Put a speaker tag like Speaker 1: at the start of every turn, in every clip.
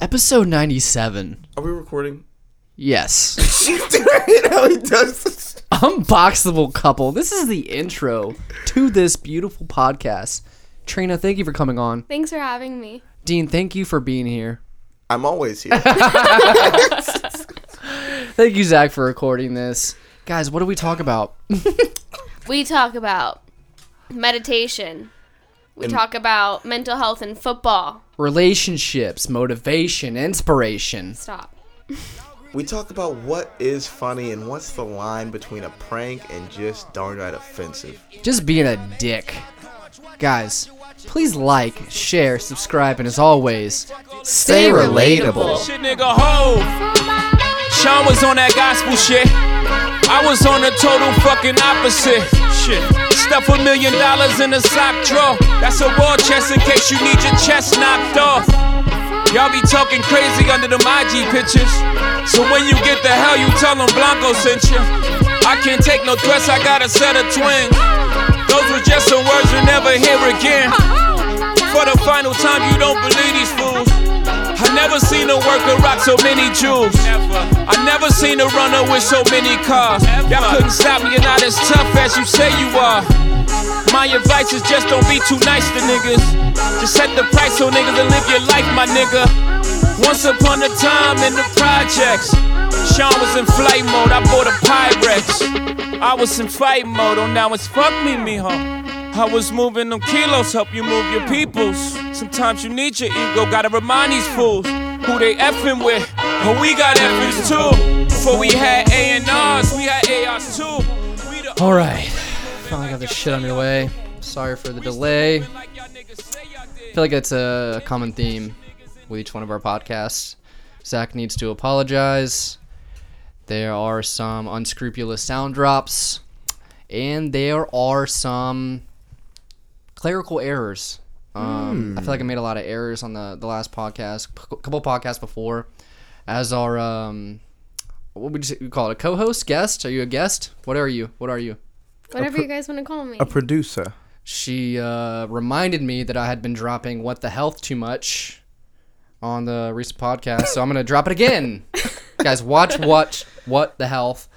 Speaker 1: Episode 97.
Speaker 2: Are we recording?
Speaker 1: Yes.
Speaker 2: you know he does. this.
Speaker 1: Unboxable couple. This is the intro to this beautiful podcast. Trina, thank you for coming on.
Speaker 3: Thanks for having me.
Speaker 1: Dean, thank you for being here.
Speaker 2: I'm always here.
Speaker 1: Thank you, Zach, for recording this. Guys, what do we talk about?
Speaker 3: We talk about meditation. We talk about mental health and football.
Speaker 1: Relationships, motivation, inspiration.
Speaker 3: Stop.
Speaker 2: we talk about what is funny and what's the line between a prank and just downright offensive.
Speaker 1: Just being a dick. Guys, please like, share, subscribe, and as always, stay relatable.
Speaker 4: Shit, nigga, ho. Sean was on that gospel shit. I was on the total fucking opposite. Shit. Stuff a million dollars in a sock drawer. That's a war chest in case you need your chest knocked off. Y'all be talking crazy under them IG pictures. So when you get the hell, you tell them Blanco sent you. I can't take no threats, I got a set of twins. Those were just some words you'll never hear again. For the final time, you don't believe these fools. I never seen a worker rock so many jewels. I never seen a runner with so many cars. Y'all couldn't stop me, you're not as tough as you say you are. My advice is just don't be too nice to niggas. Just set the price on niggas and live your life, my nigga. Once upon a time in the projects, Sean was in flight mode, I bought a Pyrex. I was in fight mode, oh now it's fuck me, mijo. I was moving them kilos, help you move your peoples. Sometimes you need your ego, gotta remind these fools who they effing with. But we got effings too. Before we had A and R's, we had ARs too. We the
Speaker 1: All right, finally got this shit underway. Sorry for the delay. I
Speaker 4: like y'all niggas say y'all did.
Speaker 1: feel like that's a common theme with each one of our podcasts. Zach needs to apologize. There are some unscrupulous sound drops, and there are some clerical errors. Um, I feel like I made a lot of errors on the, the last podcast, a couple podcasts before, as our um, what would you say- you call it? A co-host, guest? Are you a guest? What are you? What are you?
Speaker 3: Whatever you guys want to call me.
Speaker 2: Producer.
Speaker 1: she uh, reminded me that I had been dropping "What the Health" too much on the recent podcast, so I'm gonna drop it again. Guys, watch, watch "What the Health"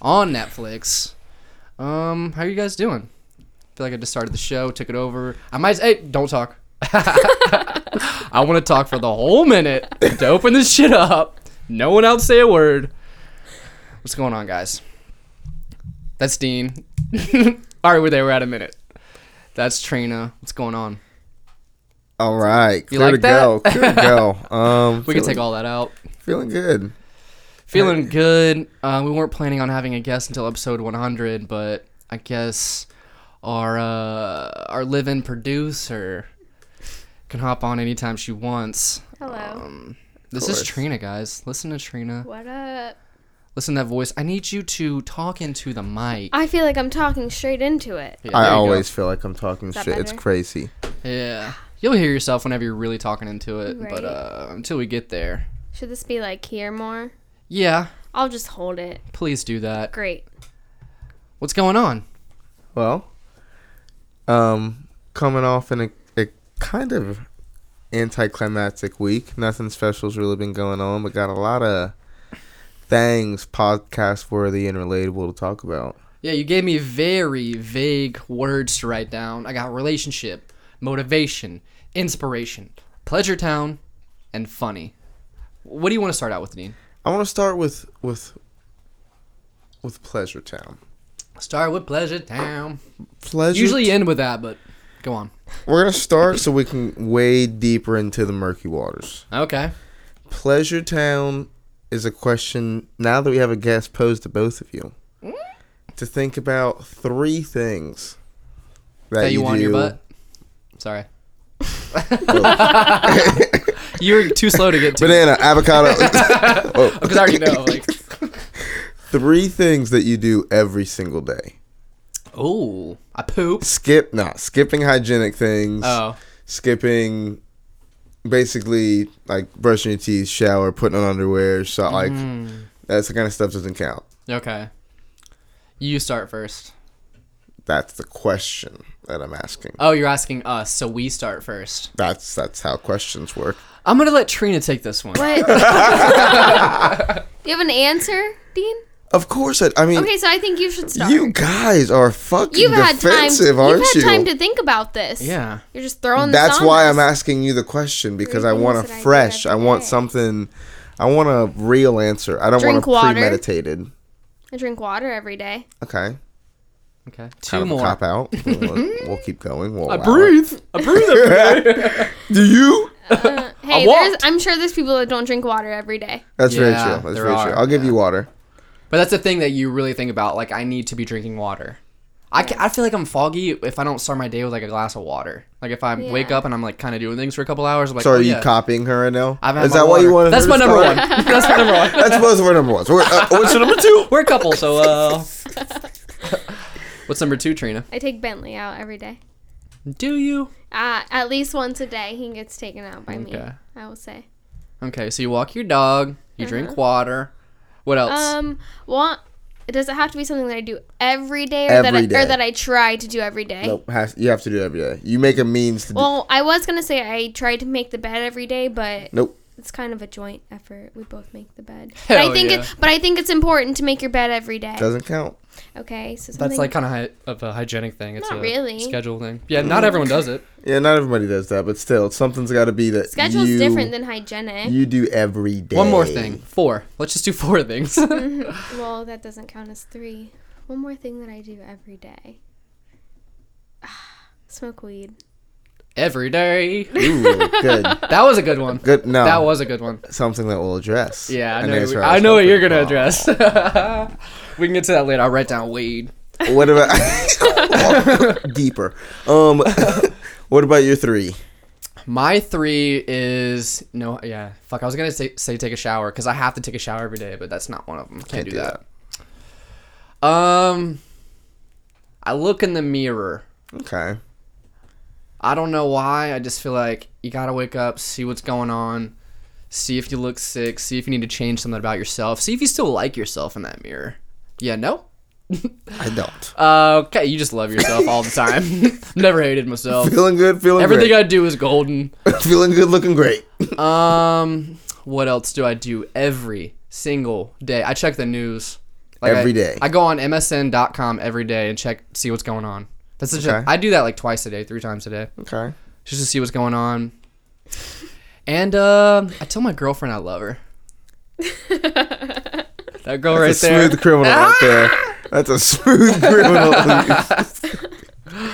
Speaker 1: on Netflix. Um, how you guys doing? I feel like I just started the show, took it over. I might. Hey, don't talk. I want to talk for the whole minute to open this shit up. No one else say a word. What's going on, guys? That's Dean. All right, we're there. We're at a minute. That's Trina. What's going on?
Speaker 5: All right,
Speaker 1: You
Speaker 5: clear
Speaker 1: like
Speaker 5: to go,
Speaker 1: that?
Speaker 5: clear to go. Um,
Speaker 1: We can take all that out.
Speaker 5: Feeling good.
Speaker 1: Feeling good. Uh, we weren't planning on having a guest until episode 100, but I guess our uh, our live-in producer can hop on anytime she wants.
Speaker 3: Hello.
Speaker 1: This is Trina, guys. Listen to Trina.
Speaker 3: what up?
Speaker 1: Listen to that voice. I need you to talk into the mic.
Speaker 3: I feel like I'm talking straight into it.
Speaker 1: Yeah,
Speaker 5: I
Speaker 1: there you go.
Speaker 5: always feel like I'm talking
Speaker 3: that
Speaker 5: shit. It's
Speaker 3: better?
Speaker 5: crazy.
Speaker 1: Yeah. You'll hear yourself whenever you're really talking into it, but
Speaker 3: Right.
Speaker 1: uh, until we get there.
Speaker 3: Should this be like here more?
Speaker 1: Yeah,
Speaker 3: I'll just hold it.
Speaker 1: please do that.
Speaker 3: Great.
Speaker 1: What's going on?
Speaker 5: Well, um, coming off in a, a kind of anticlimactic week. Nothing special's really been going on, but got a lot of things podcast worthy and relatable to talk about.
Speaker 1: Yeah, you gave me very vague words to write down. I got relationship, motivation, inspiration, pleasure town, and funny. What do you want to start out with, Dean?
Speaker 5: I want to start with with with Pleasure Town.
Speaker 1: Start with pleasure town.
Speaker 5: Pleasure.
Speaker 1: Usually end with that, but go on.
Speaker 5: we're gonna start so we can wade deeper into the murky waters.
Speaker 1: Okay.
Speaker 5: Pleasure Town is a question now that we have a guest posed to both of you
Speaker 1: Mm.
Speaker 5: to think about three things that,
Speaker 1: That you, want in your
Speaker 5: do.
Speaker 1: butt? Sorry. you were too slow to get to
Speaker 5: Banana, avocado. Oh.
Speaker 1: because I already know. Like,
Speaker 5: Three things that you do every single day.
Speaker 1: oh, I poop.
Speaker 5: Skip, no, skipping hygienic things.
Speaker 1: Oh,
Speaker 5: Skipping, basically like brushing your teeth, shower, putting on underwear, so like
Speaker 1: Mm.
Speaker 5: that's the kind of stuff doesn't count.
Speaker 1: okay. You start first.
Speaker 5: That's the question that I'm asking.
Speaker 1: Uh. Oh, you're asking us, so we start first.
Speaker 5: That's that's how questions work.
Speaker 1: I'm gonna let Trina take this one.
Speaker 3: What? Do you have an answer, Dean?
Speaker 2: Of course, I, I mean,
Speaker 3: Okay, so I think you should start.
Speaker 5: You guys are fucking
Speaker 3: You've had time.
Speaker 5: defensive,
Speaker 3: You've
Speaker 5: aren't
Speaker 3: had
Speaker 5: you?
Speaker 3: time to think about this.
Speaker 1: Yeah.
Speaker 3: You're just throwing. this
Speaker 5: That's
Speaker 3: on
Speaker 5: why
Speaker 3: us.
Speaker 5: I'm asking you the question because I
Speaker 3: things
Speaker 5: want a
Speaker 3: that I do
Speaker 5: fresh. I
Speaker 3: every
Speaker 5: want
Speaker 3: day.
Speaker 5: something. I want a real answer. I don't
Speaker 3: Drink
Speaker 5: want a
Speaker 3: water.
Speaker 5: premeditated.
Speaker 3: I drink water every day.
Speaker 5: Okay,
Speaker 1: Okay.
Speaker 5: kind
Speaker 1: Two
Speaker 5: of a
Speaker 1: more.
Speaker 5: cop out. We'll, we'll keep going. We'll
Speaker 1: I
Speaker 5: allow it.
Speaker 1: breathe. I breathe every day.
Speaker 5: Do you?
Speaker 3: Hey,
Speaker 1: walked.
Speaker 3: there's, I'm sure there's people that don't drink water every day.
Speaker 5: That's very
Speaker 1: Yeah,
Speaker 5: true. That's
Speaker 1: there
Speaker 5: very
Speaker 1: are,
Speaker 5: true. I'll give you water.
Speaker 1: But that's the thing that you really think about. Like, I need to be drinking water. I, ca- I feel like I'm foggy if I don't start my day with like a glass of water. Like if I wake
Speaker 3: Yeah.
Speaker 1: up and I'm like kind of doing things for a couple hours. I'm like,
Speaker 5: So
Speaker 1: oh,
Speaker 5: are you
Speaker 1: yeah,
Speaker 5: copying her right now?
Speaker 1: I've had
Speaker 5: Is
Speaker 1: my
Speaker 5: that why you
Speaker 1: water.
Speaker 5: want?
Speaker 1: That's
Speaker 5: her
Speaker 1: my
Speaker 5: to
Speaker 1: number one.
Speaker 5: start?
Speaker 1: That's my number one.
Speaker 5: That's both of our number ones. We're, uh, what's your number two?
Speaker 1: We're a couple, so uh, what's number two, Trina?
Speaker 3: I take Bentley out every day.
Speaker 1: Do you?
Speaker 3: Uh, at least once a day, he gets taken out by me.
Speaker 1: Okay.
Speaker 3: I will say.
Speaker 1: Okay, so you walk your dog, you
Speaker 3: Uh-huh.
Speaker 1: drink water. What else?
Speaker 3: Um, want it does it have to be something that I do every day, or that
Speaker 5: Every
Speaker 3: I,
Speaker 5: day.
Speaker 3: or that I try to do every day?
Speaker 5: Nope. Has, you have to do it every day. You make a means to. do
Speaker 3: Well, I was gonna say I tried to make the bed every day, but
Speaker 5: Nope.
Speaker 3: it's kind of a joint effort. We both make the bed. but
Speaker 1: Hell
Speaker 3: I think
Speaker 1: yeah.
Speaker 3: it, but I think it's important to make your bed every day.
Speaker 5: Doesn't count.
Speaker 3: Okay, so something
Speaker 1: That's like kind of hy- of a hygienic thing. It's
Speaker 3: Not
Speaker 1: a
Speaker 3: really.
Speaker 1: schedule thing. Yeah, not everyone does it.
Speaker 5: Yeah, not everybody does that, but still, something's got to be that.
Speaker 3: schedule's
Speaker 5: you-
Speaker 3: different than hygienic.
Speaker 5: You do every day.
Speaker 1: One more thing. Four. Let's just do four things.
Speaker 3: Mm-hmm. well, that doesn't count as three. One more thing that I do every day. Ah, Smoke weed.
Speaker 1: Every day.
Speaker 5: Ooh, good.
Speaker 1: That was a good one.
Speaker 5: Good. No.
Speaker 1: That was a good one.
Speaker 5: something that we'll address.
Speaker 1: Yeah, I
Speaker 5: And
Speaker 1: know.
Speaker 5: answer
Speaker 1: I
Speaker 5: as
Speaker 1: know
Speaker 5: well.
Speaker 1: what you're gonna
Speaker 5: Wow.
Speaker 1: address. we can get to that later. I'll write down weed.
Speaker 5: What about deeper? Um, what about your three?
Speaker 1: My three is no. Yeah, fuck. I was gonna say, say take a shower because I have to take a shower every day, but that's not one of them. Can't, do, that. Um, I look in the mirror.
Speaker 5: Okay.
Speaker 1: I don't know why. I just feel like you gotta wake up, see what's going on, see if you look sick, see if you need to change something about yourself, see if you still like yourself in that mirror. Yeah, no.
Speaker 5: I don't.
Speaker 1: Uh, okay, you just love yourself all the time. Never hated myself.
Speaker 5: Feeling good. Feeling
Speaker 1: Everything
Speaker 5: great.
Speaker 1: I do is golden.
Speaker 5: feeling good. Looking great.
Speaker 1: Um, what else do I do every single day? I check the news like
Speaker 5: Every
Speaker 1: I,
Speaker 5: day.
Speaker 1: I go on MSN.com every day and check see what's going on. That's such
Speaker 5: Okay.
Speaker 1: a, I do that like twice a day, three times a day,
Speaker 5: Okay.
Speaker 1: just to see what's going on. And uh, I tell my girlfriend I love her. that girl
Speaker 5: That's a
Speaker 1: right there. Ah!
Speaker 5: smooth criminal right there. That's a smooth criminal.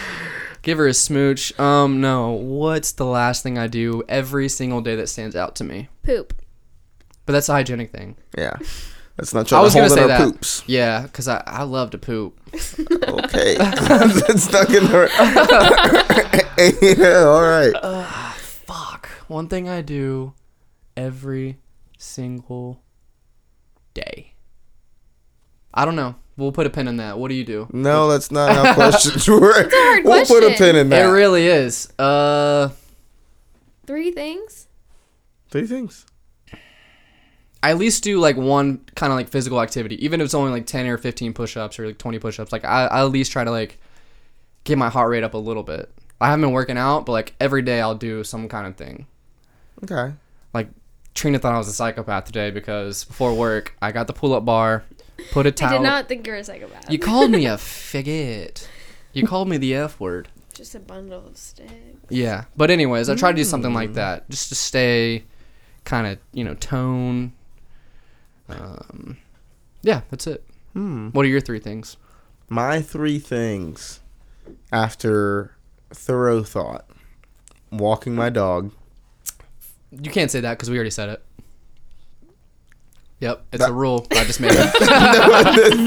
Speaker 1: Give her a smooch. Um, no. What's the last thing I do every single day that stands out to me?
Speaker 3: Poop.
Speaker 1: But that's a hygienic thing.
Speaker 5: yeah. Let's not
Speaker 1: I
Speaker 5: try to
Speaker 1: was gonna
Speaker 5: hold in
Speaker 1: say
Speaker 5: our
Speaker 1: that.
Speaker 5: poops.
Speaker 1: Yeah, because I, I love to poop.
Speaker 5: Okay. That's stuck in her. yeah, all right.
Speaker 1: fuck. One thing I do every single day. I don't know. We'll put a pin in that. What do you do?
Speaker 5: No, that's not how questions work. we'll put a
Speaker 3: question.
Speaker 5: pin in
Speaker 1: It
Speaker 5: that.
Speaker 1: really is. Uh,
Speaker 3: Three things.
Speaker 5: Three things.
Speaker 1: I at least do like one kind of like physical activity, even if it's only like ten or fifteen push-ups or like twenty push-ups. Like I, I at least try to like get my heart rate up a little bit. I haven't been working out, but like every day I'll do some kind of thing.
Speaker 5: Okay.
Speaker 1: Like Trina thought I was a psychopath today because before work I got the pull-up bar, put a
Speaker 3: I
Speaker 1: towel.
Speaker 3: did not think you were a psychopath.
Speaker 1: You called me a faggot. You called me the F word.
Speaker 3: Just a bundle of sticks.
Speaker 1: Yeah. But anyways, I try to do something
Speaker 5: Mm.
Speaker 1: like that just to stay kind of, you know, tone. Um, yeah, that's it.
Speaker 5: Hmm.
Speaker 1: What are your three things?
Speaker 5: My three things after thorough thought walking my dog.
Speaker 1: You can't say that because we already said it. Yep, it's a
Speaker 5: That-
Speaker 1: rule I just made. up.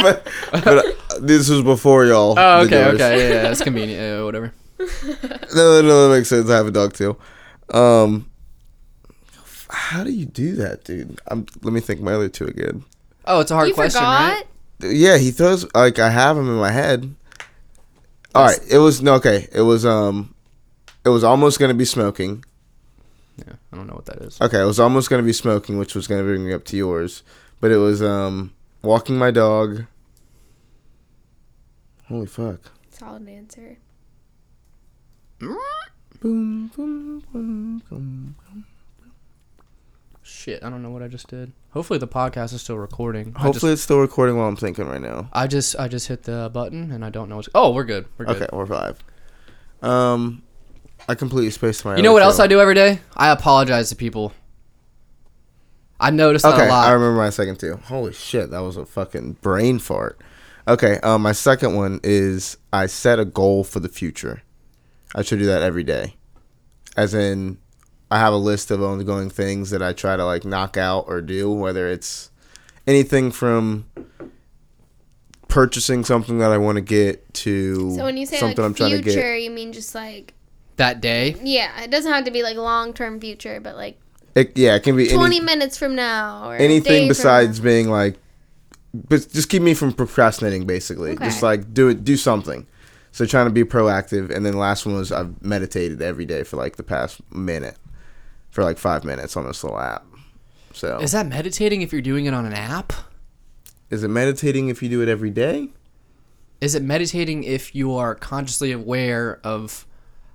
Speaker 5: but, but this was before y'all.
Speaker 1: oh,
Speaker 5: did
Speaker 1: okay,
Speaker 5: yours.
Speaker 1: okay, yeah, yeah, it's convenient, yeah, whatever.
Speaker 5: No, no, that makes sense. I have a dog too. Um, how do you do that, dude? Um let me think my other two again.
Speaker 1: Oh, it's a hard
Speaker 3: You
Speaker 1: question,
Speaker 3: forgot?
Speaker 1: right?
Speaker 5: Yeah, he throws like I have him in my head. All right, it was no okay. It was um, it was almost gonna be smoking.
Speaker 1: Yeah, I don't know what that is.
Speaker 5: Okay, I was almost gonna be smoking, which was gonna bring me up to yours, but it was um walking my dog. Holy fuck!
Speaker 3: Solid answer.
Speaker 5: Boom, boom, boom, boom.
Speaker 1: Shit, I don't know what I just did. Hopefully the podcast is still recording. I just-
Speaker 5: Hopefully, it's still recording while I'm thinking right now.
Speaker 1: I just I just hit the button and I don't know what's Oh, we're good. We're good.
Speaker 5: Okay, we're live. Um, I completely spaced my.
Speaker 1: You know what else I do every day? I apologize to people. I noticed that
Speaker 5: Okay,
Speaker 1: a lot.
Speaker 5: I remember my second two. Holy shit, that was a fucking brain fart. Okay, um, my second one is I set a goal for the future. I should do that every day. As in, I have a list of ongoing things that I try to like knock out or do, whether it's anything from purchasing something that I want to get to
Speaker 3: So when you say
Speaker 5: something
Speaker 3: like
Speaker 5: I'm trying to
Speaker 3: future,
Speaker 5: get.
Speaker 3: you mean just like
Speaker 1: that day.
Speaker 3: yeah, it doesn't have to be like long term future, but like
Speaker 5: It, yeah, it can be
Speaker 3: twenty
Speaker 5: any,
Speaker 3: minutes from now or a day
Speaker 5: anything
Speaker 3: from
Speaker 5: besides
Speaker 3: now.
Speaker 5: being like but just keep me from procrastinating basically just
Speaker 3: Okay.
Speaker 5: like do it do something so trying to be proactive and then last one was i've meditated every day for like the past minute for like five minutes on this little app so
Speaker 1: Is
Speaker 5: is,
Speaker 1: that meditating if you're doing it on an app?
Speaker 5: it meditating if you do it every day
Speaker 1: Is it meditating if you are consciously aware of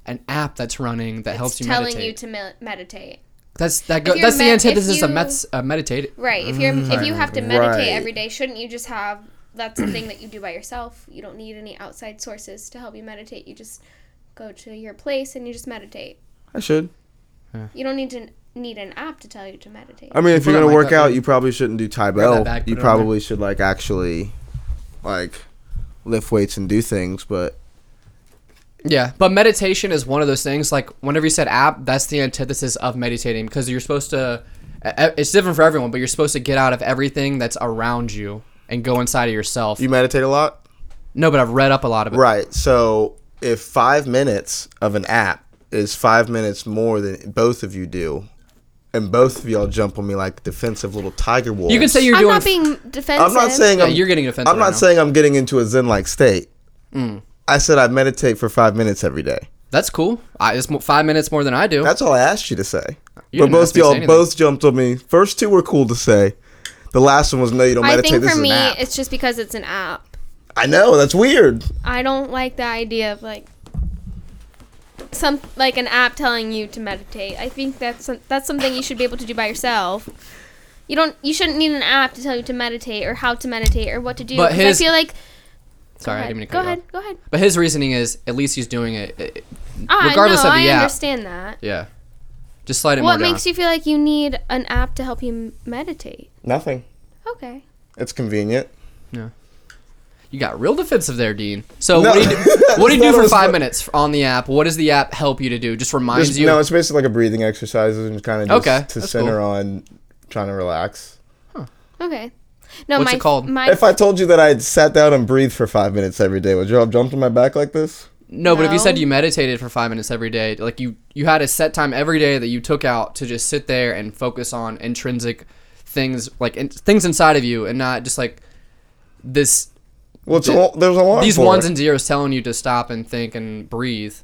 Speaker 1: an app that's running that helps
Speaker 3: It's
Speaker 1: you
Speaker 3: telling
Speaker 1: meditate?
Speaker 3: you to me- meditate.
Speaker 1: that's that go,
Speaker 3: if you're
Speaker 1: that's the
Speaker 3: med-
Speaker 1: antithesis
Speaker 3: if
Speaker 1: of
Speaker 3: you-
Speaker 1: met- uh, meditate.
Speaker 3: Right. If you're if you have to meditate
Speaker 5: Mm, Right.
Speaker 3: every day, shouldn't you just have that's a thing that you do by yourself? You don't need any outside sources to help you meditate. You just go to your place and you just meditate.
Speaker 5: i should
Speaker 3: You don't need to need an app to tell you to meditate.
Speaker 5: i mean if
Speaker 1: Put
Speaker 5: you're
Speaker 1: it
Speaker 5: gonna
Speaker 1: like
Speaker 5: work
Speaker 1: that,
Speaker 5: out
Speaker 1: like-
Speaker 5: you probably shouldn't do tai
Speaker 1: that
Speaker 5: bell
Speaker 1: back,
Speaker 5: you
Speaker 1: put it on there.
Speaker 5: probably should like actually like lift weights and do things but
Speaker 1: Yeah, but meditation is one of those things. Like whenever you said app, that's the antithesis of meditating because you're supposed to. e- e- It's different for everyone, but you're supposed to get out of everything that's around you and go inside of yourself.
Speaker 5: you meditate a lot
Speaker 1: no, but I've read up a lot of it.
Speaker 5: Right. So if five minutes of an app is five minutes more than both of you do, and both of y'all jump on me like defensive little tiger wolves.
Speaker 1: You can say you're
Speaker 3: I'm
Speaker 1: doing.
Speaker 3: not being defensive.
Speaker 5: I'm not saying
Speaker 1: Yeah,
Speaker 5: I'm,
Speaker 1: you're getting defensive
Speaker 5: I'm not
Speaker 1: right now. Mm.
Speaker 5: saying I'm getting into a zen-like state. I said I meditate for five minutes every day.
Speaker 1: That's cool. I, it's mo- five minutes more than I do.
Speaker 5: That's all I asked you to say.
Speaker 1: You
Speaker 5: but
Speaker 1: didn't
Speaker 5: both
Speaker 1: ask me to say
Speaker 5: y'all
Speaker 1: anything.
Speaker 5: both jumped on me. First two were cool to say. The last one was no, you don't
Speaker 3: I
Speaker 5: meditate.
Speaker 3: think
Speaker 5: this
Speaker 3: for
Speaker 5: is
Speaker 3: me,
Speaker 5: an app.
Speaker 3: it's just because it's an app.
Speaker 5: I know that's weird.
Speaker 3: I don't like the idea of like some like an app telling you to meditate. I think that's some, that's something you should be able to do by yourself. You don't you shouldn't need an app to tell you to meditate or how to meditate or what to do.
Speaker 1: But
Speaker 3: 'cause
Speaker 1: his-
Speaker 3: I feel like
Speaker 1: Sorry, I
Speaker 3: Go
Speaker 1: didn't mean to
Speaker 3: ahead,
Speaker 1: cut you
Speaker 3: go
Speaker 1: off.
Speaker 3: ahead, go ahead.
Speaker 1: But his reasoning is at least he's doing it. it-
Speaker 3: Ah,
Speaker 1: Regardless
Speaker 3: no,
Speaker 1: of the
Speaker 3: I
Speaker 1: app.
Speaker 3: understand that.
Speaker 1: yeah. Just slide it
Speaker 3: What
Speaker 1: more
Speaker 3: makes you feel like you need an app to help you m- meditate?
Speaker 5: Nothing.
Speaker 3: Okay.
Speaker 5: It's convenient.
Speaker 1: You-, you got real defensive there, Dean. So
Speaker 5: No.
Speaker 1: what do you do, what do, you
Speaker 5: That
Speaker 1: do for
Speaker 5: was
Speaker 1: five
Speaker 5: fu-
Speaker 1: minutes on the app? What does the app help you to do? Just reminds
Speaker 5: Just-
Speaker 1: you.
Speaker 5: No, it's basically like a breathing exercise and kind of just
Speaker 1: Okay,
Speaker 5: to
Speaker 1: that's
Speaker 5: center on trying to relax.
Speaker 3: Okay. No,
Speaker 1: What's
Speaker 3: my,
Speaker 1: it called?
Speaker 3: My,
Speaker 5: If I told you that I had sat down and breathed for five minutes every day, would you have jumped on my back like this?
Speaker 1: no, but if you said
Speaker 3: No.
Speaker 1: you meditated for five minutes every day, like you you had a set time every day that you took out to just sit there and focus on intrinsic things, like in, things inside of you, and not just like this
Speaker 5: Well, it's
Speaker 1: Th-
Speaker 5: al- there's a lot.
Speaker 1: these
Speaker 5: for
Speaker 1: ones
Speaker 5: it.
Speaker 1: and zeros telling you to stop and think and breathe.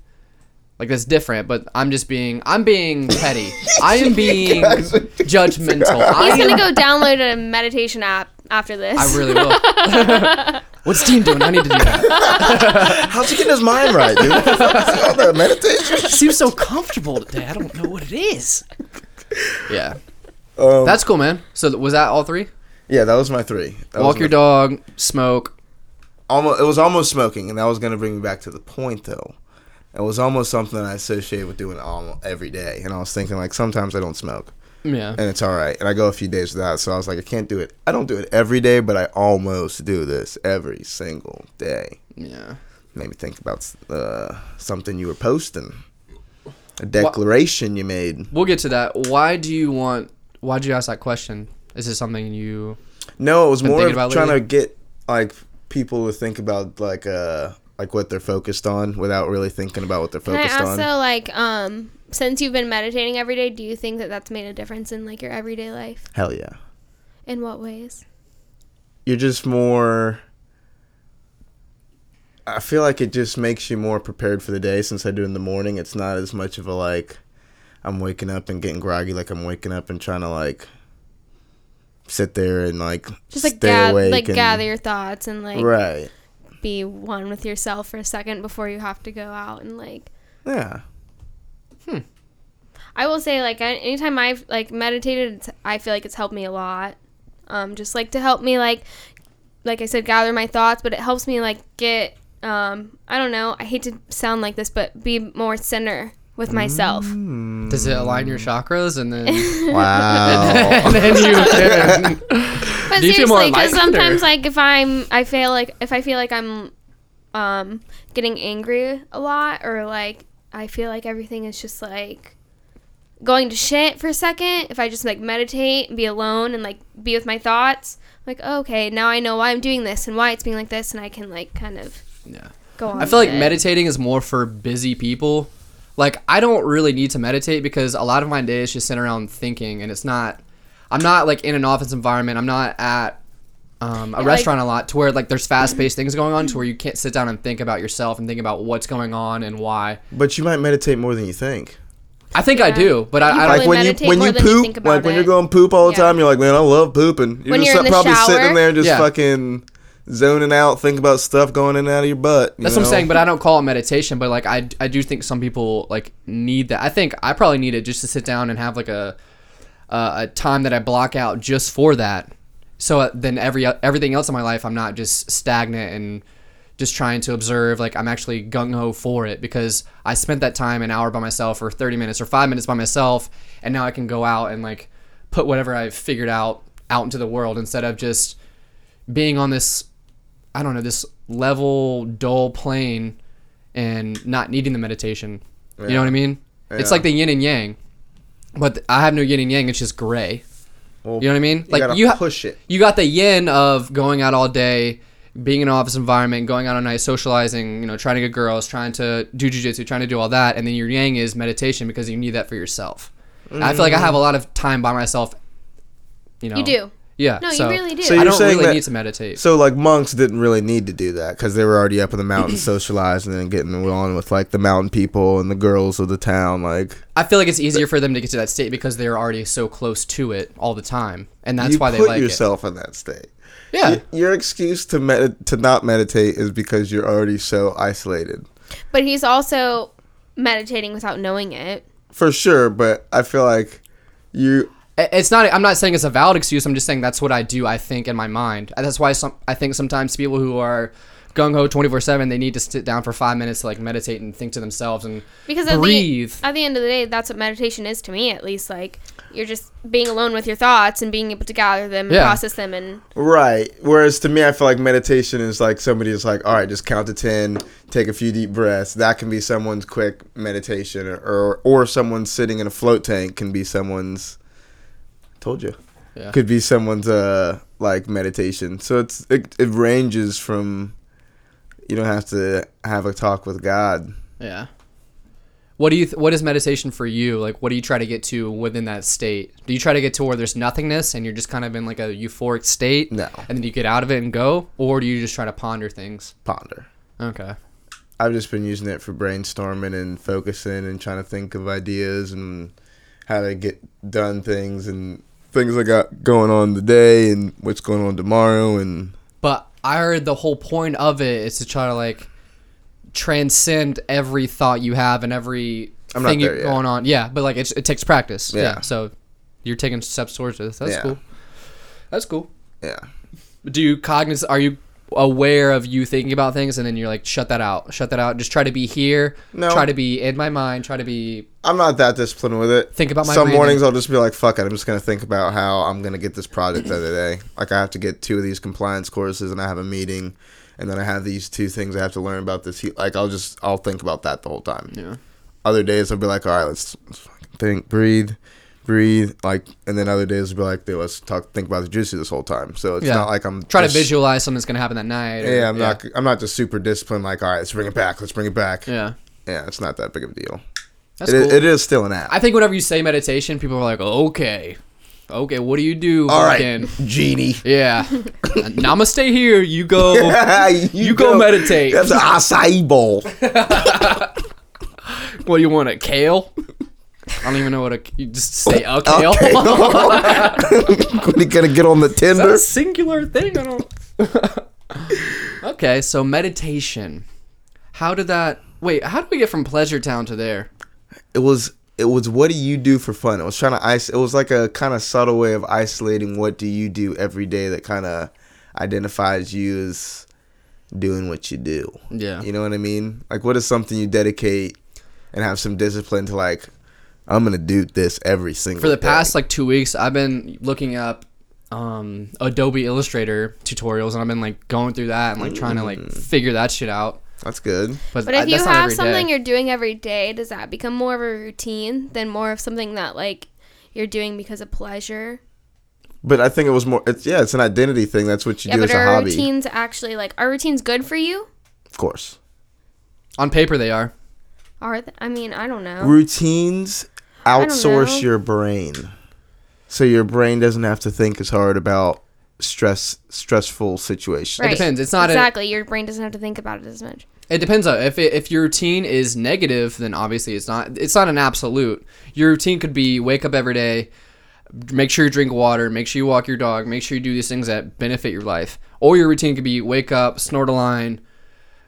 Speaker 1: Like that's different, but I'm just being I'm being petty. I am being
Speaker 5: guys are-
Speaker 1: judgmental. I,
Speaker 3: he's
Speaker 1: am-
Speaker 3: gonna go download a meditation app after this.
Speaker 1: I really will. What's Dean doing? I need to do that.
Speaker 5: How's he getting his mind right, dude? What the fuck is all that meditation?
Speaker 1: It seems so comfortable today. I don't know what it is. Yeah,
Speaker 5: Um,
Speaker 1: that's cool, man. So th- was that all three?
Speaker 5: yeah, that was my three. That was
Speaker 1: Walk
Speaker 5: my-
Speaker 1: your dog, smoke.
Speaker 5: Almost, it was almost smoking, and that was gonna bring me back to the point though. It was almost something I associate with doing all every day, and I was thinking like sometimes I don't smoke.
Speaker 1: Yeah,
Speaker 5: and it's all right. And I go a few days without, so I was like, I can't do it. I don't do it every day, but I almost do this every single day.
Speaker 1: yeah.
Speaker 5: Made me think about uh, something you were posting, a declaration you made.
Speaker 1: We'll get to that. Why do you want? Why did you ask that question? Is this something you?
Speaker 5: No, it was
Speaker 1: Been
Speaker 5: more
Speaker 1: thinking
Speaker 5: of
Speaker 1: about
Speaker 5: trying
Speaker 1: lately?
Speaker 5: to get like people to think about like uh like what they're focused on without really thinking about what they're
Speaker 3: Can I
Speaker 5: focused
Speaker 3: ask
Speaker 5: on.
Speaker 3: though, like, um, since you've been meditating every day, do you think that that's made a difference in like your everyday life?
Speaker 5: Hell yeah.
Speaker 3: In what ways?
Speaker 5: you're just more I feel like it just makes you more prepared for the day since I do in the morning. It's not as much of a like I'm waking up and getting groggy like I'm waking up and trying to like sit there and like
Speaker 3: Just like gather, like gather your thoughts and like
Speaker 5: Right.
Speaker 3: be one with yourself for a second before you have to go out and like.
Speaker 5: Yeah.
Speaker 3: I will say, like, I, anytime I've like meditated, it's, I feel like it's helped me a lot. Um, just like to help me, like, like I said, gather my thoughts, but it helps me like get, um, I don't know. I hate to sound like this, but be more center with myself.
Speaker 1: Does it align your
Speaker 5: Mm.
Speaker 1: chakras and then,
Speaker 5: Wow.
Speaker 1: and then you can
Speaker 3: But
Speaker 1: Do you feel more
Speaker 3: seriously, because
Speaker 1: enlightened, or-
Speaker 3: sometimes, like, if I'm, I feel like if I feel like I'm, um, getting angry a lot, or like I feel like everything is just like going to shit for a second. If I just like meditate and be alone and like be with my thoughts, like oh, okay, now I know why I'm doing this and why it's being like this, and I can like kind of
Speaker 1: Yeah.
Speaker 3: go on.
Speaker 1: I feel
Speaker 3: with
Speaker 1: like
Speaker 3: it.
Speaker 1: meditating is more for busy people. Like I don't really need to meditate because a lot of my day is just sitting around thinking, and it's not. I'm not like in an office environment. I'm not at um, a restaurant a lot to where like there's fast paced things going on to where you can't sit down and think about yourself and think about what's going on and why.
Speaker 2: But you might meditate more than you think.
Speaker 1: I think I
Speaker 3: Yeah.
Speaker 1: do, but I,
Speaker 3: You
Speaker 1: I
Speaker 3: really
Speaker 1: don't.
Speaker 2: Like when you
Speaker 3: meditate
Speaker 2: when
Speaker 3: more
Speaker 2: you
Speaker 3: than you
Speaker 2: poop,
Speaker 3: think about
Speaker 2: like when you're
Speaker 3: it.
Speaker 2: going poop all the
Speaker 3: Yeah.
Speaker 2: time, you're like, man, I love pooping. You're
Speaker 3: When
Speaker 2: just
Speaker 3: you're in the
Speaker 2: probably sitting
Speaker 3: shower.
Speaker 2: there just
Speaker 1: Yeah.
Speaker 2: fucking zoning out, thinking about stuff going in and out of your butt. you
Speaker 1: That's what I'm
Speaker 2: know?
Speaker 1: saying, but I don't call it meditation. But like I, I do think some people like need that. I think I probably need it just to sit down and have like a uh, a time that I block out just for that. So uh, then every everything else in my life, I'm not just stagnant and just trying to observe. Like I'm actually gung ho for it because I spent that time an hour by myself or 30 minutes or five minutes by myself, and now I can go out and like put whatever I've figured out out into the world instead of just being on this I don't know, this level, dull plane and not needing the meditation. You know what I mean? It's
Speaker 2: Yeah.
Speaker 1: like the yin and yang, but th- I have no yin and yang. It's just gray.
Speaker 2: Well,
Speaker 1: You know what I mean?
Speaker 2: You gotta
Speaker 1: like you ha-
Speaker 2: push it.
Speaker 1: You got the yin of going out all day, being in an office environment, going out all night, socializing, you know, trying to get girls, trying to do jujitsu, trying to do all that, and then your yang is meditation because you need that for yourself. And I feel
Speaker 2: Mm.
Speaker 1: like I have a lot of time by myself. You know.
Speaker 3: You do.
Speaker 1: Yeah.
Speaker 3: No, you
Speaker 1: so
Speaker 3: really do.
Speaker 2: So
Speaker 3: I
Speaker 1: I
Speaker 2: you're
Speaker 1: don't
Speaker 2: saying
Speaker 1: really
Speaker 2: that,
Speaker 1: need to meditate.
Speaker 2: So like monks didn't really need to do
Speaker 5: do that because they were already up in the mountain socializing and getting on with like the mountain people and the girls of the town. Like
Speaker 1: I feel like it's easier for them to get to that state because they're already so close to it all the time, and that's
Speaker 5: you
Speaker 1: why they
Speaker 5: put
Speaker 1: like
Speaker 5: yourself in that state.
Speaker 1: it. Yeah,
Speaker 5: Y- Your excuse to med- to not meditate is because you're already so isolated.
Speaker 3: But he's also meditating without knowing it.
Speaker 5: For sure, but I feel like you
Speaker 1: I- it's not. I'm not saying it's a valid excuse. I'm just saying that's what I do. I think in my mind. And That's why some. I think sometimes people who are gung ho 24 seven, they need to sit down for five minutes to like meditate and think to themselves and
Speaker 3: because at
Speaker 1: breathe.
Speaker 3: The, at the end of the day, that's what meditation is to me, at least. Like you're just being alone with your thoughts and being able to gather them and
Speaker 1: Yeah.
Speaker 3: process them, and
Speaker 5: Right. Whereas to me, I feel like meditation is like somebody is like, all right, just count to 10, take a few deep breaths. That can be someone's quick meditation, or, or, or someone sitting in a float tank can be someone's. Told you.
Speaker 1: Yeah.
Speaker 5: Could be someone's uh like meditation. So it's it, it ranges from. You don't have to have a talk with God.
Speaker 1: yeah. What do you? Th- what is meditation for you? Like, what do you try to get to within that state? Do you try to get to where there's nothingness and you're just kind of in like a euphoric state?
Speaker 5: No.
Speaker 1: And then you get out of it and go, or do you just try to ponder things?
Speaker 5: Ponder.
Speaker 1: Okay.
Speaker 5: I've just been using it for brainstorming and focusing and trying to think of ideas and how to get done things and things I got going on today and what's going on tomorrow and
Speaker 1: But I heard the whole point of it is to try to like transcend every thought you have and every
Speaker 5: I'm not
Speaker 1: thing you
Speaker 5: there yet.
Speaker 1: going on. Yeah, but like it's, it takes practice. Yeah.
Speaker 5: Yeah.
Speaker 1: So you're taking steps towards this. That's
Speaker 5: Yeah.
Speaker 1: cool. That's cool.
Speaker 5: yeah.
Speaker 1: Do you cognizant? Are you aware of you thinking about things and then you're like shut that out, shut that out. Just try to be here.
Speaker 5: No.
Speaker 1: Try to be in my mind. Try to be.
Speaker 5: I'm not that disciplined with it.
Speaker 1: Think about my
Speaker 5: Some
Speaker 1: breathing.
Speaker 5: mornings I'll just be like, fuck it, I'm just gonna think about how I'm gonna get this project out of the day. Like I have to get two of these compliance courses and I have a meeting and then I have these two things I have to learn about this he- like I'll just I'll think about that the whole time.
Speaker 1: Yeah.
Speaker 5: Other days I'll be like, all right, let's, let's fucking think, breathe, breathe, like and then other days I'll be like, dude, let's talk think about the juicy this whole time. So it's
Speaker 1: Yeah.
Speaker 5: not like I'm
Speaker 1: Try to
Speaker 5: just-
Speaker 1: visualize something that's gonna happen that night. or-
Speaker 5: Yeah, I'm not I'm not just super disciplined like, all right, let's bring it back, let's bring it back.
Speaker 1: Yeah.
Speaker 5: Yeah, it's not that big of a deal.
Speaker 1: That's
Speaker 5: It, i-
Speaker 1: cool.
Speaker 5: it is still an app.
Speaker 1: I think whenever you say meditation, people are like, okay, okay, what do you do?
Speaker 5: all right,
Speaker 1: fucking-
Speaker 5: genie.
Speaker 1: Yeah. Namaste here. You go.
Speaker 5: you,
Speaker 1: You go meditate.
Speaker 5: That's an acai bowl.
Speaker 1: What do you want? A kale? I don't even know what a. You just say a kale.
Speaker 5: Okay.
Speaker 1: Oh.
Speaker 5: when you gonna get on the
Speaker 1: Is that
Speaker 5: Tinder?
Speaker 1: a singular thing? I don't. okay, so meditation. How did that? Wait, how did we get from Pleasure Town to there?
Speaker 5: It was
Speaker 6: It
Speaker 5: it was what do you do for fun? It was trying to ice. It was like a kind of subtle way of isolating what do you do every day that kind of identifies you as doing what you do.
Speaker 1: Yeah.
Speaker 5: You know what I mean? Like, what is something you dedicate and have some discipline to? Like, I'm gonna do this every single
Speaker 1: For the
Speaker 5: day.
Speaker 1: past like two weeks, I've been looking up um, Adobe Illustrator tutorials, and I've been like going through that and like trying to like
Speaker 5: Mm.
Speaker 1: figure that shit out.
Speaker 5: That's good.
Speaker 1: But,
Speaker 3: But
Speaker 1: I-
Speaker 3: if you
Speaker 1: that's not
Speaker 3: have
Speaker 1: every
Speaker 3: something
Speaker 1: day.
Speaker 3: you're doing every day, does that become more of a routine than more of something that like you're doing because of pleasure?
Speaker 5: But I think it was more. It's yeah. It's an identity thing. That's what you
Speaker 3: Yeah,
Speaker 5: do
Speaker 3: but
Speaker 5: as a
Speaker 3: are
Speaker 5: hobby.
Speaker 3: routines actually like are routines good for you?
Speaker 5: Of course.
Speaker 1: on paper they are.
Speaker 3: Are th- I mean I don't know.
Speaker 5: Routines
Speaker 3: Oh. don't know.
Speaker 5: outsource your brain, so your brain doesn't have to think as hard about stress stressful situations.
Speaker 3: Right.
Speaker 1: depends. It's not a-
Speaker 3: exactly. Your brain doesn't have to think about it as much.
Speaker 1: It depends on if it, if your routine is negative, then obviously it's not. It's not an absolute. Your routine could be wake up every day, make sure you drink water, make sure you walk your dog, make sure you do these things that benefit your life. Or your routine could be wake up, snort a line,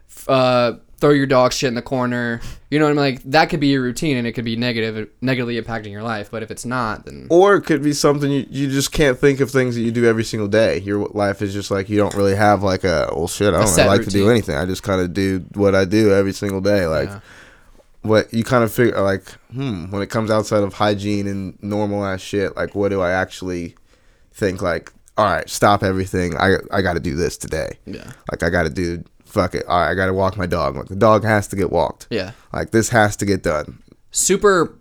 Speaker 1: f- uh, throw your dog shit in the corner. You know what I mean? Like that could be your routine, and it could be negative, negatively impacting your life. But if it's not, then
Speaker 5: Or it could be something you, you just can't think of things that you do every single day. Your life is just like you don't really have like a well shit. I don't
Speaker 1: set
Speaker 5: really like to do
Speaker 1: routine.
Speaker 5: anything. I just kind of do what I do every single day. Like
Speaker 1: Yeah.
Speaker 5: what you kind of figure like hmm when it comes outside of hygiene and normal ass shit. Like what do I actually think? Like all right, stop everything. I I got to do this today.
Speaker 1: yeah,
Speaker 5: Like I got to do fuck it. All right, I got to walk my dog. Like the dog has to get walked.
Speaker 1: yeah.
Speaker 5: Like this has to get done.
Speaker 1: super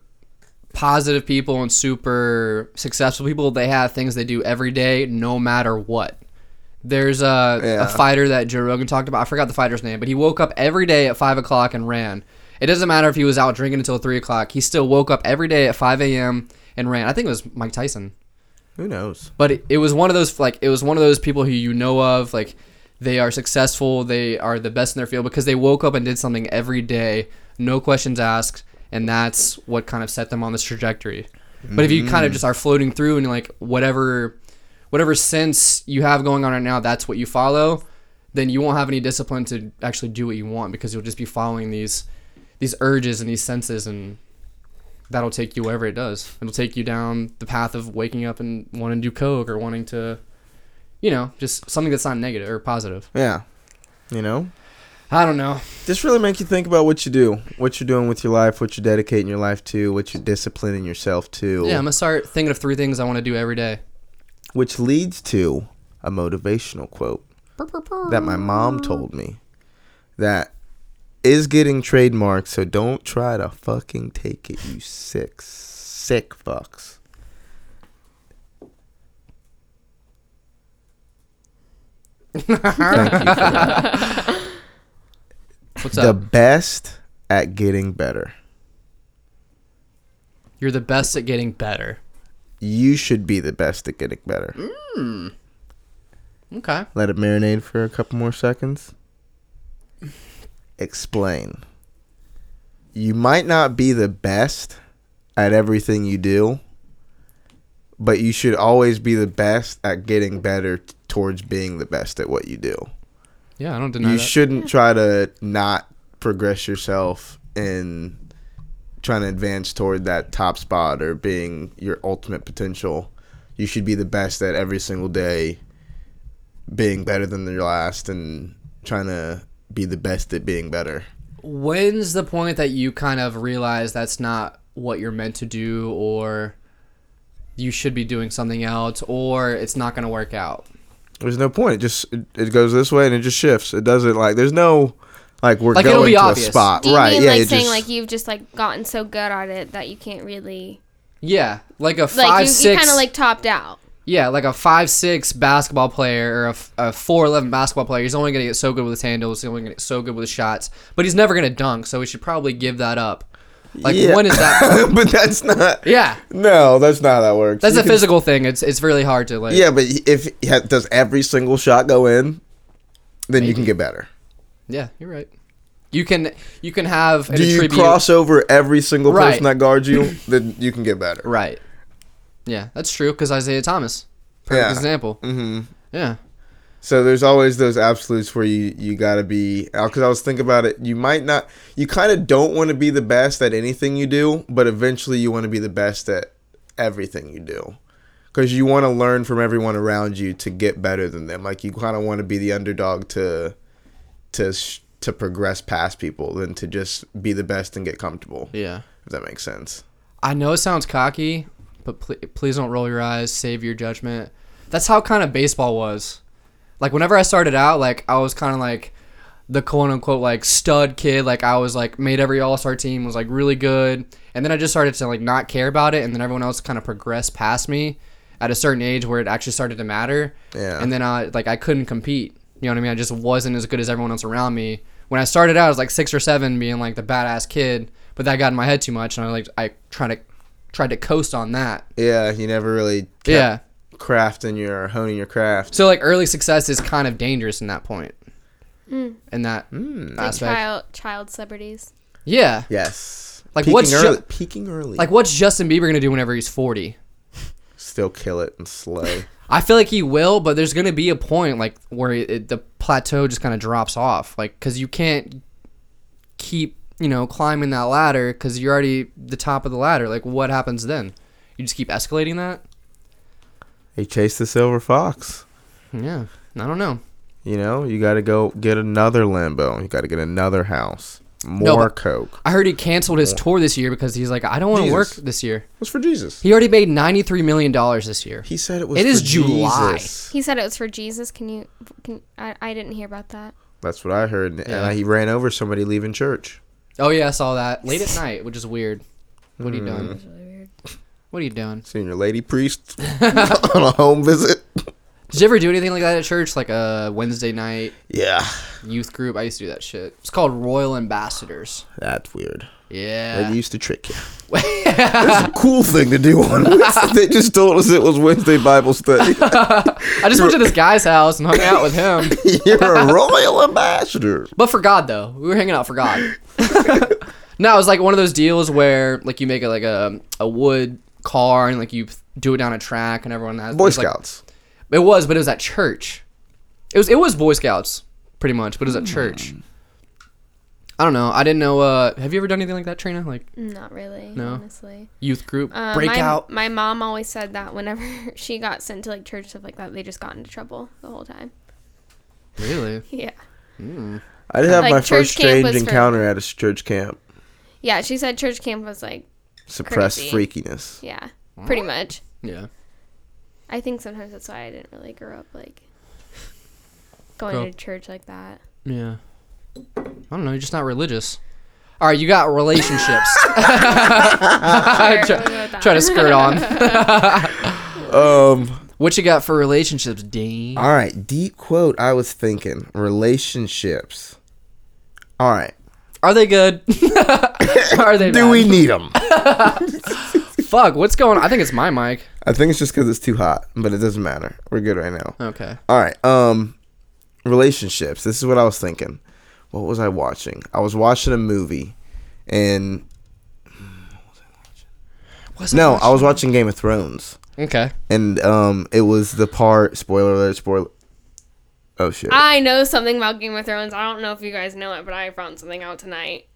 Speaker 1: positive people and super successful people they have things they do every day no matter what there's a,
Speaker 5: Yeah.
Speaker 1: a fighter that joe rogan talked about i forgot the fighter's name but he woke up every day at 5 o'clock and ran it doesn't matter if he was out drinking until 3 o'clock he still woke up every day at 5 a.m and ran i think it was mike tyson
Speaker 5: Who knows?
Speaker 1: but it, it was one of those like it was one of those people who you know of like they are successful they are the best in their field because they woke up and did something every day no questions asked and that's what kind of set them on this trajectory but if you kind of just are floating through and like whatever whatever sense you have going on right now that's what you follow then you won't have any discipline to actually do what you want because you'll just be following these these urges and these senses and that'll take you wherever it does. It'll take you down the path of waking up and wanting to do coke or wanting to, you know, just something that's not negative or positive.
Speaker 5: Yeah. You know?
Speaker 1: I don't know.
Speaker 5: just really make you think about what you do, what you're doing with your life, what you're dedicating your life to, what you're disciplining yourself to,
Speaker 1: Yeah, I'm gonna start thinking of three things I want to do every day.
Speaker 5: which leads to a motivational quote that my mom told me that is getting trademarked, so don't try to fucking take it, you sick, sick fucks. Thank you for that.
Speaker 1: What's
Speaker 5: The
Speaker 1: up?
Speaker 5: best at getting better.
Speaker 1: You're the best at getting better.
Speaker 5: You should be the best at getting better.
Speaker 1: Okay.
Speaker 5: Let it marinate for a couple more seconds. Explain. You might not be the best at everything you do, but you should always be the best at getting better t- towards being the best at what you do.
Speaker 1: Yeah, I don't deny
Speaker 5: You
Speaker 1: that.
Speaker 5: shouldn't try to not progress yourself in trying to advance toward that top spot or being your ultimate potential. You should be the best at every single day, being better than your last and trying to be the best at being better.
Speaker 1: When's the point that you kind of realize that's not what you're meant to do, or you should be doing something else, or it's not gonna work out?
Speaker 5: There's no point. It just it, it goes this way and it just shifts. It doesn't like there's no like we're
Speaker 1: Like, it'll
Speaker 5: going
Speaker 1: be
Speaker 5: to
Speaker 1: obvious.
Speaker 5: a spot,
Speaker 3: Do you
Speaker 5: right?
Speaker 3: mean
Speaker 5: yeah,
Speaker 3: like
Speaker 5: it
Speaker 3: saying
Speaker 5: just,
Speaker 3: like you've just like gotten so good at it that you can't really
Speaker 1: Yeah, like a
Speaker 3: like
Speaker 1: five,
Speaker 3: you, you
Speaker 1: six.
Speaker 3: kind of like topped out?
Speaker 1: Yeah, like a five six basketball player or a, f- a four eleven basketball player, he's only gonna get so good with his handles, he's only gonna get so good with his shots, but he's never gonna dunk. So we should probably give that up. Like
Speaker 5: Yeah.
Speaker 1: when is that?
Speaker 5: but that's not.
Speaker 1: yeah,
Speaker 5: No, that's not how that works.
Speaker 1: that's
Speaker 5: You
Speaker 1: a
Speaker 5: can-
Speaker 1: physical thing. It's it's really hard to like.
Speaker 5: Yeah, but if yeah, does every single shot go in, then you can get better.
Speaker 1: yeah, you're right. You can you can have an
Speaker 5: Do you
Speaker 1: attribute-
Speaker 5: cross over every single
Speaker 1: Right.
Speaker 5: person that guards you, then you can get better.
Speaker 1: right? Yeah, that's true because Isaiah Thomas, perfect
Speaker 5: Yeah.
Speaker 1: example.
Speaker 5: Mm-hmm.
Speaker 1: Yeah,
Speaker 5: So there's always those absolutes where you you gotta be. Because I was thinking about it, you might not. You kind of don't want to be the best at anything you do, but eventually you want to be the best at everything you do. Because you want to learn from everyone around you to get better than them. Like you kind of want to be the underdog to to sh- to progress past people than to just be the best and get comfortable.
Speaker 2: Yeah.
Speaker 5: If that makes sense.
Speaker 1: I know it sounds cocky, but pl- please don't roll your eyes. Save your judgment. That's how kind of baseball was. Like whenever I started out, like I was kind of like the quote unquote like stud kid. Like I was like made every All Star team, was like really good, and then I just started to like not care about it, and then everyone else kind of progressed past me at a certain age where it actually started to matter.
Speaker 5: Yeah.
Speaker 1: And then I like I couldn't compete. You know what I mean? I just wasn't as good as everyone else around me. When I started out, I was like six or seven, being like the badass kid, but that got in my head too much, and I like I tried to tried to coast on that.
Speaker 5: Yeah. You never really. kept
Speaker 1: Yeah.
Speaker 5: Crafting your honing your craft.
Speaker 1: So like early success is kind of dangerous in that point. In that
Speaker 3: Like
Speaker 1: aspect.
Speaker 3: child, child celebrities.
Speaker 1: Yeah.
Speaker 5: Yes.
Speaker 1: Like,
Speaker 5: peaking
Speaker 1: what's
Speaker 5: early,
Speaker 1: ju-
Speaker 5: peaking early?
Speaker 1: Like what's Justin Bieber gonna do whenever he's forty?
Speaker 5: still kill it and slay.
Speaker 1: I feel like he will, but there's gonna be a point like where it, it- the plateau just kind of drops off, like because you can't keep you know climbing that ladder because you're already the top of the ladder. Like what happens then? You just keep escalating that.
Speaker 5: he chased the silver fox.
Speaker 1: Yeah, I don't know.
Speaker 5: You know, you got to go get another Lambo. You got to get another house. More
Speaker 1: but-
Speaker 5: coke.
Speaker 1: I heard he canceled his tour this year because he's like, I don't want to work
Speaker 5: Jesus.
Speaker 1: this year.
Speaker 5: What's for Jesus? He,
Speaker 1: He already made ninety three million dollars this year.
Speaker 5: said it was.
Speaker 1: It
Speaker 5: for
Speaker 1: is July.
Speaker 5: Jesus.
Speaker 3: He said it was for Jesus. Can you? Can, I, I didn't hear about that.
Speaker 5: That's what I heard. And
Speaker 1: Yeah.
Speaker 5: I, he ran over somebody leaving church.
Speaker 1: Oh yeah, I saw that late at night, which is weird. What are you doing? What are you doing?
Speaker 5: Seeing your lady priest on a home visit.
Speaker 1: Did you ever do anything like that at church, like a Wednesday night?
Speaker 5: Yeah,
Speaker 1: youth group. I used to do that shit. It's called Royal Ambassadors.
Speaker 5: that's weird.
Speaker 1: Yeah.
Speaker 5: They used to trick you. That's a cool thing to do on Wednesday. they just told us it was Wednesday Bible study.
Speaker 1: I just went to this guy's house and hung out with him.
Speaker 5: You're a royal ambassador.
Speaker 1: But for God though. We were hanging out for God. no, it was like one of those deals where like you make a, like a a wood car and like you do it down a track and everyone has it
Speaker 5: Boy
Speaker 1: was, like-
Speaker 5: Scouts.
Speaker 1: it was, but it was at church. It was it was Boy Scouts pretty much, but it was at church.
Speaker 5: Hmm.
Speaker 1: I don't know. I didn't know. Uh, have you ever done anything like that, Trina? Like
Speaker 3: Not really.
Speaker 1: No.
Speaker 3: Honestly.
Speaker 1: youth group
Speaker 3: Uh,
Speaker 1: breakout?
Speaker 3: My, my mom always said that whenever she got sent to like church stuff like that, they just got into trouble the whole time.
Speaker 1: Really?
Speaker 3: Yeah.
Speaker 5: I did have
Speaker 3: Like,
Speaker 5: my
Speaker 3: church
Speaker 5: first
Speaker 3: camp
Speaker 5: strange
Speaker 3: was for-
Speaker 5: encounter at a church camp.
Speaker 3: Yeah, she said church camp was like,
Speaker 5: Suppressed
Speaker 3: Crazy.
Speaker 5: freakiness.
Speaker 3: yeah, pretty much.
Speaker 1: Yeah.
Speaker 3: I think sometimes that's why I didn't really grow up like going
Speaker 1: Grow-
Speaker 3: to church like that.
Speaker 1: Yeah. I don't know. You're just not religious. All right, you got relationships.
Speaker 3: Sure,
Speaker 1: try-
Speaker 3: we'll go with that.
Speaker 1: Try to skirt on.
Speaker 5: Um.
Speaker 1: What you got for relationships, Dean?
Speaker 5: All right. Deep quote. I was thinking relationships. All right.
Speaker 1: Are they good? Are they?
Speaker 5: Do
Speaker 1: bad?
Speaker 5: we need them?
Speaker 1: Fuck. What's going? on? I think it's my mic.
Speaker 5: I think it's just because it's too hot, but it doesn't matter. We're good right now.
Speaker 1: Okay.
Speaker 5: All right. Um, relationships. This is what I was thinking. What was I watching? I was watching a movie, and
Speaker 1: What's
Speaker 5: no, I was watching Game of Thrones.
Speaker 1: Okay.
Speaker 5: and um, it was the part spoiler alert spoiler. Oh shit!
Speaker 3: I know something about Game of Thrones. I don't know if you guys know it, but I found something out tonight.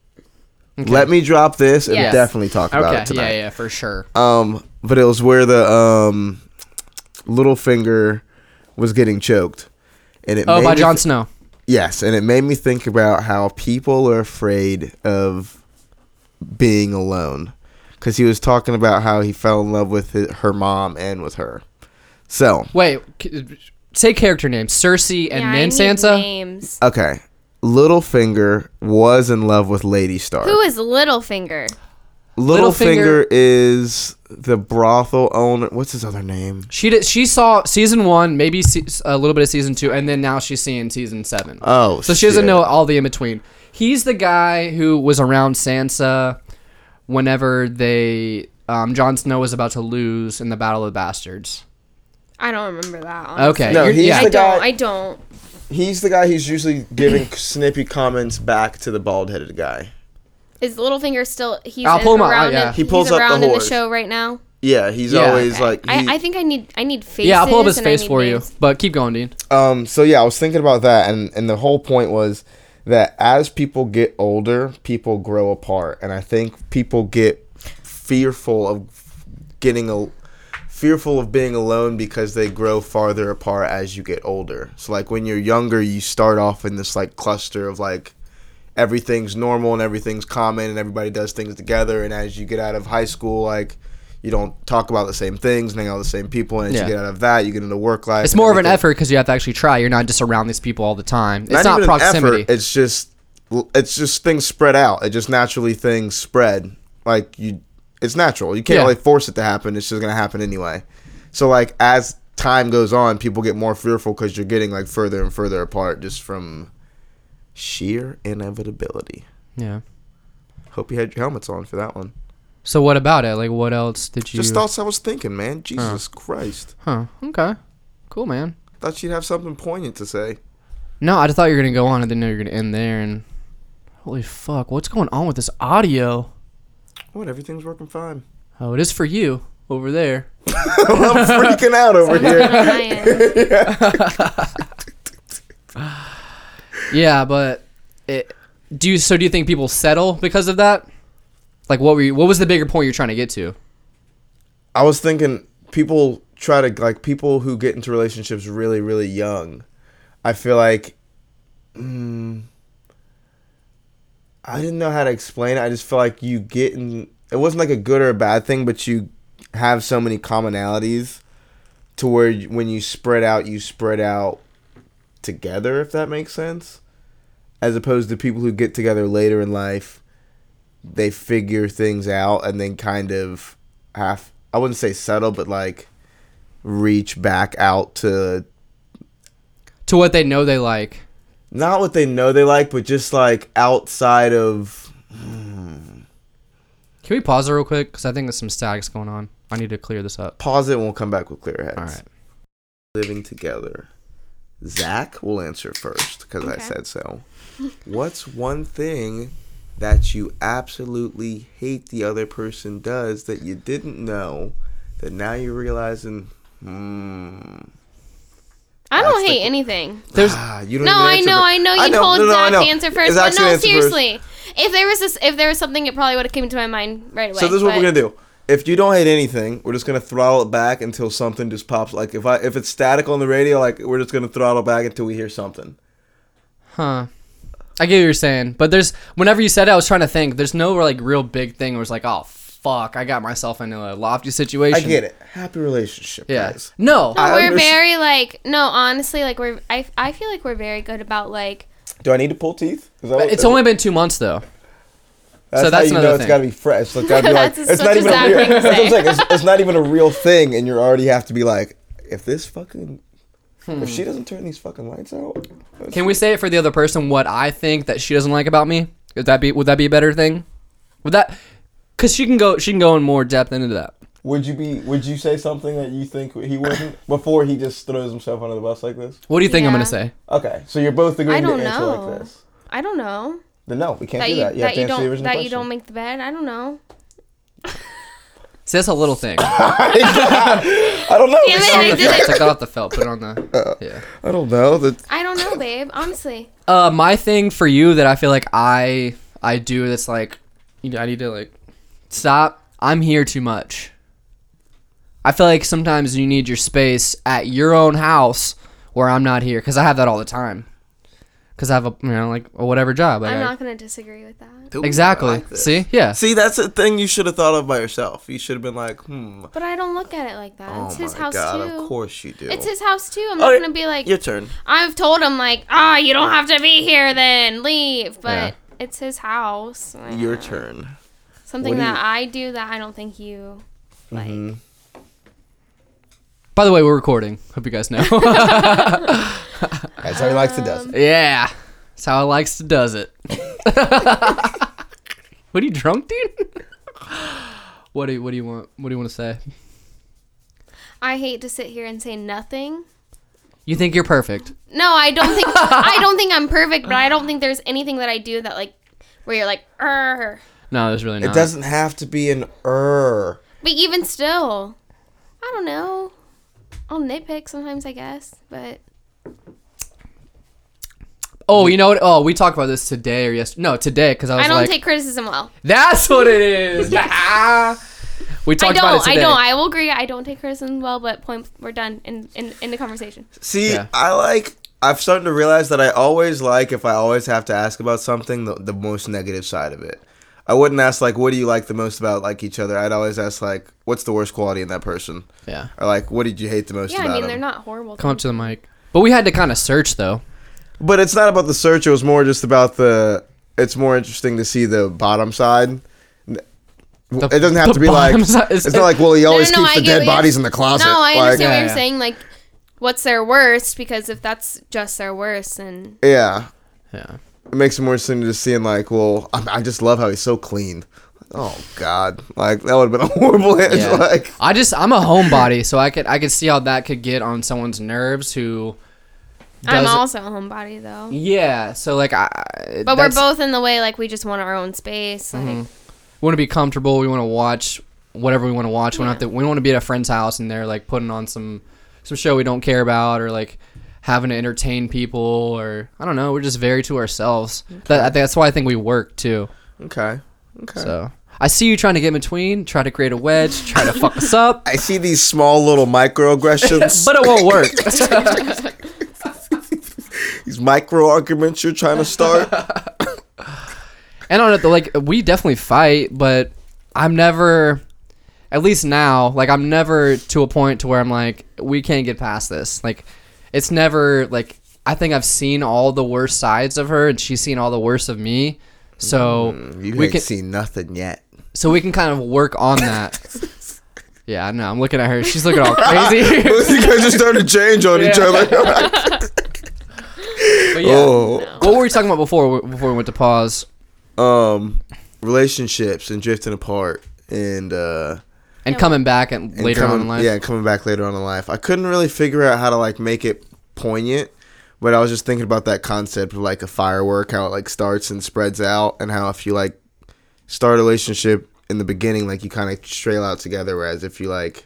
Speaker 5: Let me drop this and
Speaker 3: Yes.
Speaker 5: definitely talk about
Speaker 1: Okay.
Speaker 5: it
Speaker 1: Yeah,
Speaker 5: tonight.
Speaker 1: yeah, for sure.
Speaker 5: Um, but it was where the um, Littlefinger was getting choked, and it
Speaker 1: Oh,
Speaker 5: made
Speaker 1: by
Speaker 5: me
Speaker 1: Jon
Speaker 5: thi-
Speaker 1: Snow.
Speaker 5: yes, and it made me think about how people are afraid of being alone, because he was talking about how he fell in love with hi- her mom and with her. So
Speaker 1: Wait. c- Say character names: Cersei and
Speaker 3: yeah, I
Speaker 1: then
Speaker 3: need
Speaker 1: Sansa.
Speaker 3: Names.
Speaker 5: okay, Littlefinger was in love with Lady Stark.
Speaker 3: Who is Littlefinger?
Speaker 5: Littlefinger
Speaker 1: Littlefinger-
Speaker 5: is the brothel owner. What's his other name?
Speaker 1: She did. She saw season one, maybe se- a little bit of season two, and then now she's seeing season seven.
Speaker 5: Oh,
Speaker 1: so she doesn't
Speaker 5: shit.
Speaker 1: know all the in between. He's the guy who was around Sansa whenever they um, Jon Snow was about to lose in the Battle of the Bastards.
Speaker 3: I don't remember that. honestly.
Speaker 1: Okay,
Speaker 5: No,
Speaker 1: you're-
Speaker 5: he's
Speaker 1: yeah,
Speaker 3: I
Speaker 5: the guy-
Speaker 3: don't. I don't.
Speaker 5: He's the guy who's usually giving snippy comments back to the bald headed guy.
Speaker 3: Is Littlefinger still? He's
Speaker 1: I'll
Speaker 3: in-
Speaker 1: pull him up,
Speaker 3: around.
Speaker 1: yeah.
Speaker 3: In,
Speaker 5: He pulls
Speaker 3: he's
Speaker 5: up the
Speaker 3: around in the
Speaker 5: horse.
Speaker 3: show right now.
Speaker 2: Yeah, he's
Speaker 1: Yeah.
Speaker 2: always like he,
Speaker 3: I, I think I need I need faces.
Speaker 1: yeah, I'll pull up his
Speaker 3: and I
Speaker 1: face
Speaker 3: need
Speaker 1: for
Speaker 3: names.
Speaker 1: you. But keep going, Dean.
Speaker 5: Um, so yeah, I was thinking about that, and and the whole point was that as people get older, people grow apart, and I think people get fearful of getting a fearful of being alone because they grow farther apart as you get older. So like when you're younger, you start off in this like cluster of like everything's normal and everything's common and everybody does things together and as you get out of high school like you don't talk about the same things and hang out with the same people and as
Speaker 1: Yeah.
Speaker 5: you get out of that you get into work life
Speaker 1: It's
Speaker 5: and
Speaker 1: more of an
Speaker 5: everything.
Speaker 1: effort because you have to actually try. You're not just around these people all the time. It's not,
Speaker 5: even an
Speaker 1: proximity.
Speaker 5: effort, It's just it's just things spread out. It just naturally things spread. Like you it's natural. You can't
Speaker 1: Yeah.
Speaker 5: really force it to happen. It's just gonna happen anyway. So like as time goes on, people get more fearful because you're getting like further and further apart just from sheer inevitability.
Speaker 1: yeah.
Speaker 5: Hope you had your helmets on for that one.
Speaker 1: So what about it? Like, what else did you?
Speaker 5: Just thoughts I was thinking, man. Jesus Christ.
Speaker 1: huh. Okay. Cool, man.
Speaker 5: Thought you'd have something poignant to say.
Speaker 1: No, I just thought you were gonna go on. I didn't know you were gonna end there. And holy fuck, what's going on with this audio?
Speaker 5: What? Everything's working fine.
Speaker 1: Oh, it is for you over there.
Speaker 5: I'm freaking out over here.
Speaker 3: I am.
Speaker 1: Yeah, but it, do you, so? Do you think people settle because of that? Like, what were you, what was the bigger point you're trying to get to?
Speaker 5: I was thinking people try to like people who get into relationships really really young. I feel like mm, I didn't know how to explain it. I just feel like you get in it wasn't like a good or a bad thing, but you have so many commonalities to where you, when you spread out, you spread out together if that makes sense. As opposed to people who get together later in life they figure things out and then kind of half I wouldn't say settle but like reach back out to
Speaker 1: To what they know they like.
Speaker 5: not what they know they like but just like outside of
Speaker 1: Can we pause it real quick? Because I think there's some statics going on. I need to clear this up.
Speaker 5: pause it and we'll come back with clear heads.
Speaker 1: All right.
Speaker 5: Living together. Zach will answer first because I
Speaker 3: Okay.
Speaker 5: said so. What's one thing that you absolutely hate the other person does that you didn't know that now you're realizing? Hmm.
Speaker 3: I
Speaker 5: That's
Speaker 3: don't
Speaker 5: the-
Speaker 3: hate anything.
Speaker 1: There's
Speaker 5: Ah, you don't
Speaker 3: No,
Speaker 5: even
Speaker 3: I
Speaker 5: answer
Speaker 3: know,
Speaker 5: for-
Speaker 3: I know. You told
Speaker 5: no, no, I
Speaker 3: Zach
Speaker 5: know.
Speaker 3: to answer first,
Speaker 5: Zach's
Speaker 3: but
Speaker 5: gonna
Speaker 3: no,
Speaker 5: answer first.
Speaker 3: seriously. If there was this, if there was something, it probably would have come to my mind right away.
Speaker 5: So this is what
Speaker 3: but-
Speaker 5: we're gonna do. If you don't hate anything, we're just gonna throttle it back until something just pops. Like if I if it's static on the radio, like we're just gonna throttle back until we hear something.
Speaker 1: Huh. I get what you're saying, but there's whenever you said it, I was trying to think. There's no like real big thing. Where it's like, oh fuck, I got myself into a lofty situation.
Speaker 5: I get it. Happy relationship,
Speaker 1: Yeah.
Speaker 5: guys.
Speaker 1: No.
Speaker 3: No,
Speaker 5: I
Speaker 3: we're
Speaker 5: understand-
Speaker 3: very like no, honestly, like we're I, I feel like we're very good about like
Speaker 5: Do I need to pull teeth? Is that what-
Speaker 1: It's only been two months though.
Speaker 5: that's
Speaker 1: so
Speaker 5: how
Speaker 1: that's
Speaker 5: you know
Speaker 1: another
Speaker 5: it's
Speaker 1: thing.
Speaker 5: gotta be fresh. So it's gotta be like
Speaker 3: That's
Speaker 5: it's
Speaker 3: such
Speaker 5: not
Speaker 3: a
Speaker 5: even a
Speaker 3: Zach
Speaker 5: real.
Speaker 3: thing to
Speaker 5: That's what I'm
Speaker 3: say.
Speaker 5: saying. It's, it's not even a real thing, and you already have to be like, if this fucking
Speaker 3: Hmm.
Speaker 5: if she doesn't turn these fucking lights out,
Speaker 1: Can we say it for the other person what I think that she doesn't like about me? Would that be would that be a better thing? Would that? Cause she can go she can go in more depth into that.
Speaker 5: Would you be? Would you say something that you think he wouldn't before he just throws himself under the bus like this?
Speaker 1: What do you think I'm gonna
Speaker 3: Yeah.
Speaker 1: say?
Speaker 5: Okay, so you're both agreeing
Speaker 3: I don't
Speaker 5: to answer
Speaker 3: know.
Speaker 5: like this.
Speaker 3: I don't know
Speaker 5: Then no, we can't
Speaker 3: that
Speaker 5: do
Speaker 3: you
Speaker 5: that. You have
Speaker 3: that
Speaker 5: to
Speaker 3: you
Speaker 5: answer the
Speaker 3: don't that
Speaker 5: original
Speaker 3: you don't make the bed. I don't know.
Speaker 1: See, that's a little thing.
Speaker 5: question. I don't know.
Speaker 3: Damn
Speaker 1: It's on
Speaker 3: it, I
Speaker 1: the
Speaker 3: did
Speaker 1: felt.
Speaker 3: it.
Speaker 1: Take that off the felt. Put it on the. Yeah.
Speaker 5: I don't know. That
Speaker 3: I don't know, babe. Honestly,
Speaker 1: Uh, my thing for you that I feel like I I do that's like you know, I need to like stop. I'm here too much. I feel like sometimes you need your space at your own house where I'm not here because I have that all the time. Because I have a you know like a whatever job. Like
Speaker 3: I'm
Speaker 1: I-
Speaker 3: not gonna disagree with that.
Speaker 1: exactly.
Speaker 5: I like this.
Speaker 1: See, yeah.
Speaker 5: See, that's a thing you should have thought of by yourself. You should have been like, hmm.
Speaker 3: But I don't look at it like that. it's
Speaker 5: Oh
Speaker 3: his
Speaker 5: my
Speaker 3: house
Speaker 5: god!
Speaker 3: too.
Speaker 5: Of course you do.
Speaker 3: It's his house too. I'm
Speaker 5: Okay,
Speaker 3: not gonna be like
Speaker 5: Your turn.
Speaker 3: I've told him like, ah, you don't have to be here then, leave. But
Speaker 1: Yeah.
Speaker 3: it's his house. Like,
Speaker 5: Your turn.
Speaker 3: something
Speaker 5: what do
Speaker 3: that
Speaker 5: you-
Speaker 3: I do that I don't think you like.
Speaker 1: By the way, we're recording. Hope you guys know.
Speaker 3: Uh,
Speaker 5: That's how he likes to does it.
Speaker 1: yeah, that's how I likes to does it. what are you drunk, dude? what do you, What do you want? What do you want to say?
Speaker 3: I hate to sit here and say nothing.
Speaker 1: You think you're perfect.
Speaker 3: No, I don't think I don't think I'm perfect, but I don't think there's anything that I do that like where you're like, er.
Speaker 1: No, there's really not.
Speaker 5: It doesn't have to be an er.
Speaker 3: But even still, I don't know. I'll nitpick sometimes, I guess. But
Speaker 1: Oh, you know what? Oh, we talked about this today or yesterday. No, today because I was
Speaker 3: I don't
Speaker 1: like,
Speaker 3: take criticism well.
Speaker 1: that's what it is. we
Speaker 3: I
Speaker 1: talked about it
Speaker 3: don't. I
Speaker 1: today.
Speaker 3: don't. I will agree. I don't take criticism well. But point. We're done in in, in the conversation.
Speaker 5: See,
Speaker 1: Yeah.
Speaker 5: I like. I've started to realize that I always like if I always have to ask about something the, the most negative side of it. I wouldn't ask like, "What do you like the most about like each other?" I'd always ask like, "What's the worst quality in that person?"
Speaker 1: yeah,
Speaker 5: Or like, "What did you hate the most
Speaker 3: Yeah,
Speaker 5: about
Speaker 3: I mean
Speaker 5: them?"
Speaker 3: they're not horrible.
Speaker 1: come up to the mic. But we had to kind of search though.
Speaker 5: But it's not about the search. It was more just about the. It's more interesting to see the bottom side.
Speaker 1: The-
Speaker 5: it doesn't have
Speaker 1: the
Speaker 5: to be like.
Speaker 1: bottom side is-
Speaker 5: it's not like well, he always
Speaker 3: no,
Speaker 5: keeps
Speaker 3: I
Speaker 5: the
Speaker 3: get
Speaker 5: dead
Speaker 3: what you're-
Speaker 5: bodies in the closet.
Speaker 3: No, I
Speaker 5: like,
Speaker 3: understand what
Speaker 1: Yeah,
Speaker 3: you're
Speaker 1: yeah.
Speaker 3: saying. Like, what's their worst? Because if that's just their worst, then
Speaker 5: Yeah,
Speaker 1: Yeah.
Speaker 5: it makes it more interesting to seeing like, well, I, I just love how he's so clean. Oh God, like that would have been a horrible answer.
Speaker 1: Yeah.
Speaker 5: Like,
Speaker 1: I just I'm a homebody, so I could I could see how that could get on someone's nerves who.
Speaker 3: I'm
Speaker 1: doesn't-
Speaker 3: also a homebody though.
Speaker 1: Yeah, so like I.
Speaker 3: But we're both in the way like we just want our own space.
Speaker 1: Mm-hmm.
Speaker 3: Like,
Speaker 1: want to be comfortable. We want to watch whatever we want to watch. We don't have to. We don't want to be at a friend's house and they're like putting on some some show we don't care about or like having to entertain people or I don't know. We're just very to ourselves. That, I think that's why I think we work too.
Speaker 5: okay, okay.
Speaker 1: So I see you trying to get in between, try to create a wedge, try to fuck us up,
Speaker 5: I see these small little microaggressions,
Speaker 1: but it won't work.
Speaker 5: these micro arguments you're trying to start.
Speaker 1: And on it, like we definitely fight, but I'm never, at least now, like I'm never to a point to where I'm like we can't get past this. Like it's never like I think I've seen all the worst sides of her, and she's seen all the worst of me. So
Speaker 5: Mm, You
Speaker 1: we
Speaker 5: ain't
Speaker 1: can,
Speaker 5: seen nothing yet.
Speaker 1: so we can kind of work on that. yeah, I know. I'm looking at her. She's looking all crazy.
Speaker 5: you guys are starting to change on each
Speaker 1: Yeah.
Speaker 5: other.
Speaker 1: but yeah,
Speaker 5: oh,
Speaker 1: what were we talking about before before we went to pause?
Speaker 5: um, relationships and drifting apart and uh,
Speaker 1: And coming back and
Speaker 5: and
Speaker 1: later
Speaker 5: coming,
Speaker 1: on in life.
Speaker 5: yeah, coming back later on in life. I couldn't really figure out how to like make it poignant, but I was just thinking about that concept of like a firework, how it like starts and spreads out, and how if you like start a relationship in the beginning, like you kind of trail out together, whereas if you like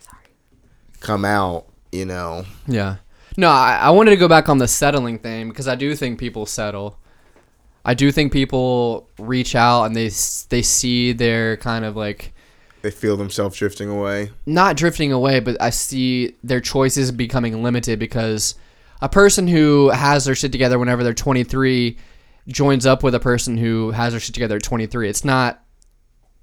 Speaker 5: come out, you know,
Speaker 1: Yeah. No, I, I wanted to go back on the settling thing because I do think people settle. I do think people reach out and they s- they see their kind of like
Speaker 5: they feel themselves drifting away.
Speaker 1: not drifting away, but I see their choices becoming limited because a person who has their shit together whenever they're 23 joins up with a person who has their shit together at 23. It's not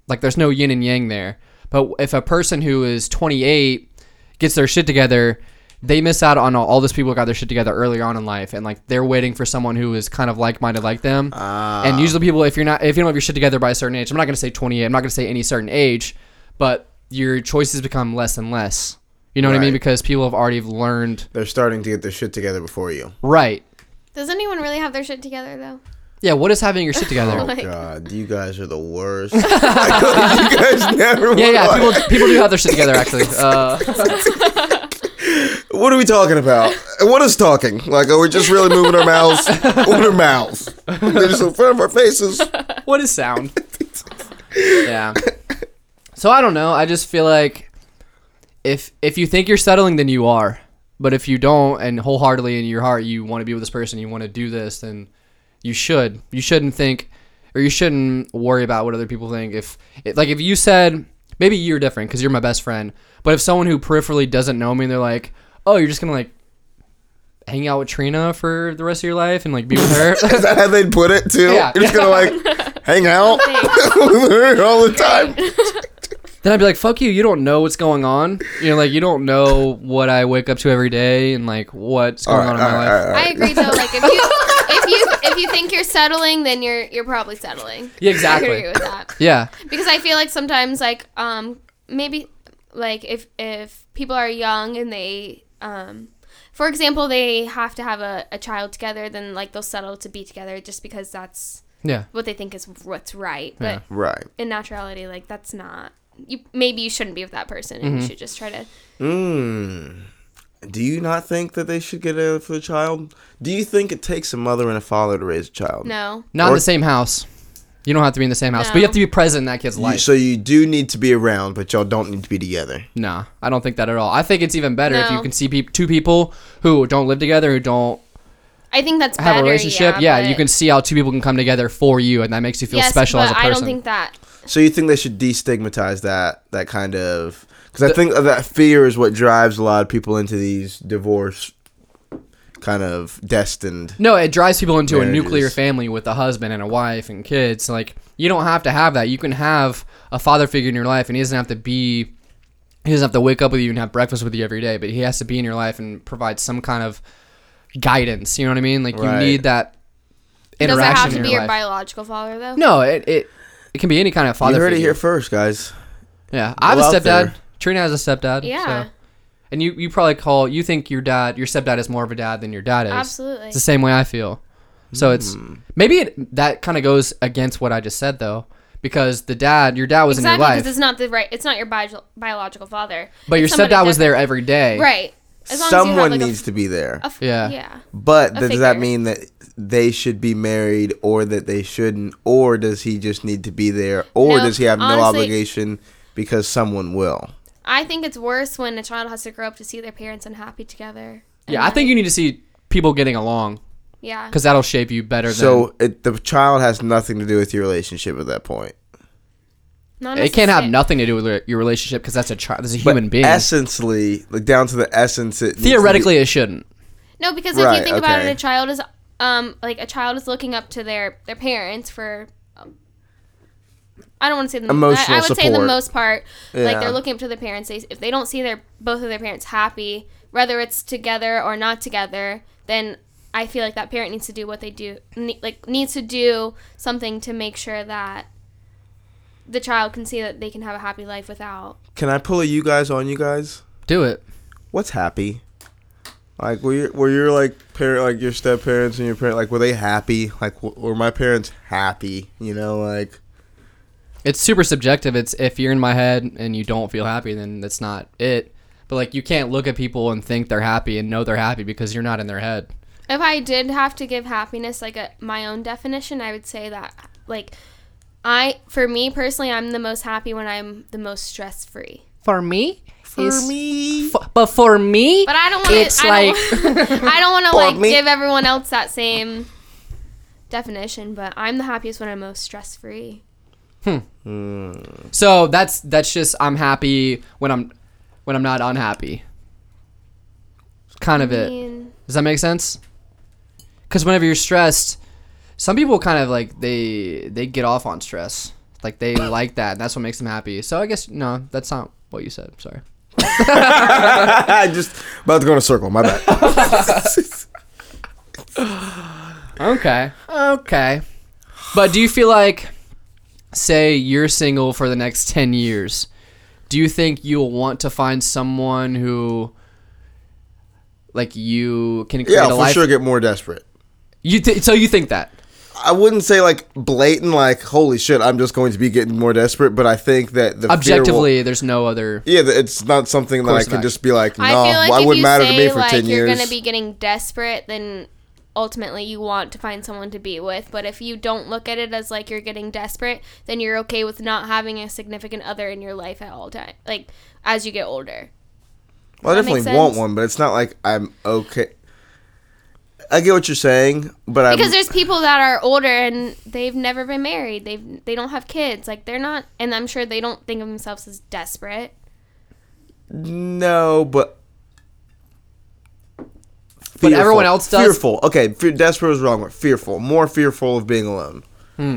Speaker 1: like there's no yin and yang there. But if a person who is 28 gets their shit together, they miss out on all, all those people who got their shit together early on in life, and like they're waiting for someone who is kind of like minded like them. and usually, people if you're not if you don't have your shit together by a certain age, I'm not gonna say 28, I'm not gonna say any certain age, but your choices become less and less. You know what I mean?
Speaker 5: Right.
Speaker 1: Because people have already learned
Speaker 5: They're starting to get their shit together before you.
Speaker 1: right.
Speaker 3: does anyone really have their shit together though?
Speaker 1: Yeah, what is having your shit
Speaker 5: Oh
Speaker 1: together?
Speaker 3: Like-
Speaker 5: God, you guys are the worst. you guys never.
Speaker 1: yeah, yeah,
Speaker 5: would.
Speaker 1: people people do have their shit together actually. Uh,
Speaker 5: What are we talking about? And What is talking? Like, are we just really moving our mouths? Moving our mouths. They're just in front of our faces.
Speaker 1: what is sound? yeah. So I don't know. I just feel like if if you think you're settling, then you are. But if you don't, and wholeheartedly in your heart you want to be with this person, you want to do this, then you should. You shouldn't think, or you shouldn't worry about what other people think. If it, like if you said maybe you're different because you're my best friend, but if someone who peripherally doesn't know me, they're like, oh, you're just gonna like hang out with Trina for the rest of your life and like be with her.
Speaker 5: Is that how they put it, too?
Speaker 1: Yeah.
Speaker 5: You're just going to, like, hang out with her all the time.
Speaker 1: then I'd be like, "Fuck you! You don't know what's going on. You know, like you don't know what I wake up to every day and like what's going
Speaker 5: All
Speaker 1: on
Speaker 5: right,
Speaker 1: in
Speaker 5: all
Speaker 1: my
Speaker 5: right,
Speaker 1: life."
Speaker 5: all right, all
Speaker 3: I
Speaker 5: right.
Speaker 3: agree though. Like if you if you if you think you're settling, then you're you're probably settling.
Speaker 1: Yeah, exactly.
Speaker 3: I agree with that
Speaker 1: Yeah,
Speaker 3: because I feel like sometimes like um maybe like if if people are young and they um for example they have to have a, a child together then like they'll settle to be together just because that's
Speaker 1: yeah,
Speaker 3: what they think is what's right but
Speaker 1: Yeah.
Speaker 5: Right.
Speaker 3: in naturality like that's not you maybe you shouldn't be with that person and
Speaker 1: Mm-hmm.
Speaker 3: you should just try to
Speaker 5: Mm. Do you not think that they should get it for the child? Do you think it takes a mother and a father to raise a child?
Speaker 3: no
Speaker 1: not in
Speaker 5: Or-
Speaker 1: the same house. You don't have to be in the same house, but
Speaker 3: No.
Speaker 1: you have to be present in that kid's
Speaker 5: You-
Speaker 1: life.
Speaker 5: so you do need to be around, but y'all don't need to be together.
Speaker 1: Nah, I don't think that at all. I think it's even better if you
Speaker 3: No.
Speaker 1: can see peop two people who don't live together, who don't
Speaker 3: I think that's
Speaker 1: have
Speaker 3: better,
Speaker 1: a relationship. Yeah, you
Speaker 3: but-
Speaker 1: can see how two people can come together for you, and that makes you feel
Speaker 3: yes,
Speaker 1: special
Speaker 3: but
Speaker 1: as a person.
Speaker 3: I don't think that.
Speaker 5: So you think they should destigmatize that that kind of because I think that fear is what drives a lot of people into these divorce kind of destined.
Speaker 1: no, it drives people into a
Speaker 5: Marriages.
Speaker 1: nuclear family with a husband and a wife and kids. Like you don't have to have that. You can have a father figure in your life, and he doesn't have to be. He doesn't have to wake up with you and have breakfast with you every day, but he has to be in your life and provide some kind of guidance. You know what I mean? Like
Speaker 5: Right.
Speaker 1: you need that
Speaker 3: It doesn't
Speaker 1: interaction
Speaker 3: have to
Speaker 1: in
Speaker 3: be
Speaker 1: your
Speaker 3: your
Speaker 1: life.
Speaker 3: biological father, though.
Speaker 1: No, it, it it can be any kind of father
Speaker 5: you heard
Speaker 1: figure.
Speaker 5: it here first, guys.
Speaker 1: Yeah, I have a
Speaker 5: Well, out
Speaker 1: stepdad.
Speaker 5: there.
Speaker 1: Trina has a stepdad.
Speaker 3: Yeah.
Speaker 1: so- And you, you probably call you think your dad your stepdad is more of a dad than your dad is.
Speaker 3: Absolutely.
Speaker 1: It's the same way I feel. So it's
Speaker 5: Hmm.
Speaker 1: maybe it, that kind of goes against what I just said though, because the dad your dad was in
Speaker 3: Exactly,
Speaker 1: your
Speaker 3: because
Speaker 1: life,
Speaker 3: it's not the right. It's not your bio- biological father.
Speaker 1: but your
Speaker 3: It's somebody
Speaker 1: stepdad was
Speaker 3: different.
Speaker 1: there every day.
Speaker 3: Right. As long as you
Speaker 5: Someone
Speaker 3: have, like,
Speaker 5: needs
Speaker 3: a,
Speaker 5: to be there.
Speaker 3: a f-
Speaker 1: Yeah.
Speaker 3: Yeah.
Speaker 5: But
Speaker 3: a
Speaker 5: does that
Speaker 3: figure.
Speaker 5: mean that they should be married or that they shouldn't or does he just need to be there or
Speaker 3: No,
Speaker 5: does he have no
Speaker 3: honestly-
Speaker 5: obligation because someone will?
Speaker 3: I think it's worse when a child has to grow up to see their parents unhappy together. And
Speaker 1: Yeah, I
Speaker 3: then-
Speaker 1: think you need to see people getting along
Speaker 3: Yeah.
Speaker 1: because that'll shape you better. than,
Speaker 5: So it, the child has nothing to do with your relationship at that point.
Speaker 3: Not
Speaker 1: it can't have
Speaker 3: necessar-
Speaker 1: nothing to do with your- your relationship because that's a child. That's a human being.
Speaker 5: Essentially, like down to the essence, it needs to be-
Speaker 1: Theoretically, it shouldn't.
Speaker 3: No, because if
Speaker 5: Right,
Speaker 3: you think about it,
Speaker 5: okay.
Speaker 3: a child is um like a child is looking up to their their parents for. Um, I don't want to say the
Speaker 5: Emotional
Speaker 3: I, I would say the
Speaker 5: support.
Speaker 3: most part, like
Speaker 5: Yeah.
Speaker 3: they're looking up to their parents. They, if they don't see their both of their parents happy, whether it's together or not together, then I feel like that parent needs to do what they do, ne- like needs to do something to make sure that the child can see that they can have a happy life without.
Speaker 5: can I pull a you guys on you guys?
Speaker 1: Do it.
Speaker 5: What's happy? Like were your, were your like parent like your step parents and your parent like were they happy? Like w- were my parents happy? You know, like
Speaker 1: it's super subjective. It's if you're in my head and you don't feel happy, then that's not it. But like you can't look at people and think they're happy and know they're happy because you're not in their head.
Speaker 3: If I did have to give happiness like a, my own definition, I would say that like I for me personally, I'm the most happy when I'm the most stress free.
Speaker 1: For me, for
Speaker 5: me.
Speaker 1: but for me,
Speaker 3: But I don't want to.
Speaker 1: It's
Speaker 3: I don't,
Speaker 1: like-
Speaker 3: I don't want to
Speaker 5: Fuck
Speaker 3: like
Speaker 5: me.
Speaker 3: give everyone else that same definition. But I'm the happiest when I'm most stress free.
Speaker 1: so that's that's just I'm happy when I'm when I'm not unhappy. It's Kind of
Speaker 3: I
Speaker 1: it.
Speaker 3: mean,
Speaker 1: Does that make sense? Because whenever you're stressed, some people kind of like they they get off on stress. Like they like that. That's what makes them happy. So I guess no, that's not what you said. Sorry.
Speaker 5: I just about to go in a circle. My bad.
Speaker 1: Okay. Okay. But do you feel like, say, you're single for the next 10 years? Do you think you'll want to find someone who, like, you can create
Speaker 5: yeah,
Speaker 1: a
Speaker 5: for
Speaker 1: life?
Speaker 5: sure get more desperate.
Speaker 1: You th- so you think that?
Speaker 5: I wouldn't say like blatant, like holy shit, I'm just going to be getting more desperate. But I think that the fear will-
Speaker 1: Objectively, there's no other.
Speaker 5: yeah, that it's not something that
Speaker 1: Course
Speaker 5: I
Speaker 1: of
Speaker 5: can
Speaker 1: action.
Speaker 5: just be like, no,
Speaker 3: I feel like
Speaker 5: why
Speaker 3: if
Speaker 5: wouldn't
Speaker 3: you
Speaker 5: matter
Speaker 3: say
Speaker 5: to me for
Speaker 3: like
Speaker 5: ten
Speaker 3: you're
Speaker 5: years?
Speaker 3: gonna be getting desperate, then ultimately you want to find someone to be with. But if you don't look at it as like you're getting desperate, then you're okay with not having a significant other in your life at all time, like as you get older.
Speaker 5: well, I
Speaker 3: that makes
Speaker 5: definitely want
Speaker 3: sense.
Speaker 5: one, but it's not like I'm okay. I get what you're saying, but I'm
Speaker 3: Because there's people that are older and they've never been married. They've they don't have kids. Like they're not, and I'm sure they don't think of themselves as desperate.
Speaker 5: no, but.
Speaker 1: But everyone else does.
Speaker 5: Fearful. Okay, fear, desperate is wrong. But fearful, more fearful of being alone.
Speaker 1: Hmm.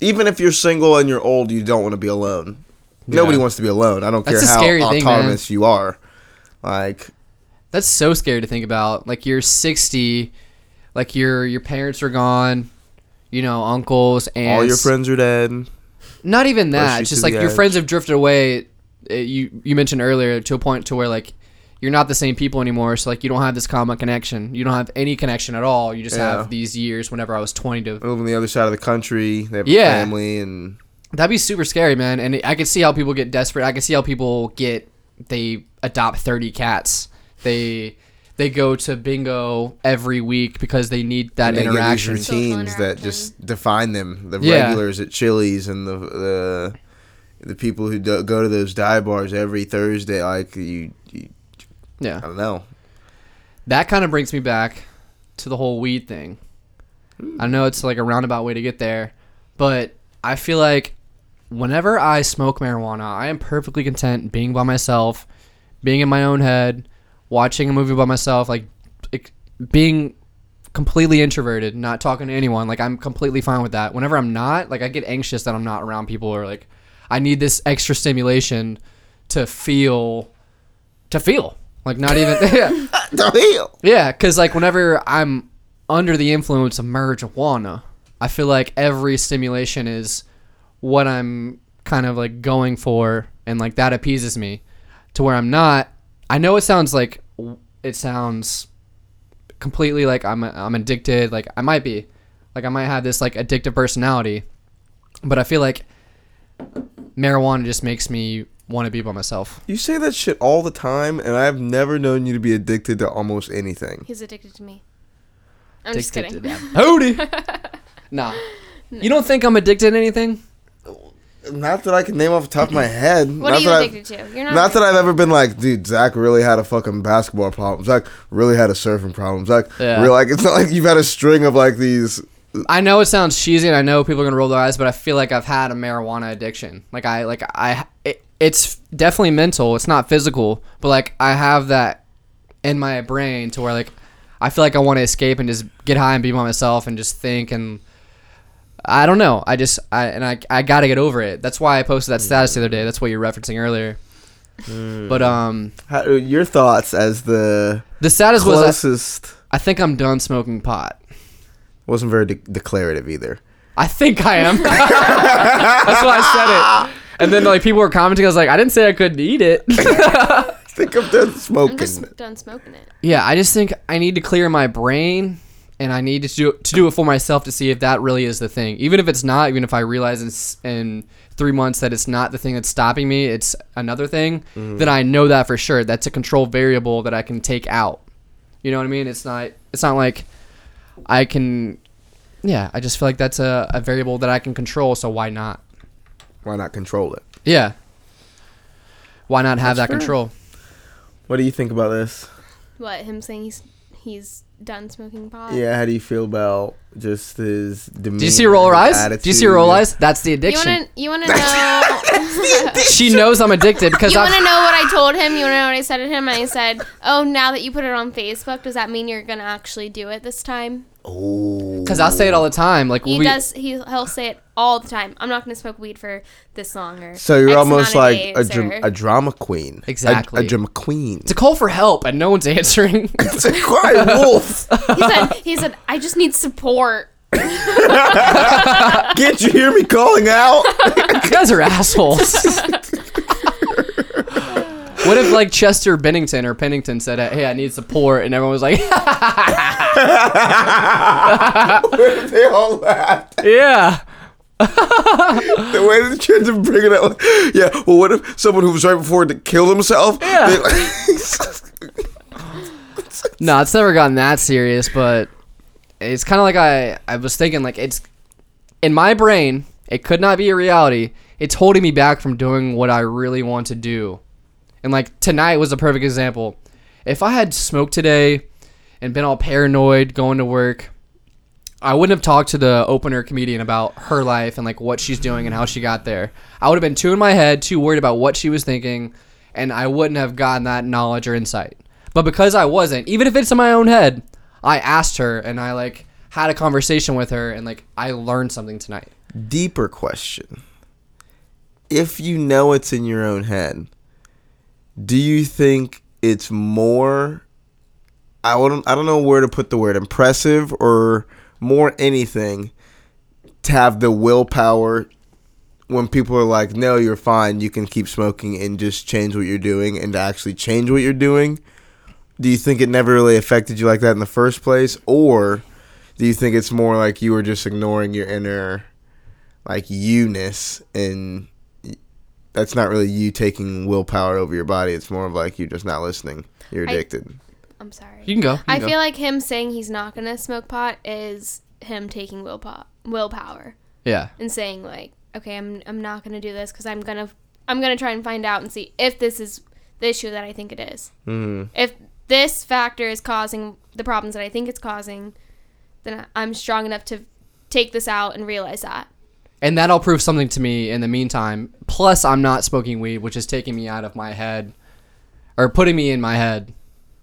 Speaker 5: Even if you're single and you're old, you don't want to be alone. Nobody
Speaker 1: Yeah.
Speaker 5: wants to be alone. I don't
Speaker 1: That's
Speaker 5: care
Speaker 1: a
Speaker 5: how
Speaker 1: scary thing, man.
Speaker 5: autonomous you are. Like,
Speaker 1: That's so scary to think about. Like you're 60, like your your parents are gone, you know, uncles and
Speaker 5: all your friends are dead.
Speaker 1: not even that
Speaker 5: you
Speaker 1: just
Speaker 5: to
Speaker 1: like
Speaker 5: the
Speaker 1: your
Speaker 5: edge.
Speaker 1: friends have drifted away uh, you you mentioned earlier to a point to where like you're not the same people anymore so like you don't have this common connection you don't have any connection at all you just
Speaker 5: Yeah.
Speaker 1: have these years whenever i was 20
Speaker 5: I
Speaker 1: to
Speaker 5: live on the other side of the country. They have
Speaker 1: Yeah.
Speaker 5: family and
Speaker 1: that'd be super scary man and i could see how people get desperate i could see how people get they adopt 30 cats they they go to bingo every week because they need that
Speaker 2: And they get these
Speaker 1: interaction.
Speaker 2: routines that
Speaker 3: interaction.
Speaker 2: just define them. The
Speaker 1: Yeah.
Speaker 2: regulars at Chili's and the the the people who do, go to those dive bars every Thursday. Like you, you
Speaker 1: Yeah.
Speaker 2: I don't know.
Speaker 1: that kind of brings me back to the whole weed thing. I know it's like a roundabout way to get there, but I feel like whenever I smoke marijuana, I am perfectly content being by myself, being in my own head, watching a movie by myself, like ex- being completely introverted, not talking to anyone. Like I'm completely fine with that. Whenever I'm not, like I get anxious that I'm not around people or like I need this extra stimulation to feel to feel. Like not even yeah. Yeah, because like whenever I'm under the influence of marijuana, I feel like every stimulation is what I'm kind of like going for, and like that appeases me. To where I'm not, I know it sounds like it sounds completely like I'm I'm addicted. Like I might be, like I might have this like addictive personality, but I feel like marijuana just makes me want to be by myself.
Speaker 5: You say that shit all the time, and I've never known you to be addicted to almost anything.
Speaker 3: He's addicted to me. I'm just
Speaker 1: addicted
Speaker 3: kidding.
Speaker 1: to that booty. nah. You don't think I'm addicted to anything?
Speaker 5: Not that I can name off the top of my head.
Speaker 3: What
Speaker 5: not
Speaker 3: are you
Speaker 5: that
Speaker 3: addicted to? You're not.
Speaker 5: Not that I've ever been like, dude, Zach really had a fucking basketball problem. Zach really had a surfing problem. Zach
Speaker 1: Yeah.
Speaker 5: real like it's not like you've had a string of like these.
Speaker 1: I know it sounds cheesy and I know people are going to roll their eyes, but I feel like I've had a marijuana addiction. Like I like I it, it's definitely mental, it's not physical, but like I have that in my brain to where like I feel like I want to escape and just get high and be by myself and just think and I don't know. I just I and I I got to get over it. That's why I posted that status the other day. That's what you're referencing earlier. But um
Speaker 2: How, your thoughts as the
Speaker 1: the status was I-
Speaker 2: closest
Speaker 1: I think I'm done smoking pot.
Speaker 2: wasn't very de- declarative either.
Speaker 1: I think I am. That's why I said it. And then like people were commenting, I was like, I didn't say I couldn't eat it.
Speaker 2: I think I'm done
Speaker 3: I'm
Speaker 2: smoking.
Speaker 3: just done smoking it.
Speaker 1: yeah, I just think I need to clear my brain, and I need to do to do it for myself to see if that really is the thing. Even if it's not, even if I realize in, s- in three months that it's not the thing that's stopping me, it's another thing. Then I know that for sure. That's a control variable that I can take out. You know what I mean? It's not. It's not like I can. Yeah, I just feel like that's a, a variable that I can control. So why not?
Speaker 2: Why not control it?
Speaker 1: Yeah. Why not have that control?
Speaker 2: What do you think about this?
Speaker 3: What him saying he's he's done smoking pot?
Speaker 2: Yeah, how do you feel about just his demeanor?
Speaker 1: Did you see her roll her eyes? Did you see her roll her eyes? That's the
Speaker 3: You
Speaker 1: addiction.
Speaker 3: wanna you wanna know?
Speaker 1: she knows I'm addicted because
Speaker 3: you
Speaker 1: I've,
Speaker 3: wanna know what I told him? You wanna know what I said to him? I said, "Oh, now that you put it on Facebook, does that mean you're gonna actually do it this time?"
Speaker 1: because I say it all the time. Like
Speaker 3: He
Speaker 1: we,
Speaker 3: does. He he'll say it all the time. I'm not gonna smoke weed for this long or
Speaker 2: So you're
Speaker 3: X
Speaker 2: almost
Speaker 3: amount
Speaker 2: like
Speaker 3: of
Speaker 2: a,
Speaker 3: days
Speaker 2: dra-
Speaker 3: or-
Speaker 2: a drama queen. A- A,
Speaker 1: Exactly.
Speaker 2: drama queen.
Speaker 1: it's a call for help and no one's answering.
Speaker 2: It's a cry wolf.
Speaker 3: he said he said I just need support.
Speaker 2: Can't you hear me calling out?
Speaker 1: you guys are assholes. what if like Chester Bennington or Pennington said, "Hey, I need support," and everyone was like,
Speaker 2: they all laughed.
Speaker 1: "Yeah."
Speaker 2: The way the kids are bringing it up. Yeah, well, what if someone who was right before to kill himself?
Speaker 1: Yeah.
Speaker 2: They, like,
Speaker 1: No, it's never gotten that serious, but it's kind of like I, I was thinking, like, it's in my brain, it could not be a reality. It's holding me back from doing what I really want to do. And, like, tonight was a perfect example. If I had smoked today and been all paranoid going to work, I wouldn't have talked to the opener comedian about her life and like what she's doing and how she got there. I would have been too in my head, too worried about what she was thinking, and I wouldn't have gotten that knowledge or insight. But because I wasn't, even if it's in my own head, I asked her and I like had a conversation with her and like I learned something tonight.
Speaker 2: deeper question. If you know it's in your own head, do you think it's more I wouldn't I don't know where to put the word impressive or more anything to have the willpower when people are like, No, you're fine, you can keep smoking and just change what you're doing and to actually change what you're doing? Do you think it never really affected you like that in the first place? Or do you think it's more like you were just ignoring your inner like you-ness and y- that's not really you taking willpower over your body it's more of like you're just not listening you're
Speaker 3: I-
Speaker 2: addicted
Speaker 3: I'm sorry.
Speaker 1: You can go. You
Speaker 3: I
Speaker 1: can go.
Speaker 3: feel like him saying he's not gonna smoke pot is him taking will po- willpower
Speaker 1: yeah.
Speaker 3: and saying like, okay, I'm I'm not gonna do this because I'm gonna I'm gonna try and find out and see if this is the issue that I think it is.
Speaker 5: Mm-hmm.
Speaker 7: Mm.
Speaker 3: If this factor is causing the problems that I think it's causing, then I- I'm strong enough to take this out and realize that.
Speaker 1: and that'll prove something to me in the meantime. Plus, I'm not smoking weed, which is taking me out of my head, or putting me in my head.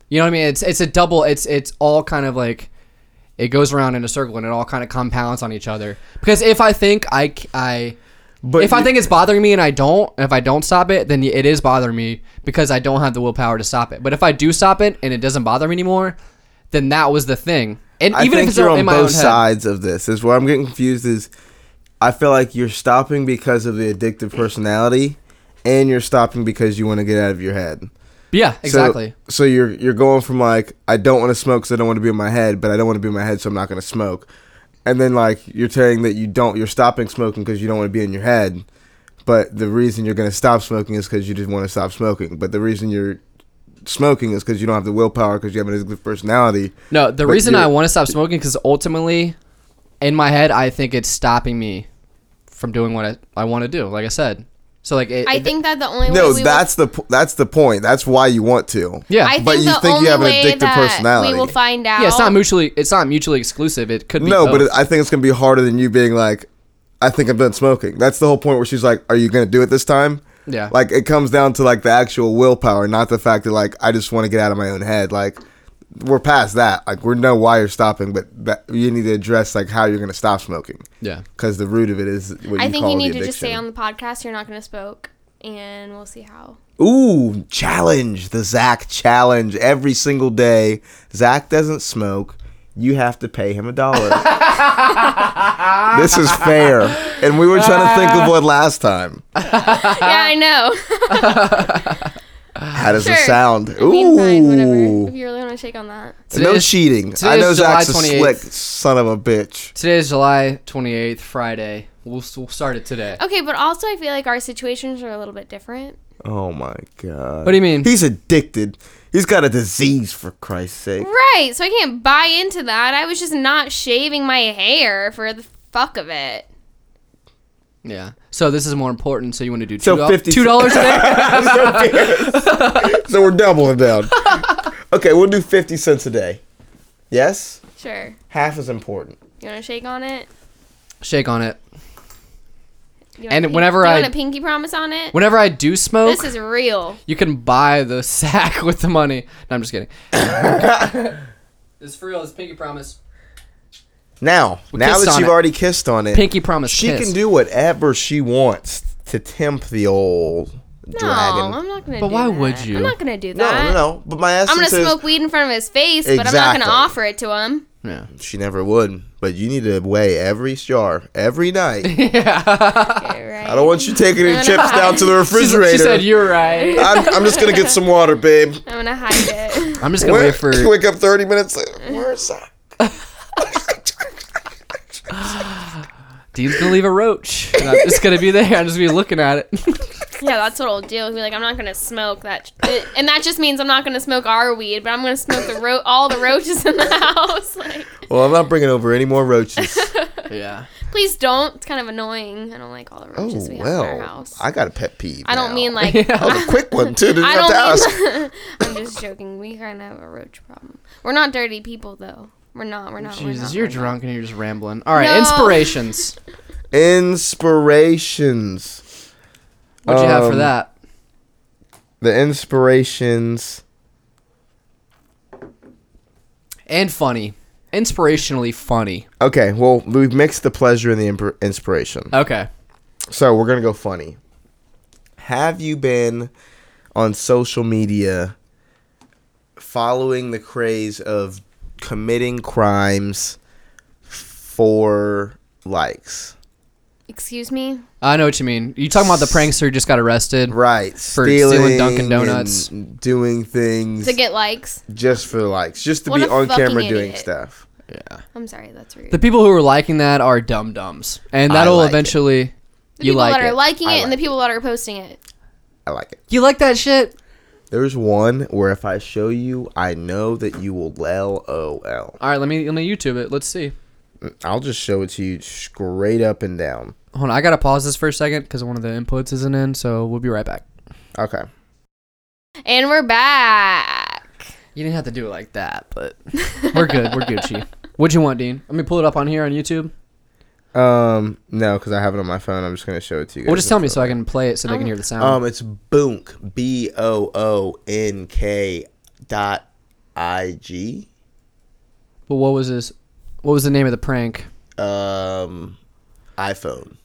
Speaker 1: You know what I mean? It's it's a double. It's it's all kind of like it goes around in a circle, and it all kind of compounds on each other. Because if I think I c- I-
Speaker 5: But
Speaker 1: if I think it's bothering me and I don't, if I don't stop it, then it is bothering me because I don't have the willpower to stop it. But if I do stop it and it doesn't bother me anymore, then that was the thing. And
Speaker 5: I
Speaker 1: even
Speaker 5: think
Speaker 1: if it's
Speaker 5: you're
Speaker 1: in
Speaker 5: on
Speaker 1: my
Speaker 5: both
Speaker 1: own head.
Speaker 5: sides of this. Is where I'm getting confused. Is I feel like you're stopping because of the addictive personality, and you're stopping because you want to get out of your head.
Speaker 1: yeah,
Speaker 5: So-
Speaker 1: exactly.
Speaker 5: So, you're you're going from like I don't want to smoke because I don't want to be in my head, but I don't want to be in my head, so I'm not going to smoke. And then like you're saying that you don't, you're stopping smoking because you don't want to be in your head. But the reason you're going to stop smoking is because you just want to stop smoking. But the reason you're smoking is because you don't have the willpower because you have an addictive personality.
Speaker 1: No, the
Speaker 5: But
Speaker 1: reason I
Speaker 5: you're-
Speaker 1: want to stop smoking because ultimately, in my head, I think it's stopping me from doing what I, I want to do. Like I said, so like it,
Speaker 3: I
Speaker 1: it-
Speaker 3: think that the only way
Speaker 5: No,
Speaker 3: we will-
Speaker 5: that's the po- that's the point. That's why you want to.
Speaker 1: yeah,
Speaker 3: I
Speaker 5: but
Speaker 3: think
Speaker 5: you
Speaker 3: the
Speaker 5: think you
Speaker 3: only
Speaker 5: have an
Speaker 3: way
Speaker 5: addictive
Speaker 3: that
Speaker 5: personality.
Speaker 3: We will find out.
Speaker 1: yeah. It's not mutually it's not mutually exclusive. It could be
Speaker 5: No, but
Speaker 1: both.
Speaker 5: it, I think it's gonna be harder than you being like, I think I'm done smoking. That's the whole point where she's like, Are you gonna do it this time?
Speaker 1: Yeah.
Speaker 5: Like it comes down to like the actual willpower, not the fact that like I just want to get out of my own head. Like we're past that. Like we know why you're stopping, but that you need to address like how you're gonna stop smoking
Speaker 1: yeah.
Speaker 5: because the root of it is what you
Speaker 3: I think
Speaker 5: call
Speaker 3: you
Speaker 5: the
Speaker 3: need
Speaker 5: addiction.
Speaker 3: to just say on the podcast you're not going to smoke, and we'll see how.
Speaker 5: Ooh, challenge the Zach challenge every single day. Zach doesn't smoke. You have to pay him a dollar. this is fair. And we were trying to think of one last time.
Speaker 1: Ah.
Speaker 3: yeah, I know.
Speaker 5: How does it
Speaker 3: Sure.
Speaker 5: sound?
Speaker 3: I mean, fine, whatever. If
Speaker 5: Ooh.
Speaker 3: you really want to shake on that,
Speaker 5: No
Speaker 1: Today is-
Speaker 5: cheating.
Speaker 1: today
Speaker 5: I know
Speaker 1: is July
Speaker 5: Zach's a
Speaker 1: 28th.
Speaker 5: slick son of a bitch.
Speaker 1: Today is July twenty eighth, Friday. We'll, s- we'll start it today.
Speaker 3: okay. But also, I feel like our situations are a little bit different.
Speaker 5: Oh my god.
Speaker 1: What do you mean?
Speaker 5: He's addicted. He's got a disease for Christ's sake.
Speaker 3: Right. So I can't buy into that. I was just not shaving my hair for the fuck of it.
Speaker 1: Yeah. So this is more important. So you want to do
Speaker 5: So
Speaker 1: two dollars?
Speaker 5: 50
Speaker 1: Two dollars a day?
Speaker 5: So we're doubling down. okay, we'll do 50 cents a day. Yes?
Speaker 3: Sure.
Speaker 5: Half is important.
Speaker 3: You want to shake on it?
Speaker 1: Shake on it.
Speaker 3: You
Speaker 1: And
Speaker 3: wanna pin-
Speaker 1: whenever
Speaker 3: you
Speaker 1: I-
Speaker 3: want a pinky promise on it,
Speaker 1: Whenever I do smoke,
Speaker 3: this is real.
Speaker 1: You can buy the sack with the money. No, I'm just kidding. this is for real. This pinky promise.
Speaker 5: Now,
Speaker 1: We
Speaker 5: now
Speaker 1: kissed
Speaker 5: that
Speaker 1: on
Speaker 5: you've
Speaker 1: it.
Speaker 5: already kissed on it,
Speaker 1: Pinky promise.
Speaker 5: she
Speaker 1: kiss.
Speaker 5: can do whatever she wants to tempt the old
Speaker 3: No,
Speaker 5: dragon.
Speaker 3: I'm not gonna.
Speaker 1: But
Speaker 3: do
Speaker 1: why would
Speaker 3: that.
Speaker 1: you?
Speaker 3: I'm not gonna do
Speaker 5: no,
Speaker 3: that.
Speaker 5: no, no. But my
Speaker 3: I'm
Speaker 5: essence
Speaker 3: gonna
Speaker 5: is
Speaker 3: smoke weed in front of his face, but I'm not
Speaker 5: Exactly.
Speaker 3: gonna offer it to him.
Speaker 1: Yeah.
Speaker 5: she never would. But you need to weigh every jar every night.
Speaker 3: Okay, right.
Speaker 5: I don't want you taking any
Speaker 3: I'm
Speaker 5: chips
Speaker 3: gonna-
Speaker 5: down to the
Speaker 1: She,
Speaker 5: refrigerator.
Speaker 1: she said you're right.
Speaker 5: I'm, I'm just gonna get some water, babe.
Speaker 3: I'm gonna hide it.
Speaker 1: I'm just gonna
Speaker 5: Where-
Speaker 1: wait for.
Speaker 5: wake up 30 minutes. Later. Where's that?
Speaker 1: Dean's gonna leave a roach. And I'm just gonna be there. I'm just gonna be looking at it.
Speaker 3: yeah, that's what I'll do. I'll be like, I'm not gonna smoke that, and that just means I'm not gonna smoke our weed, but I'm gonna smoke the ro- all the roaches in the house. Like,
Speaker 5: Well, I'm not bringing over any more roaches.
Speaker 1: yeah.
Speaker 3: please don't. It's kind of annoying. I don't like all the roaches
Speaker 5: oh
Speaker 3: we have in our
Speaker 5: well,
Speaker 3: house. I,
Speaker 5: I got a pet peeve.
Speaker 3: don't
Speaker 5: now.
Speaker 3: mean like.
Speaker 1: Yeah.
Speaker 5: that was a quick one too. Didn't
Speaker 3: I
Speaker 5: have to ask.
Speaker 3: don't mean. I'm just joking. We kind of have a roach problem. We're not dirty people though. We're not. We're not. we're
Speaker 1: Jesus,
Speaker 3: not,
Speaker 1: you're
Speaker 3: we're not.
Speaker 1: drunk and you're just rambling. All right,
Speaker 3: No.
Speaker 1: inspirations.
Speaker 5: Inspirations.
Speaker 1: What'd you have for
Speaker 5: Um,
Speaker 1: that?
Speaker 5: The inspirations.
Speaker 1: And funny, inspirationally funny.
Speaker 5: Okay, well, we've mixed the pleasure and the imp- inspiration.
Speaker 1: Okay.
Speaker 5: So we're going to go funny. Have you been on social media following the craze of committing crimes for likes?
Speaker 3: Excuse me.
Speaker 1: I know what you mean. You talking about the prankster who just got arrested?
Speaker 5: Right.
Speaker 1: For stealing Dunkin' Donuts.
Speaker 5: and doing things
Speaker 3: To get likes.
Speaker 5: just for likes, just to
Speaker 3: What
Speaker 5: be
Speaker 3: a
Speaker 5: on camera
Speaker 3: fucking
Speaker 5: doing
Speaker 3: idiot.
Speaker 5: stuff.
Speaker 1: Yeah.
Speaker 3: I'm sorry. That's rude.
Speaker 1: The people who are liking that are dum dums, and
Speaker 5: I
Speaker 1: that'll
Speaker 5: like it.
Speaker 1: eventually.
Speaker 3: The
Speaker 1: you
Speaker 3: people
Speaker 1: like
Speaker 3: that are
Speaker 1: it.
Speaker 3: liking
Speaker 5: I
Speaker 3: it and
Speaker 5: like
Speaker 3: the people that are posting it.
Speaker 5: I like it.
Speaker 1: You like that shit?
Speaker 5: There's one where if I show you, I know that you will LOL.
Speaker 1: All right, let me let me YouTube it. Let's see.
Speaker 5: Mm, I'll just show it to you straight up and down.
Speaker 1: Hold on, I gotta pause this for a second because one of the inputs isn't in, so we'll be right back.
Speaker 5: Okay.
Speaker 3: And we're back.
Speaker 1: You didn't have to do it like that, but we're good. We're Gucci. What'd you want, Dean? Let me pull it up on here on YouTube.
Speaker 5: Um, no, because I have it on my phone. I'm just gonna show it to you.
Speaker 1: Well,
Speaker 5: guys.
Speaker 1: just tell me so I can play it so they can hear the sound.
Speaker 5: Um, it's Boonk. B O O N K dot I G.
Speaker 1: but what was this? What was the name of the prank?
Speaker 5: Um, iPhone.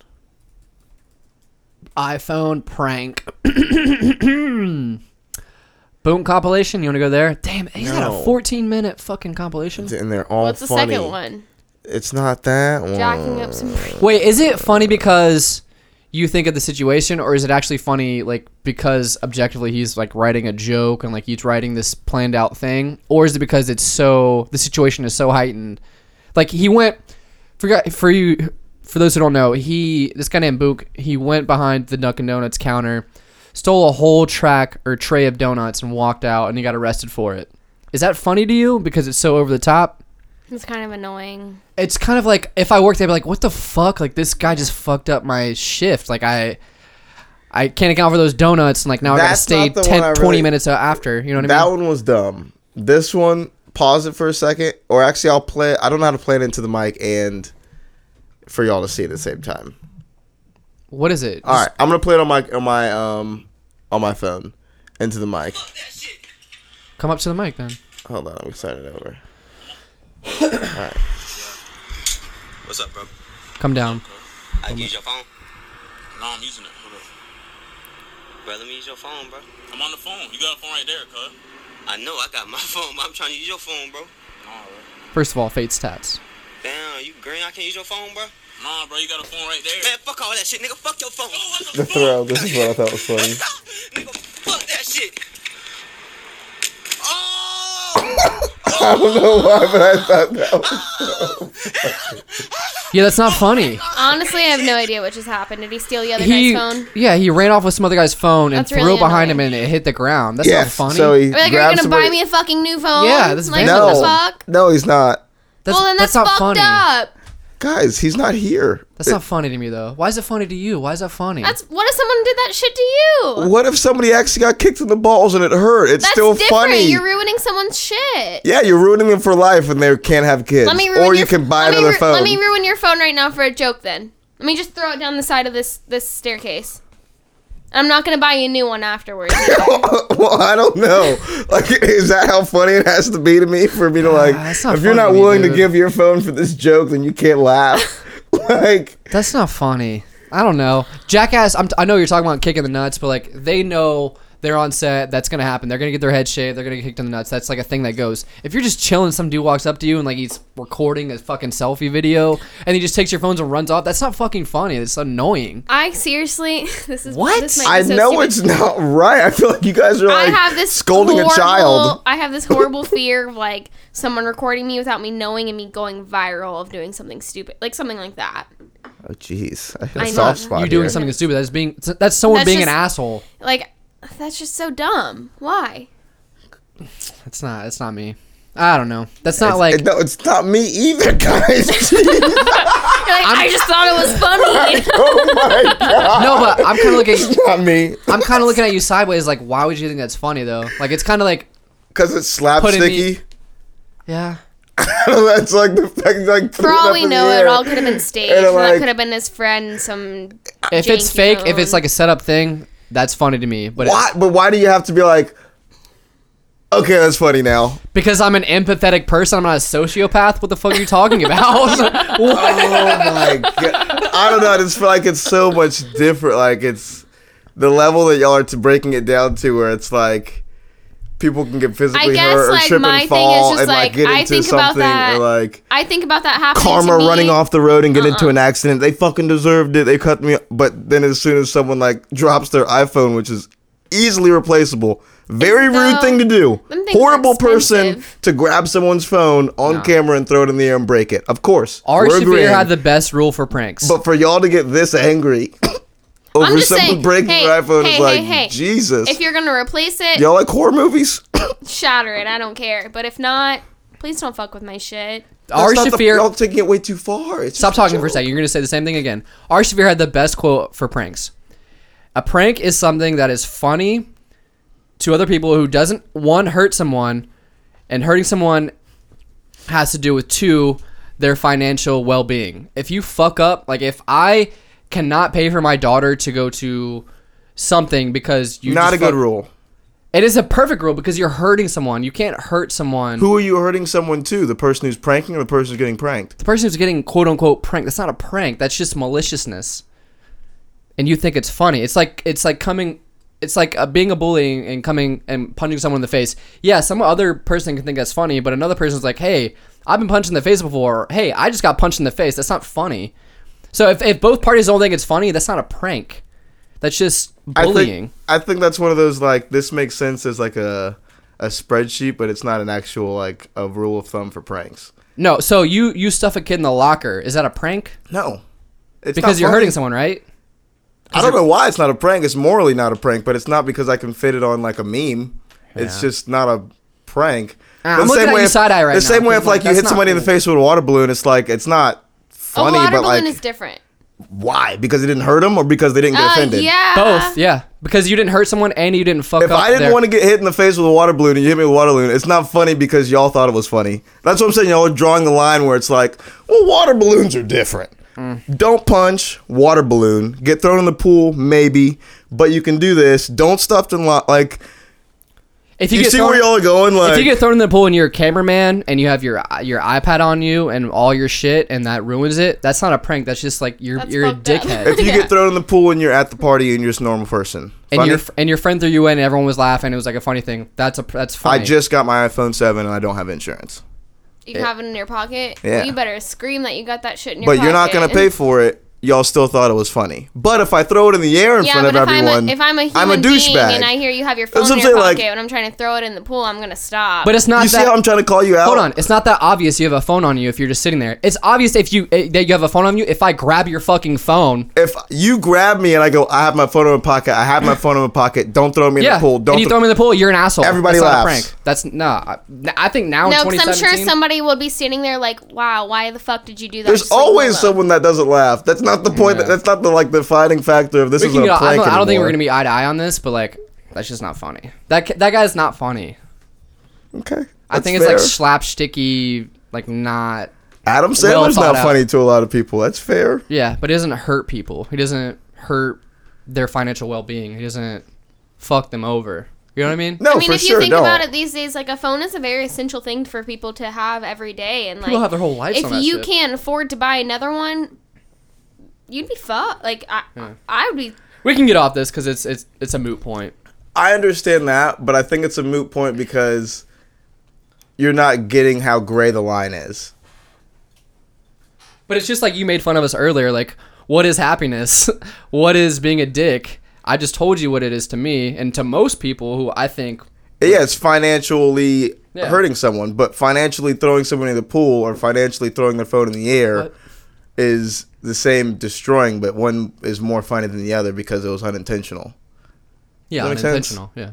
Speaker 1: iPhone prank. Boom compilation. You want to go there? Damn, he's got
Speaker 5: No.
Speaker 1: a 14 minute fucking compilation.
Speaker 5: And they're all
Speaker 3: What's the
Speaker 5: funny.
Speaker 3: second one?
Speaker 5: It's not that one.
Speaker 3: Jacking up some.
Speaker 1: Wait, is it funny because you think of the situation, or is it actually funny like because objectively he's like writing a joke and like he's writing this planned out thing, or is it because it's so the situation is so heightened? Like he went forgot for you for those who don't know, he this guy named Book he went behind the Dunkin' Donuts counter, stole a whole track or tray of donuts and walked out, and he got arrested for it. Is that funny to you because it's so over the top?
Speaker 3: It's kind of annoying.
Speaker 1: it's kind of like if I worked, I'd be like, "What the fuck? Like this guy just fucked up my shift. Like I, I can't account for those donuts, and like now
Speaker 5: That's
Speaker 1: I
Speaker 5: not the
Speaker 1: gotta stay 10,
Speaker 5: one I
Speaker 1: 20
Speaker 5: really-
Speaker 1: minutes after. You know what I
Speaker 5: That
Speaker 1: mean?
Speaker 5: one was dumb. This one, pause it for a second, or actually, I'll play. I don't know how to play it into the mic and for y'all to see at the same time.
Speaker 1: what is it?
Speaker 5: All right, I'm gonna play it on my on my um on my phone into the mic.
Speaker 1: Just come up to the mic then.
Speaker 5: Hold on, I'm excited over.
Speaker 8: What's up, bro?
Speaker 1: Come down.
Speaker 8: I can use your phone. No, I'm using it. Hold up. Bro, let me use your phone, bro.
Speaker 9: I'm on the phone. You got a phone right there, cuz.
Speaker 8: I know I got my phone, but I'm trying to use your phone, bro.
Speaker 1: First of all, fate stats.
Speaker 8: Damn, you green? I can't use your phone, bro.
Speaker 9: Nah, bro, you got a phone right there. Oh,
Speaker 8: Man, fuck all that shit, nigga. Fuck your phone.
Speaker 5: The throw. This is what I thought was funny.
Speaker 8: nigga, fuck that shit. Oh!
Speaker 5: I don't know why, but I thought that was.
Speaker 1: Yeah, that's not funny.
Speaker 3: Honestly, I have no idea what just happened. Did he steal the other
Speaker 1: He,
Speaker 3: guy's phone?
Speaker 1: yeah, he ran off with some other guy's phone and
Speaker 3: That's
Speaker 1: threw
Speaker 3: really
Speaker 1: it behind
Speaker 3: annoying.
Speaker 1: him, and it hit the ground. That's
Speaker 5: Yes.
Speaker 1: not funny.
Speaker 5: So
Speaker 3: I'd
Speaker 5: he
Speaker 3: be like, are you
Speaker 5: grabs
Speaker 3: gonna
Speaker 5: somebody.
Speaker 3: buy me a fucking new phone?
Speaker 1: Yeah, this is
Speaker 3: like,
Speaker 1: vandalism.
Speaker 3: what the
Speaker 5: no,
Speaker 3: fuck?
Speaker 5: no, he's not.
Speaker 1: that's,
Speaker 3: well, then
Speaker 1: that's
Speaker 3: that's,
Speaker 1: not
Speaker 3: fucked
Speaker 1: funny.
Speaker 3: up.
Speaker 5: Guys, he's not here.
Speaker 1: That's not funny to me though. Why is it funny to you? Why is that funny?
Speaker 3: That's what if someone did that shit to you?
Speaker 5: What if somebody actually got kicked in the balls and it hurt? It's
Speaker 3: That's
Speaker 5: still
Speaker 3: different.
Speaker 5: funny.
Speaker 3: You're ruining someone's shit.
Speaker 5: yeah, you're ruining them for life, and they can't have kids.
Speaker 3: Let me ruin
Speaker 5: or
Speaker 3: your,
Speaker 5: you can buy
Speaker 3: let me
Speaker 5: another
Speaker 3: ru-
Speaker 5: phone.
Speaker 3: Let me ruin your phone right now for a joke. Then let me just throw it down the side of this this staircase. I'm not gonna buy you a new one afterwards.
Speaker 5: well, I don't know. Like, is that how funny it has to be to me for
Speaker 3: Ah,
Speaker 5: me to like?
Speaker 1: that's not
Speaker 5: if you're
Speaker 1: funny
Speaker 5: not
Speaker 1: to me,
Speaker 5: willing to
Speaker 1: dude.
Speaker 5: give your phone for this joke, then you can't laugh. like,
Speaker 1: That's not funny. I don't know. Jackass, I'm t- I know you're talking about kicking the nuts, but like they know they're on set. That's gonna happen. They're gonna get their head shaved. They're gonna get kicked in the nuts. That's like a thing that goes. If you're just chilling, some dude walks up to you and like he's recording a fucking selfie video, and he just takes your phones and runs off. That's not fucking funny. It's annoying.
Speaker 3: I seriously, this is
Speaker 1: What?
Speaker 3: This might be
Speaker 5: I
Speaker 3: so
Speaker 5: know
Speaker 3: stupid.
Speaker 5: it's not right. I feel like you guys are
Speaker 3: I
Speaker 5: like
Speaker 3: have this
Speaker 5: scolding
Speaker 3: horrible,
Speaker 5: a child.
Speaker 3: I have this horrible fear of like someone recording me without me knowing and me going viral of doing something stupid, like something like that.
Speaker 5: Oh, jeez, I
Speaker 3: I
Speaker 5: hit
Speaker 3: know.
Speaker 5: a soft spot.
Speaker 1: You're doing
Speaker 5: here.
Speaker 1: something stupid. That's being. That's someone
Speaker 3: That's
Speaker 1: being an
Speaker 3: just-
Speaker 1: asshole.
Speaker 3: Like that's just so dumb. Why?
Speaker 1: That's not. That's not me. I don't know. That's not like.
Speaker 5: no, it's not me either, guys. Jeez.
Speaker 3: You're like, I just thought it was funny.
Speaker 5: oh my god,
Speaker 1: no, but I'm kind of looking.
Speaker 5: it's not me.
Speaker 1: I'm kind of looking at you sideways. Like, why would you think that's funny though? Like, it's kind of like,
Speaker 5: Because it's
Speaker 1: Putting
Speaker 5: slapsticky.
Speaker 1: me- yeah.
Speaker 5: That's like the fact like.
Speaker 3: For all we know, it all could have been staged. and that
Speaker 5: like-
Speaker 3: could have been his friend. Some
Speaker 1: if it's
Speaker 3: janky
Speaker 1: fake, if
Speaker 3: phone.
Speaker 1: it's like a setup thing, that's funny to me. But
Speaker 5: Why? But why do you have to be like? Okay, that's funny now.
Speaker 1: because I'm an empathetic person, I'm not a sociopath. What the fuck are you talking about? What?
Speaker 5: Oh my god! I don't know. I just feel like it's so much different. Like it's the level that y'all are to breaking it down to, where it's like people can get physically
Speaker 3: guess,
Speaker 5: hurt or
Speaker 3: like,
Speaker 5: trip
Speaker 3: my thing
Speaker 5: and
Speaker 3: is
Speaker 5: fall
Speaker 3: just
Speaker 5: and like,
Speaker 3: like,
Speaker 5: get
Speaker 3: I
Speaker 5: into
Speaker 3: think about
Speaker 5: something
Speaker 3: that
Speaker 5: or like
Speaker 3: I think about that happening.
Speaker 5: karma
Speaker 3: to me. Uh-uh.
Speaker 5: running off the road and get into an accident. They fucking deserved it. They cut me. But then as soon as someone like drops their iPhone, which is easily replaceable, very
Speaker 3: It's
Speaker 5: rude
Speaker 3: so-
Speaker 5: thing to do.
Speaker 3: Them things are
Speaker 5: Horrible person
Speaker 3: expensive.
Speaker 5: to grab someone's phone on camera and throw it in the air and break it. Of course,
Speaker 1: Ari
Speaker 5: we're
Speaker 1: Shafir
Speaker 5: agreeing.
Speaker 1: had the best rule for pranks.
Speaker 5: But for y'all to get this angry,
Speaker 2: over
Speaker 3: I'm just
Speaker 2: something
Speaker 3: saying,
Speaker 2: breaking
Speaker 3: hey,
Speaker 2: your iPhone
Speaker 3: hey,
Speaker 2: is
Speaker 3: hey,
Speaker 2: like
Speaker 3: hey.
Speaker 2: Jesus.
Speaker 3: If you're gonna replace it,
Speaker 2: Y'all like horror movies?
Speaker 3: shatter it. I don't care. But if not, please don't fuck with my shit.
Speaker 2: That's
Speaker 1: Ari
Speaker 2: not the-
Speaker 1: Shafir.
Speaker 2: y'all taking it way too far. It's
Speaker 1: Stop
Speaker 2: just a
Speaker 1: talking for a
Speaker 2: joke.
Speaker 1: second. You're going to say the same thing again. Ari Shaffir had the best quote for pranks. A prank is something that is funny to other people who doesn't one hurt someone, and hurting someone has to do with two their financial well-being. If you fuck up, like if I cannot pay for my daughter to go to something because you
Speaker 2: Not
Speaker 1: just
Speaker 2: a good
Speaker 1: fuck-
Speaker 2: rule.
Speaker 1: It is a perfect rule because you're hurting someone. You can't hurt someone.
Speaker 2: Who are you hurting someone to? The person who's pranking or the person who's getting pranked?
Speaker 1: the person who's getting quote unquote pranked that's not a prank that's just maliciousness and you think it's funny it's like it's like coming it's like uh being a bully and coming and punching someone in the face yeah some other person can think that's funny but another person's like hey i've been punched in the face before hey i just got punched in the face that's not funny so if, if both parties don't think it's funny that's not a prank that's just bullying
Speaker 2: I think, I think that's one of those like this makes sense as like a a spreadsheet, but it's not an actual like a rule of thumb for pranks.
Speaker 1: no so you you stuff a kid in the locker is that a prank
Speaker 2: No, it's
Speaker 1: because
Speaker 2: not
Speaker 1: you're
Speaker 2: funny.
Speaker 1: hurting someone right
Speaker 2: I don't know why it's not a prank. It's morally not a prank, but it's not because I can fit it on like a meme. It's just not a prank.
Speaker 1: Ah,
Speaker 2: But
Speaker 1: I'm looking at you
Speaker 2: if,
Speaker 1: side-eye right
Speaker 2: the
Speaker 1: now,
Speaker 2: same way
Speaker 1: 'cause,
Speaker 2: if like,
Speaker 1: like,
Speaker 2: you
Speaker 1: that's
Speaker 2: hit
Speaker 1: not
Speaker 2: somebody in the
Speaker 1: cool.
Speaker 2: face with a water balloon, it's like it's not funny,
Speaker 3: a water
Speaker 2: but
Speaker 3: balloon
Speaker 2: like
Speaker 3: is different.
Speaker 2: why? Because it didn't hurt them or because they didn't get
Speaker 3: Uh,
Speaker 2: offended.
Speaker 3: yeah.
Speaker 1: both yeah because you didn't hurt someone and you didn't fuck
Speaker 2: If
Speaker 1: up
Speaker 2: I didn't
Speaker 1: their-
Speaker 2: want to get hit in the face with a water balloon and you hit me with a water balloon, it's not funny because y'all thought it was funny. That's what I'm saying. Y'all are drawing the line where it's like, well, water balloons are different.
Speaker 1: Hmm.
Speaker 2: Don't punch, water balloon. Get thrown in the pool, maybe, but you can do this. Don't stuff in lo- like.
Speaker 1: If
Speaker 2: You,
Speaker 1: get
Speaker 2: see
Speaker 1: thrown-
Speaker 2: where y'all are going? Like,
Speaker 1: if you get thrown in the pool and you're a cameraman and you have your your iPad on you and all your shit and that ruins it, that's not a prank. That's just like you're
Speaker 3: That's
Speaker 1: you're a
Speaker 3: fucked up.
Speaker 1: dickhead.
Speaker 2: if you
Speaker 3: Yeah.
Speaker 2: get thrown in the pool and you're at the party and you're just a normal person,
Speaker 1: and
Speaker 2: Funny?
Speaker 1: your and your friend threw you in, and everyone was laughing. It was like a funny thing. That's a pr- that's
Speaker 2: I
Speaker 1: funny.
Speaker 2: just got my iPhone seven and I don't have insurance.
Speaker 3: You can have it in your pocket.
Speaker 2: Yeah.
Speaker 3: You better scream that you got that shit in your
Speaker 2: but
Speaker 3: pocket.
Speaker 2: you're not gonna pay for it. Y'all still thought it was funny. But if I throw it in the air in
Speaker 3: yeah,
Speaker 2: front
Speaker 3: but
Speaker 2: of
Speaker 3: if
Speaker 2: everyone,
Speaker 3: I'm a, if I'm a human being
Speaker 2: douchebag.
Speaker 3: and I hear you have your
Speaker 2: That's
Speaker 3: phone in
Speaker 2: what
Speaker 3: your
Speaker 2: I'm saying,
Speaker 3: pocket
Speaker 2: like-
Speaker 3: and I'm trying to throw it in the pool, I'm gonna stop.
Speaker 1: but it's not
Speaker 2: you see
Speaker 1: that.
Speaker 2: how I'm trying to call you out?
Speaker 1: hold on, it's not that obvious. You have a phone on you if you're just sitting there. It's obvious if you eh, that you have a phone on you. If I grab your fucking phone,
Speaker 2: If you grab me and I go, I have my phone in my pocket. I have my phone in my pocket. Don't throw me in
Speaker 1: yeah,
Speaker 2: the pool. Don't.
Speaker 1: and you
Speaker 2: thro-
Speaker 1: throw me in the pool, you're an asshole.
Speaker 2: Everybody
Speaker 1: that's Not a
Speaker 2: laughs.
Speaker 1: prank. That's nah. I, I think now
Speaker 3: no,
Speaker 1: in
Speaker 3: because I'm sure
Speaker 1: 2017.
Speaker 3: somebody will be standing there like, "Wow, why the fuck did you do that?"
Speaker 2: There's
Speaker 3: Just leave me
Speaker 2: always
Speaker 3: alone.
Speaker 2: someone that doesn't laugh. That's not the point.
Speaker 1: Yeah.
Speaker 2: That's not the like the defining factor of this
Speaker 1: We
Speaker 2: is
Speaker 1: can
Speaker 2: a
Speaker 1: get-
Speaker 2: prank.
Speaker 1: I, don't, I don't think
Speaker 2: anymore.
Speaker 1: we're gonna be eye to eye on this, but like that's just not funny. That ki- that guy's not funny.
Speaker 2: Okay.
Speaker 1: I think it's like slapsticky, like not.
Speaker 2: Adam
Speaker 1: well
Speaker 2: Sandler's
Speaker 1: thought
Speaker 2: not
Speaker 1: out.
Speaker 2: funny to a lot of people. That's fair.
Speaker 1: Yeah, but he doesn't hurt people. He doesn't hurt their financial well being. He doesn't fuck them over. You know what I mean?
Speaker 2: No,
Speaker 3: I mean,
Speaker 2: for
Speaker 3: if you
Speaker 2: sure
Speaker 3: think
Speaker 2: don't.
Speaker 3: about it these days, like a phone is a very essential thing for people to have every day, and like
Speaker 1: People have their whole lives
Speaker 3: If
Speaker 1: on that
Speaker 3: you
Speaker 1: shit.
Speaker 3: can't afford to buy another one, you'd be fucked. Like I, I would be.
Speaker 1: We can get off this because it's it's it's a moot point.
Speaker 2: I understand that, but I think it's a moot point because you're not getting how gray the line is.
Speaker 1: But it's just like you made fun of us earlier. Like, what is happiness? what is being a dick? I just told you what it is to me and to most people who I think
Speaker 2: Yeah, it's financially
Speaker 1: Yeah.
Speaker 2: hurting someone, but financially throwing someone in the pool or financially throwing their phone in the air
Speaker 1: What?
Speaker 2: is the same destroying, but one is more funny than the other because it was unintentional.
Speaker 1: Yeah,
Speaker 2: Does that make sense?
Speaker 1: unintentional. Yeah.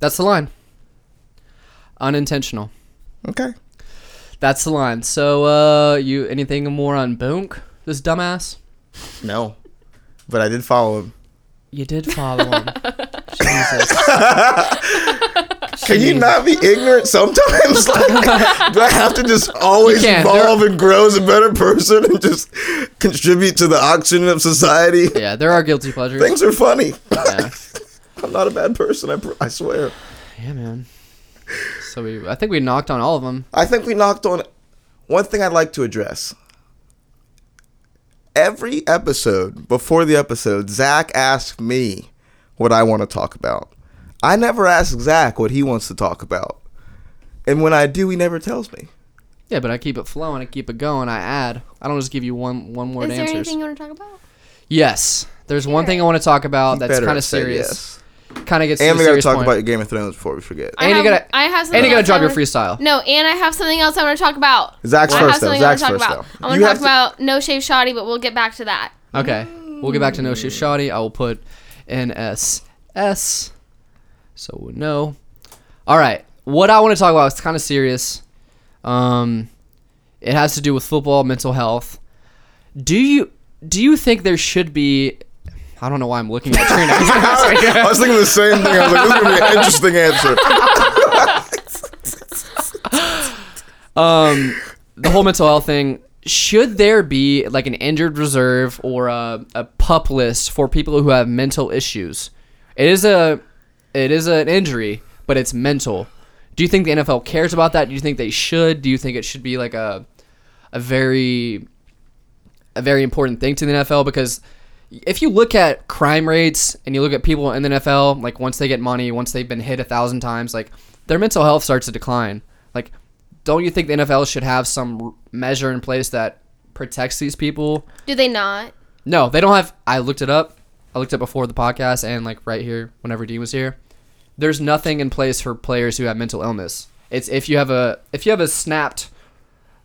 Speaker 1: That's the line. Unintentional.
Speaker 2: Okay.
Speaker 1: That's the line. So, uh, you anything more on Bunk? This dumbass.
Speaker 2: No. But I did follow him.
Speaker 1: You did follow him. Jesus.
Speaker 2: Can you not be ignorant sometimes? like, do I have to just always
Speaker 1: You can. There-
Speaker 2: evolve and grow as a better person and just contribute to the oxygen of society?
Speaker 1: Yeah, there are guilty pleasures.
Speaker 2: Things are funny.
Speaker 1: Yeah.
Speaker 2: I'm not a bad person, I, pr- I swear.
Speaker 1: yeah, man. So we, I think we knocked on all of them.
Speaker 2: I think we knocked on one thing I'd like to address. Every episode, before the episode, Zach asks me what I want to talk about. I never ask Zach what he wants to talk about. And when I do, he never tells me.
Speaker 1: Yeah, but I keep it flowing. I keep it going. I add. I don't just give you one one
Speaker 3: Is
Speaker 1: word
Speaker 3: there
Speaker 1: answers.
Speaker 3: anything you want to talk about?
Speaker 1: yes. There's one thing I want to talk about that's
Speaker 2: Better
Speaker 1: kind
Speaker 2: have
Speaker 1: of
Speaker 2: said
Speaker 1: serious.
Speaker 2: yes.
Speaker 1: Kind of gets
Speaker 2: And
Speaker 1: to the
Speaker 2: we got to
Speaker 1: serious
Speaker 2: talk
Speaker 1: point.
Speaker 2: about Game of Thrones before we forget.
Speaker 3: I
Speaker 1: And you
Speaker 3: have,
Speaker 1: gotta-
Speaker 3: I have
Speaker 1: and
Speaker 3: something
Speaker 1: you gotta
Speaker 3: else
Speaker 1: drop
Speaker 3: I
Speaker 1: your
Speaker 3: wanna-
Speaker 1: freestyle.
Speaker 3: No, and I have something else I want to talk about.
Speaker 2: Zach's
Speaker 3: I have
Speaker 2: first, though.
Speaker 3: something
Speaker 2: Zach's
Speaker 3: I want
Speaker 2: first,
Speaker 3: to talk about.
Speaker 2: though.
Speaker 3: I want
Speaker 2: You
Speaker 3: to
Speaker 2: have
Speaker 3: talk
Speaker 2: to-
Speaker 3: about No Shave Shoddy, but we'll get back to that.
Speaker 1: Okay. We'll get back to No Shift Shoddy. I will put NSS so we'll know. All right. What I want to talk about is kind of serious. Um, it has to do with football, mental health. Do you do you think there should be? I don't know why I'm looking at Trina.
Speaker 2: I was thinking the same thing. I was like, this is gonna be an interesting answer.
Speaker 1: um, the whole mental health thing. Should there be like an injured reserve or a, a pup list for people who have mental issues? It is a it is an injury, but it's mental. Do you think the NFL cares about that? Do you think they should? Do you think it should be like a a very a very important thing to the NFL because if you look at crime rates and you look at people in the NFL, like once they get money, once they've been hit a thousand times, like their mental health starts to decline. Like, don't you think the NFL should have some r- measure in place that protects these people?
Speaker 3: Do they not?
Speaker 1: No, they don't have. I looked it up. I looked up before the podcast and like right here whenever Dean was here. There's nothing in place for players who have mental illness. It's if you have a if you have a snapped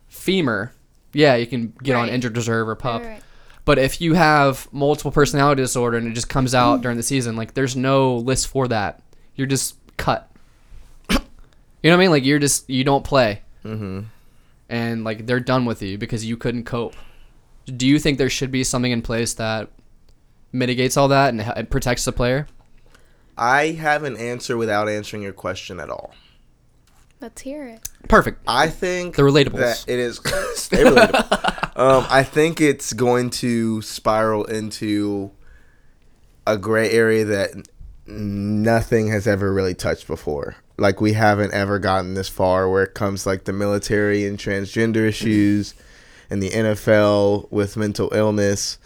Speaker 1: femur, yeah, you can get on
Speaker 3: Right.
Speaker 1: injured reserve or pup.
Speaker 3: Right, right.
Speaker 1: But if you have multiple personality disorder and it just comes out during the season, like there's no list for that. You're just cut. you know what I mean? Like you're just you don't play. Mm-hmm. And like they're done with you because you couldn't cope. Do you think there should be something in place that mitigates all that and h- and protects the player?
Speaker 2: I have an answer without answering your question at all.
Speaker 3: Let's hear it.
Speaker 1: Perfect.
Speaker 2: I think
Speaker 1: The relatables.
Speaker 2: That it is. Stay relatable. um, I think it's going to spiral into a gray area that n- nothing has ever really touched before. Like we haven't ever gotten this far where it comes like the military and transgender issues, and the NFL with mental illness.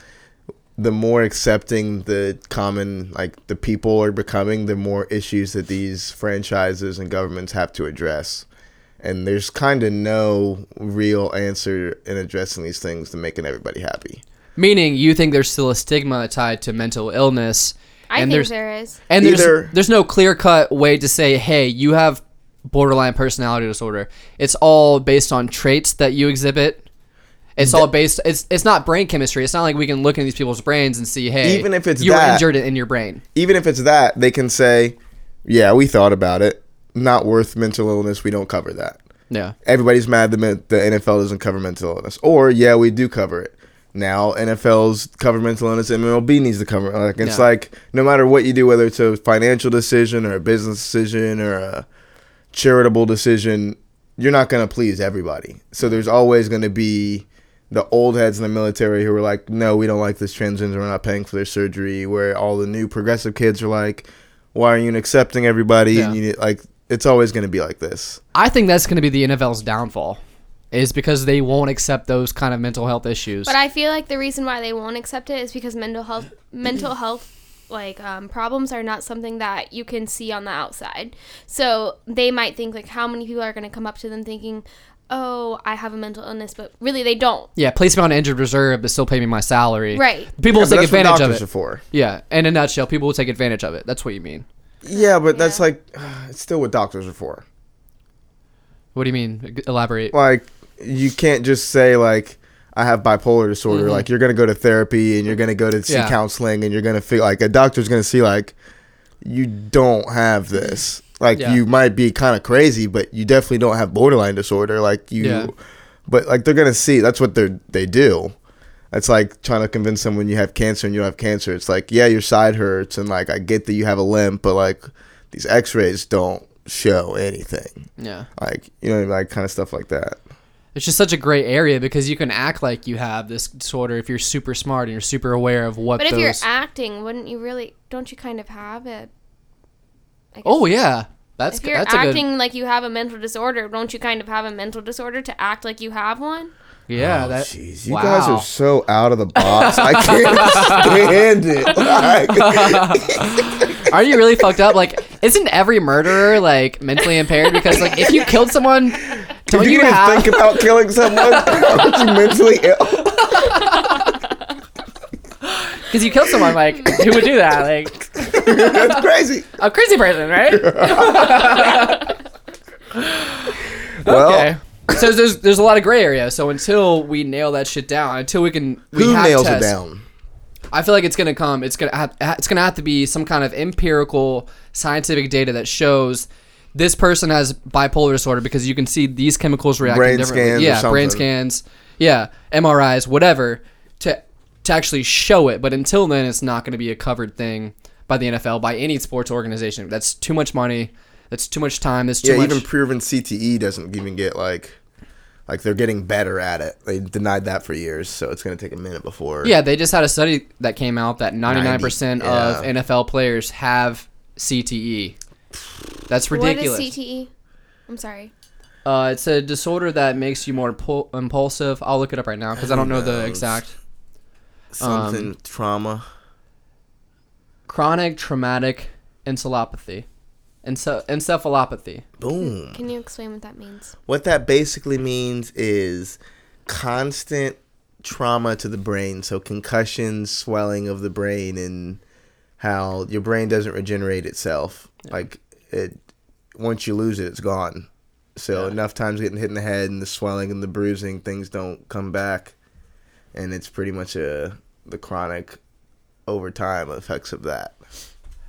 Speaker 2: The more accepting the common like the people are becoming, the more issues that these franchises and governments have to address and there's kind of no real answer in addressing these things to making everybody happy.
Speaker 1: Meaning you think there's still a stigma tied to mental illness.
Speaker 3: I
Speaker 1: and
Speaker 3: think
Speaker 1: there's
Speaker 3: there is.
Speaker 1: And there's
Speaker 2: Either-
Speaker 1: there's no clear cut way to say, hey, you have borderline personality disorder. It's all based on traits that you exhibit. It's all based. It's it's not brain chemistry. It's not like we can look in these people's brains and see, hey,
Speaker 2: Even if it's
Speaker 1: you were
Speaker 2: that- E
Speaker 1: injured in your brain.
Speaker 2: Even if it's that, they can say, "Yeah, we thought about it. Not worth mental illness. We don't cover that."
Speaker 1: Yeah,
Speaker 2: Everybody's mad the men- the NFL doesn't cover mental illness, or yeah, we do cover it. Now NFL's cover mental illness, MLB needs to cover. it. Like it's
Speaker 1: Yeah.
Speaker 2: like no matter what you do, whether it's a financial decision or a business decision or a charitable decision, you're not going to please everybody. So there's always going to be the old heads in the military who are like, no, we don't like this transgender. We're not paying for their surgery. Where all the new progressive kids are like, why are you accepting everybody? And
Speaker 1: Yeah.
Speaker 2: you need, like, it's always going to be like this.
Speaker 1: I think that's going to be the NFL's downfall, is because they won't accept those kind of mental health issues.
Speaker 3: But I feel like the reason why they won't accept it is because mental health mental health like um, problems are not something that you can see on the outside. So they might think like how many people are going to come up to them thinking, "Oh, I have a mental illness," but really they don't.
Speaker 1: yeah, place me on injured reserve, but still pay me my salary.
Speaker 3: Right.
Speaker 1: People will
Speaker 2: Yeah, but
Speaker 1: take
Speaker 2: that's what
Speaker 1: advantage of
Speaker 2: doctors
Speaker 1: it.
Speaker 2: are for.
Speaker 1: Yeah, in a nutshell, people will take advantage of it. That's what you mean.
Speaker 2: Yeah, but that's
Speaker 3: Yeah.
Speaker 2: like, it's still what doctors are for.
Speaker 1: What do you mean? Elaborate.
Speaker 2: like you can't just say like I have bipolar disorder. Like you're gonna go to therapy and you're gonna go to see
Speaker 1: Mm-hmm. Yeah.
Speaker 2: counseling and you're gonna feel like a doctor's gonna see like you don't have this. Like
Speaker 1: Yeah.
Speaker 2: you might be kind of crazy, but you definitely don't have borderline disorder. Like you,
Speaker 1: Yeah.
Speaker 2: but like they're gonna see. That's what they they do. It's like trying to convince someone you have cancer and you don't have cancer. It's like yeah, your side hurts and like I get that you have a limp, but like these X-rays don't show anything.
Speaker 1: yeah.
Speaker 2: Like you know, like kind of stuff like that.
Speaker 1: It's just such a gray area because you can act like you have this disorder if you're super smart and you're super aware of what
Speaker 3: But if
Speaker 1: those.
Speaker 3: you're acting, wouldn't you really don't you kind of have it? I guess.
Speaker 1: oh yeah, that's
Speaker 3: If
Speaker 1: good.
Speaker 3: you're
Speaker 1: That's a
Speaker 3: acting
Speaker 1: good.
Speaker 3: like you have a mental disorder, don't you kind of have a mental disorder to act like you have one?
Speaker 1: Yeah, that.
Speaker 2: Oh, Jeez, you
Speaker 1: wow.
Speaker 2: guys are so out of the box. I can't stand it. Like,
Speaker 1: Are you really fucked up? Like, isn't every murderer like mentally impaired? Because like, if you killed someone, don't
Speaker 2: you
Speaker 1: you,
Speaker 2: even
Speaker 1: have?
Speaker 2: think about killing someone? Aren't you mentally ill?
Speaker 1: Because you killed someone, like, who would do that? Like,
Speaker 2: That's crazy.
Speaker 1: a crazy person, right?
Speaker 2: Well,
Speaker 1: Okay.
Speaker 2: Oh.
Speaker 1: So there's there's a lot of gray area. So until we nail that shit down, until we can we
Speaker 2: who
Speaker 1: have
Speaker 2: nails
Speaker 1: tests-
Speaker 2: it down?
Speaker 1: I feel like it's gonna come. It's gonna have, it's gonna have to be some kind of empirical scientific data that shows this person has bipolar disorder because you can see these chemicals reacting
Speaker 2: Brain
Speaker 1: differently.
Speaker 2: scans or
Speaker 1: yeah, brain
Speaker 2: something.
Speaker 1: scans. Yeah, MRIs, whatever to to actually show it. But until then, it's not gonna be a covered thing by the NFL by any sports organization. That's too much money. That's too much time. That's too
Speaker 2: yeah,
Speaker 1: much.
Speaker 2: even proven CTE E doesn't even get like, like they're getting better at it. They denied that for years, so it's gonna take a minute before.
Speaker 1: Yeah, they just had a study that came out that 99%
Speaker 2: 90,
Speaker 1: of
Speaker 2: yeah.
Speaker 1: NFL players have CTE. That's ridiculous.
Speaker 3: What is CTE? I'm sorry.
Speaker 1: Uh, it's a disorder that makes you more pul- impulsive. I'll look it up right now because I don't know the exact.
Speaker 2: something
Speaker 1: Um,
Speaker 2: trauma.
Speaker 1: Chronic traumatic encephalopathy. Ence- encephalopathy.
Speaker 2: Boom.
Speaker 3: Can you explain what that means?
Speaker 2: What that basically means is constant trauma to the brain. So concussions, swelling of the brain, and how your brain doesn't regenerate itself. Like it, once you lose it, it's gone. So enough times getting hit in the head and the swelling and the bruising, things don't come back, and it's pretty much a the chronic over time effects of that.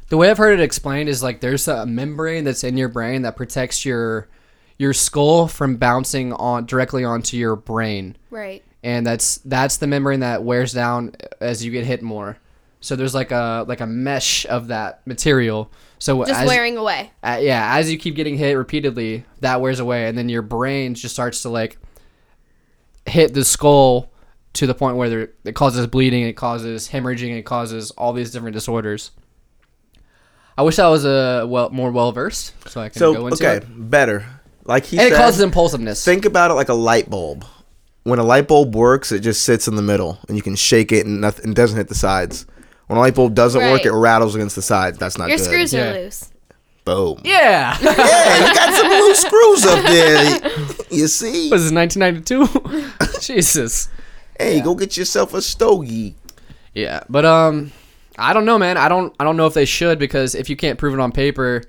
Speaker 1: The way I've heard it explained is like there's a membrane that's in your brain that protects your your skull from bouncing on directly onto your brain.
Speaker 3: Right.
Speaker 1: and that's that's the membrane that wears down as you get hit more. So there's like a like a mesh of that material. So
Speaker 3: Just
Speaker 1: as,
Speaker 3: wearing away.
Speaker 1: uh, yeah, as you keep getting hit repeatedly, that wears away, and then your brain just starts to like hit the skull to the point where there- it causes bleeding, it causes hemorrhaging, it causes all these different disorders. I wish I was a well more well versed, so I can
Speaker 2: So
Speaker 1: go into
Speaker 2: okay,
Speaker 1: it.
Speaker 2: better. Like he
Speaker 1: And it
Speaker 2: said,
Speaker 1: causes impulsiveness.
Speaker 2: Think about it like a light bulb. When a light bulb works, it just sits in the middle, and you can shake it, and nothing and it doesn't hit the sides. When a light bulb doesn't work,
Speaker 3: Right.
Speaker 2: it rattles against the sides. That's not
Speaker 3: Your
Speaker 2: good.
Speaker 3: screws
Speaker 1: Yeah.
Speaker 3: are loose.
Speaker 2: Boom.
Speaker 1: yeah, this
Speaker 2: Yeah, you got some loose screws up there. You see?
Speaker 1: is 1992. Jesus.
Speaker 2: Hey, go get yourself a stogie.
Speaker 1: Yeah, but um, I don't know, man. I don't I don't know if they should because if you can't prove it on paper,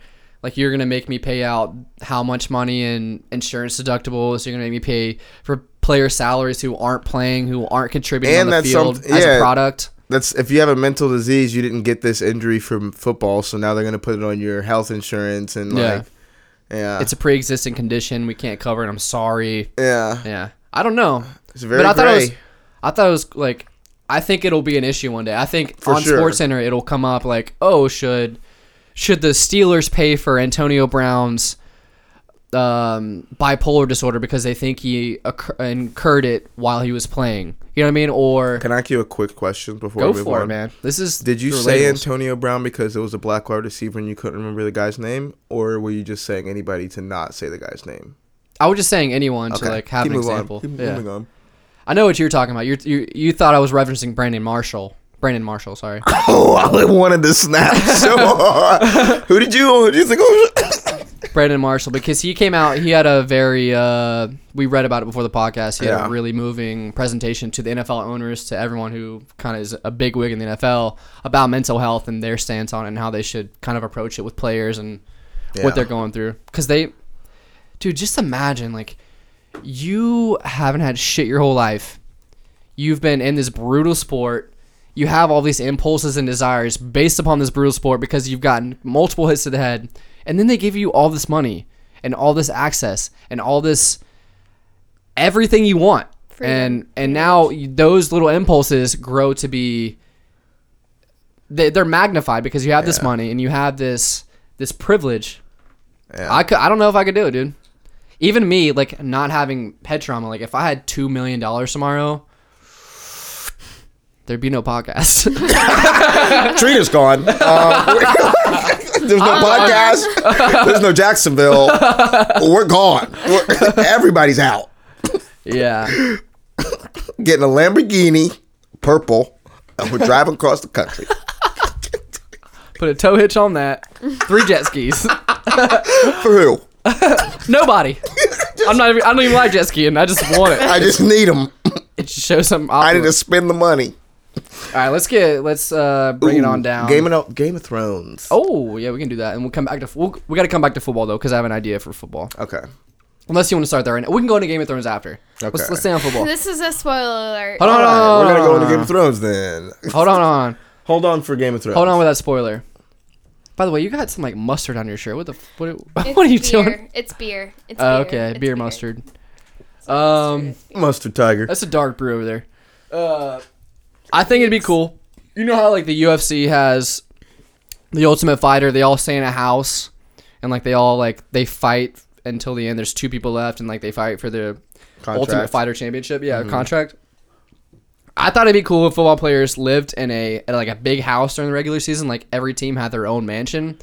Speaker 1: like you're gonna make me pay out how much money in insurance deductibles. You're gonna make me pay for player salaries who aren't playing, who aren't contributing
Speaker 2: And
Speaker 1: on the
Speaker 2: that's
Speaker 1: field
Speaker 2: something-
Speaker 1: as a
Speaker 2: yeah.
Speaker 1: product.
Speaker 2: That's if you have a mental disease, you didn't get this injury from football, so now they're gonna put it on your health insurance and
Speaker 1: Yeah.
Speaker 2: like, yeah,
Speaker 1: It's a pre-existing condition. We can't cover it. I'm sorry.
Speaker 2: yeah,
Speaker 1: Yeah, I don't know.
Speaker 2: it's very
Speaker 1: but I thought it was,
Speaker 2: gray.
Speaker 1: I thought it was like, I think it'll be an issue one day. I think on
Speaker 2: sure.
Speaker 1: Sports Center it'll come up like, oh, should should the Steelers pay for Antonio Brown's um, bipolar disorder because they think he occur- incurred it while he was playing? You know what I mean? Or
Speaker 2: Can I ask you a quick question before
Speaker 1: go
Speaker 2: we move
Speaker 1: for
Speaker 2: on?
Speaker 1: it, man. This is
Speaker 2: Did you
Speaker 1: relatable.
Speaker 2: say Antonio Brown because it was a black wide receiver and you couldn't remember the guy's name, or were you just saying anybody to not say the guy's name?
Speaker 1: I was just saying anyone to like have
Speaker 2: Keep
Speaker 1: an
Speaker 2: moving on.
Speaker 1: example.
Speaker 2: Keep
Speaker 1: Yeah.
Speaker 2: moving on.
Speaker 1: I know what you're talking about. You're, you you thought I was referencing Brandon Marshall. Brandon Marshall, sorry.
Speaker 2: Oh, I wanted to snap so hard. Who did you? Who did you think? Oh,
Speaker 1: Brandon Marshall because he came out. He had a very uh, we read about it before the podcast. He had
Speaker 2: Yeah.
Speaker 1: a really moving presentation to the NFL owners, to everyone who kind of is a big wig in the NFL about mental health and their stance on it and how they should kind of approach it with players and
Speaker 2: Yeah.
Speaker 1: what they're going through. Because they, dude, just imagine like you haven't had shit your whole life. You've been in this brutal sport. You have all these impulses and desires based upon this brutal sport because you've gotten multiple hits to the head. And then they give you all this money and all this access and all this everything you want.
Speaker 3: Freedom.
Speaker 1: And and now you- those little impulses grow to be they, they're magnified because you have this money and you have this this privilege.
Speaker 2: Yeah.
Speaker 1: I could, I don't know if I could do it, dude. Even me, like not having head trauma, like if I had two million dollars tomorrow, there'd be no podcast.
Speaker 2: Trina's gone. Uh, there's no
Speaker 1: Oh,
Speaker 2: podcast. There's no Jacksonville. We're gone. We're- everybody's out.
Speaker 1: yeah,
Speaker 2: Getting a Lamborghini, purple, and we're driving across the country.
Speaker 1: put a tow hitch on that. Three jet skis.
Speaker 2: For who?
Speaker 1: Nobody. I'm not. Even, I don't even like jet skiing. I just want it.
Speaker 2: I just need them.
Speaker 1: It just shows some.
Speaker 2: I need
Speaker 1: opulence.
Speaker 2: to spend the money.
Speaker 1: All right, let's get let's uh, bring it
Speaker 2: Ooh,
Speaker 1: on down.
Speaker 2: Game of Game of Thrones.
Speaker 1: oh yeah, we can do that, and we'll come back to. We'll, we got to come back to football though, because I have an idea for football.
Speaker 2: Okay.
Speaker 1: Unless you want to start there right now. We can go into Game of Thrones after. Let's,
Speaker 2: Okay.
Speaker 1: let's stay on football.
Speaker 3: This is a spoiler alert.
Speaker 1: Hold on, hold
Speaker 2: All
Speaker 1: on,
Speaker 2: right, we're gonna Oh, go
Speaker 1: hold
Speaker 2: into
Speaker 1: on.
Speaker 2: Game of Thrones then.
Speaker 1: Hold on, hold on.
Speaker 2: Hold on for Game of Thrones.
Speaker 1: Hold on with that spoiler. By the way, you got some like mustard on your shirt. What the? f- What, are- what are you
Speaker 3: beer.
Speaker 1: doing?
Speaker 3: It's beer. It's
Speaker 1: Uh,
Speaker 3: beer.
Speaker 1: okay,
Speaker 3: It's
Speaker 1: beer mustard. Um,
Speaker 2: Mustard Tiger.
Speaker 1: that's a dark brew over there. Uh, I think it'd be cool. You know how like the UFC has the Ultimate Fighter. They all stay in a house, and like they all like they fight until the end. There's two people left, and like they fight for the Ultimate
Speaker 2: Contract.
Speaker 1: Fighter Championship. Yeah, contract. I thought it'd be cool if football players lived in a at like a big house during the regular season. Like every team had their own mansion,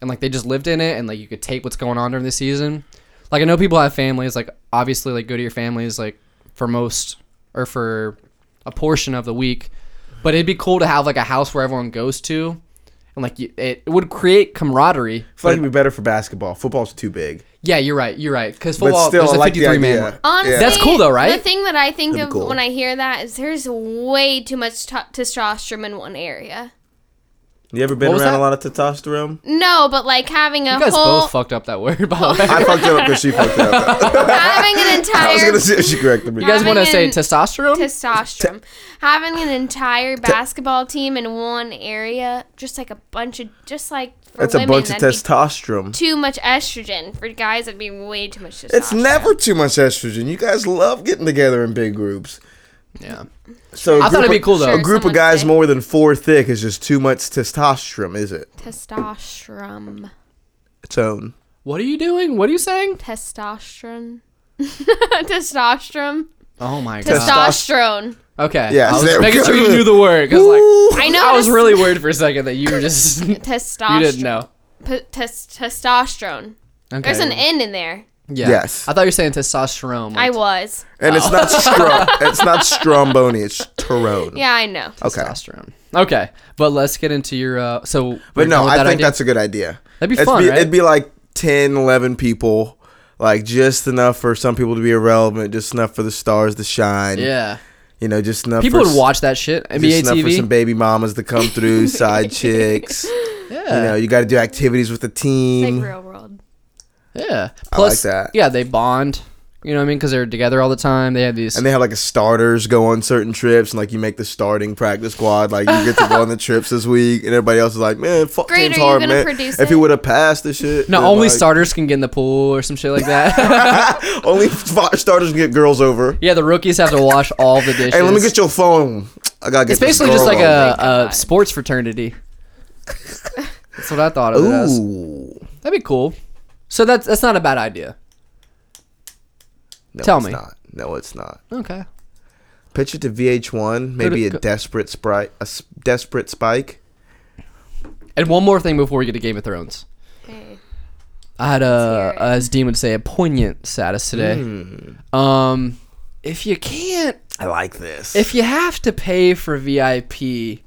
Speaker 1: and like they just lived in it, and like you could tape what's going on during the season. Like I know people have families. Like obviously, like go to your families like for most or for a portion of the week, but it'd be cool to have like a house where everyone goes to, and like you, it, it would create camaraderie.
Speaker 2: I feel like it'd be better for basketball. Football's too big.
Speaker 1: Yeah, you're right. You're right. Because
Speaker 2: But
Speaker 1: football,
Speaker 2: still,
Speaker 1: there's
Speaker 2: I
Speaker 1: a
Speaker 2: like the
Speaker 1: 53 man.
Speaker 2: idea.
Speaker 1: one.
Speaker 3: Honestly,
Speaker 1: That's cool though,
Speaker 3: The
Speaker 1: right?
Speaker 3: thing that I think
Speaker 2: That'd
Speaker 3: of
Speaker 2: be cool.
Speaker 3: when I hear that is there's way too much to- testosterone in one area.
Speaker 5: You ever been
Speaker 1: What
Speaker 5: around
Speaker 1: was
Speaker 5: a
Speaker 1: that?
Speaker 5: lot of testosterone?
Speaker 3: No, but like having a
Speaker 1: You guys
Speaker 3: whole,
Speaker 1: both fucked up that word. By the way.
Speaker 2: I fucked it up because she fucked it up.
Speaker 3: having an
Speaker 2: I was
Speaker 3: entire
Speaker 2: gonna see if she corrected me.
Speaker 1: You guys want to
Speaker 3: Having
Speaker 1: say
Speaker 3: an-
Speaker 1: testosterone?
Speaker 3: testosterone, having an entire basketball team in one area, just like a bunch of, just like for
Speaker 5: That's a
Speaker 3: women,
Speaker 5: bunch of
Speaker 3: that'd be
Speaker 5: testosterone.
Speaker 3: too much estrogen. For guys, that'd be way too much testosterone.
Speaker 2: It's never too much estrogen. You guys love getting together in big groups.
Speaker 1: yeah.
Speaker 2: So a
Speaker 1: I thought
Speaker 2: group
Speaker 1: it'd be
Speaker 2: of-
Speaker 1: cool though.
Speaker 2: A group
Speaker 3: Someone
Speaker 2: of guys
Speaker 3: say.
Speaker 2: more than four thick is just too much testosterone, is it?
Speaker 3: testosterone.
Speaker 2: Its own.
Speaker 1: What are you doing? What are you saying?
Speaker 3: Testosterone. testosterone.
Speaker 1: Oh my god.
Speaker 3: Testosterone.
Speaker 1: Okay.
Speaker 2: Yes,
Speaker 1: I was
Speaker 2: there we
Speaker 1: making
Speaker 2: go.
Speaker 1: sure you knew the word. 'cause, like,
Speaker 3: I know.
Speaker 1: I was really worried for a second that you were just you
Speaker 3: testosterone.
Speaker 1: didn't know.
Speaker 3: P- tes- testosterone.
Speaker 1: Okay.
Speaker 3: There's an N in there.
Speaker 1: yeah.
Speaker 2: Yes.
Speaker 1: I thought you were saying testosterone.
Speaker 3: I
Speaker 1: Like,
Speaker 3: was.
Speaker 2: And it's not stro- it's not stromboni, it's Tyrone.
Speaker 3: Yeah, I know.
Speaker 2: Okay.
Speaker 1: testosterone. Okay. But let's get into your. Uh, so.
Speaker 2: But no, I think that's a good idea.
Speaker 1: That'd be
Speaker 2: It'd
Speaker 1: fun,
Speaker 2: be,
Speaker 1: right?
Speaker 2: It'd be like 10, 11 people, like just enough for some people to be irrelevant, just enough for the stars to shine.
Speaker 1: Yeah.
Speaker 2: You know, just enough
Speaker 1: People
Speaker 2: for
Speaker 1: would
Speaker 2: s-
Speaker 1: watch that shit.
Speaker 2: just
Speaker 1: NBA
Speaker 2: enough for
Speaker 1: TV.
Speaker 2: some baby mamas to come through, side chicks. You know,
Speaker 1: yeah.
Speaker 2: you got to do activities with the
Speaker 3: Like
Speaker 2: team.
Speaker 3: real world.
Speaker 1: yeah. Plus,
Speaker 2: that.
Speaker 1: yeah, they bond. You know what I mean? Because they're together all the time. They have these.
Speaker 2: and they have like a starters go on certain trips, and like you make the starting practice squad. Like you get to go on the trips this week, and everybody else is like, "Man, fuck
Speaker 3: Great,
Speaker 2: James
Speaker 3: are you
Speaker 2: Harden, man.
Speaker 3: gonna produce
Speaker 2: If he
Speaker 3: it?"
Speaker 2: would have passed the shit,
Speaker 1: no,
Speaker 2: then,
Speaker 1: only
Speaker 2: like,
Speaker 1: starters can get in the pool or some shit like that.
Speaker 2: only f- starters can get girls over."
Speaker 1: yeah, the rookies have to wash all the dishes.
Speaker 2: Hey, let me get your phone. I gotta get.
Speaker 1: It's
Speaker 2: this
Speaker 1: basically
Speaker 2: girl
Speaker 1: just like
Speaker 2: over.
Speaker 1: a, a
Speaker 3: Oh God.
Speaker 1: sports fraternity. that's what I thought of it as.
Speaker 2: Ooh.
Speaker 1: That'd be cool. So that's that's not a bad idea.
Speaker 2: No,
Speaker 1: Tell
Speaker 2: it's
Speaker 1: me.
Speaker 2: Not. No, it's not.
Speaker 1: Okay.
Speaker 2: Picture to VH1, maybe a
Speaker 1: go-
Speaker 2: desperate sprite, a s- desperate spike.
Speaker 1: And one more thing before we get to Game of Thrones.
Speaker 3: Okay.
Speaker 1: I had a,
Speaker 3: hear it.
Speaker 1: as Dean would say, a poignant status today. Um, if you can't,
Speaker 2: I like this.
Speaker 1: if you have to pay for VIP,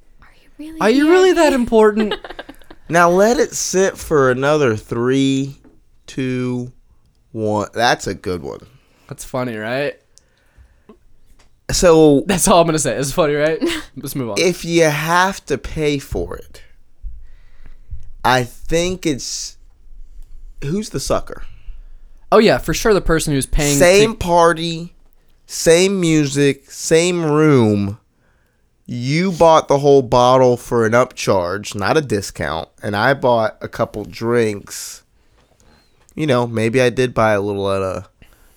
Speaker 3: Really?
Speaker 1: are you really that important?
Speaker 2: now let it sit for another three, two, one. That's a good one.
Speaker 1: that's funny, right?
Speaker 2: So
Speaker 1: That's all I'm gonna say. It's funny, right? Let's move on.
Speaker 2: if you have to pay for it, I think it's who's the sucker.
Speaker 1: oh yeah, for sure, the person who's paying. to-
Speaker 2: same party, same music, same room. You bought the whole bottle for an upcharge, not a discount, and I bought a couple drinks. You know, maybe I did buy a little at a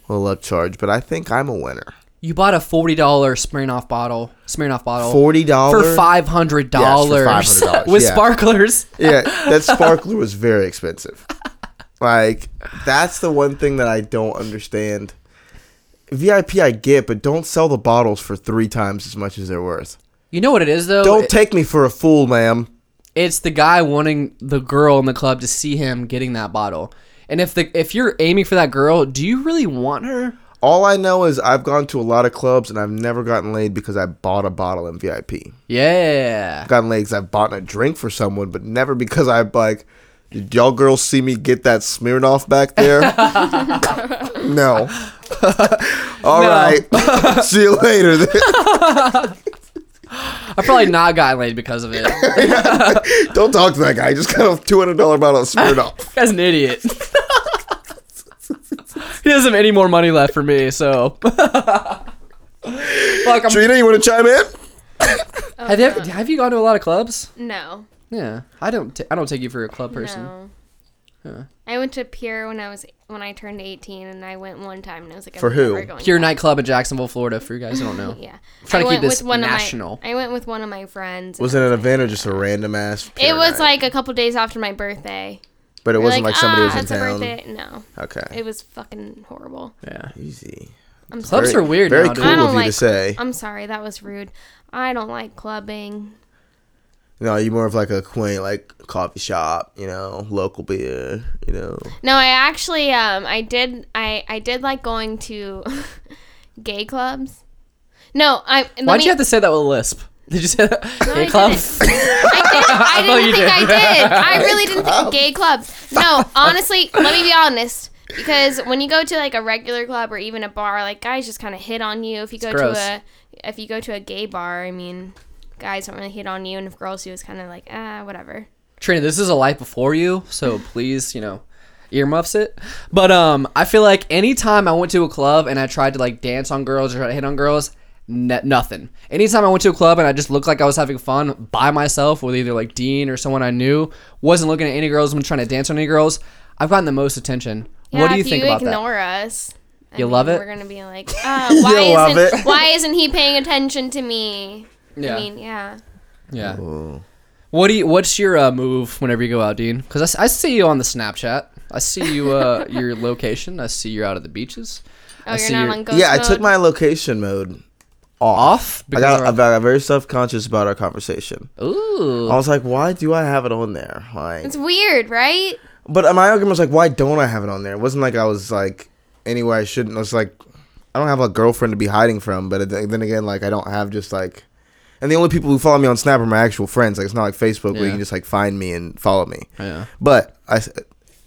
Speaker 2: little upcharge, but I think I'm a winner.
Speaker 1: you bought a forty dollar Smirnoff bottle. Smirnoff bottle.
Speaker 2: Forty dollars
Speaker 1: Oh. for five hundred dollars
Speaker 2: Yes, for $500,
Speaker 1: with
Speaker 2: yeah.
Speaker 1: sparklers.
Speaker 2: Yeah, that sparkler was very expensive. Like, that's the one thing that I don't understand. VIP I get, but don't sell the bottles for three times as much as they're worth.
Speaker 1: You know what it is though?
Speaker 2: Don't
Speaker 1: It-
Speaker 2: take me for a fool, ma'am.
Speaker 1: it's the guy wanting the girl in the club to see him getting that bottle. And if the if you're aiming for that girl, do you really want her?
Speaker 2: All I know is I've gone to a lot of clubs and I've never gotten laid because I bought a bottle in VIP. I've
Speaker 1: Yeah.
Speaker 2: gotten laid because I've bought a drink for someone, but never because I like. Did y'all girls see me get that Smirnoff back there? no. All
Speaker 1: No.
Speaker 2: right. see you later.
Speaker 1: I probably not got laid because of it. That
Speaker 2: Don't talk to that guy. He just got a two hundred dollar bottle of Smirnoff.
Speaker 1: guy's an idiot. he doesn't have any more money left for me, so. Fuck, I'm,
Speaker 2: Trina, you want to chime in?
Speaker 1: have, you, have you gone to a lot of clubs?
Speaker 3: No.
Speaker 1: Yeah, I don't. T- I don't take you for a club person.
Speaker 3: No. I went to Pure when I was when I turned 18, and I went one time, and I was like, I'm
Speaker 2: For who?
Speaker 3: never going
Speaker 1: Pure
Speaker 3: back.
Speaker 1: nightclub in Jacksonville, Florida. For you guys who don't know,
Speaker 3: Yeah.
Speaker 1: Try to keep
Speaker 3: I went
Speaker 1: this
Speaker 3: with one
Speaker 1: national.
Speaker 3: Of my, I went with one of my friends.
Speaker 2: Was it an event or just a random ass?
Speaker 3: It
Speaker 2: pure
Speaker 3: was
Speaker 2: night?
Speaker 3: like a couple days after my birthday.
Speaker 2: but it
Speaker 3: They're
Speaker 2: wasn't like, somebody
Speaker 3: "Ah,
Speaker 2: was in
Speaker 3: it's a
Speaker 2: town.
Speaker 3: birthday." No,
Speaker 2: Okay,
Speaker 3: it was fucking horrible.
Speaker 1: yeah.
Speaker 2: easy.
Speaker 3: I'm sorry.
Speaker 1: Clubs are weird
Speaker 2: Very
Speaker 1: nowadays.
Speaker 2: cool
Speaker 3: I
Speaker 2: of
Speaker 3: don't
Speaker 2: you to
Speaker 3: like-
Speaker 2: say.
Speaker 3: I'm sorry, that was rude. I don't like clubbing.
Speaker 2: No, you're more of like a quaint, like coffee shop, you know, local beer, you know.
Speaker 3: No, I actually um I did I I did like going to gay clubs. No, I
Speaker 1: Why'd you have to say that with a lisp? Did you say that? Gay
Speaker 3: I
Speaker 1: clubs?
Speaker 3: I
Speaker 1: thought
Speaker 3: didn't
Speaker 1: you
Speaker 3: think
Speaker 1: did.
Speaker 3: I did. I really didn't think gay clubs. No, honestly, let me be honest. Because when you go to like a regular club or even a bar, like guys just kind of hit on you. If you go
Speaker 1: gross.
Speaker 3: to a if you go to a gay bar, I mean, guys don't really hit on you, and if girls do, it's kind of like ah, whatever.
Speaker 1: Trina, this is a life before you, so please, you know, earmuffs it. But um, I feel like anytime I went to a club and I tried to like dance on girls or try to hit on girls, n- nothing. Anytime I went to a club and I just looked like I was having fun by myself with either like Dean or someone I knew, wasn't looking at any girls, wasn't trying to dance on any girls, I've gotten the most attention.
Speaker 3: Yeah,
Speaker 1: what do you
Speaker 3: if
Speaker 1: think
Speaker 3: you
Speaker 1: about that?
Speaker 3: ignore us. I
Speaker 1: You love it?
Speaker 3: We're gonna be like, uh, why
Speaker 2: You love
Speaker 3: isn't
Speaker 2: it.
Speaker 3: why isn't he paying attention to me?
Speaker 1: Yeah,
Speaker 3: I mean, yeah.
Speaker 1: yeah.
Speaker 2: Ooh.
Speaker 1: What do you? What's your uh, move whenever you go out, Dean? Because I, s- I see you on the Snapchat. I see you uh, your location. I see you're out at the beaches.
Speaker 3: Oh,
Speaker 1: I
Speaker 3: you're
Speaker 1: see
Speaker 3: not
Speaker 1: you're-
Speaker 3: on ghost
Speaker 2: Yeah, I
Speaker 3: mode?
Speaker 2: took my location mode
Speaker 1: Off.
Speaker 2: Oh, I
Speaker 1: Because
Speaker 2: got, I
Speaker 1: of our-
Speaker 2: got very self conscious about our conversation.
Speaker 1: ooh.
Speaker 2: I was like, why do I have it on there? Like,
Speaker 3: It's weird, right?
Speaker 2: but my argument was like, why don't I have it on there? It wasn't like I was like anywhere I shouldn't. I was like, I don't have a girlfriend to be hiding from. But then then again, like I don't have just like, and the only people who follow me on Snap are my actual friends. Like it's not like Facebook where
Speaker 1: Yeah.
Speaker 2: you can just like find me and follow me.
Speaker 1: Yeah.
Speaker 2: But I, s-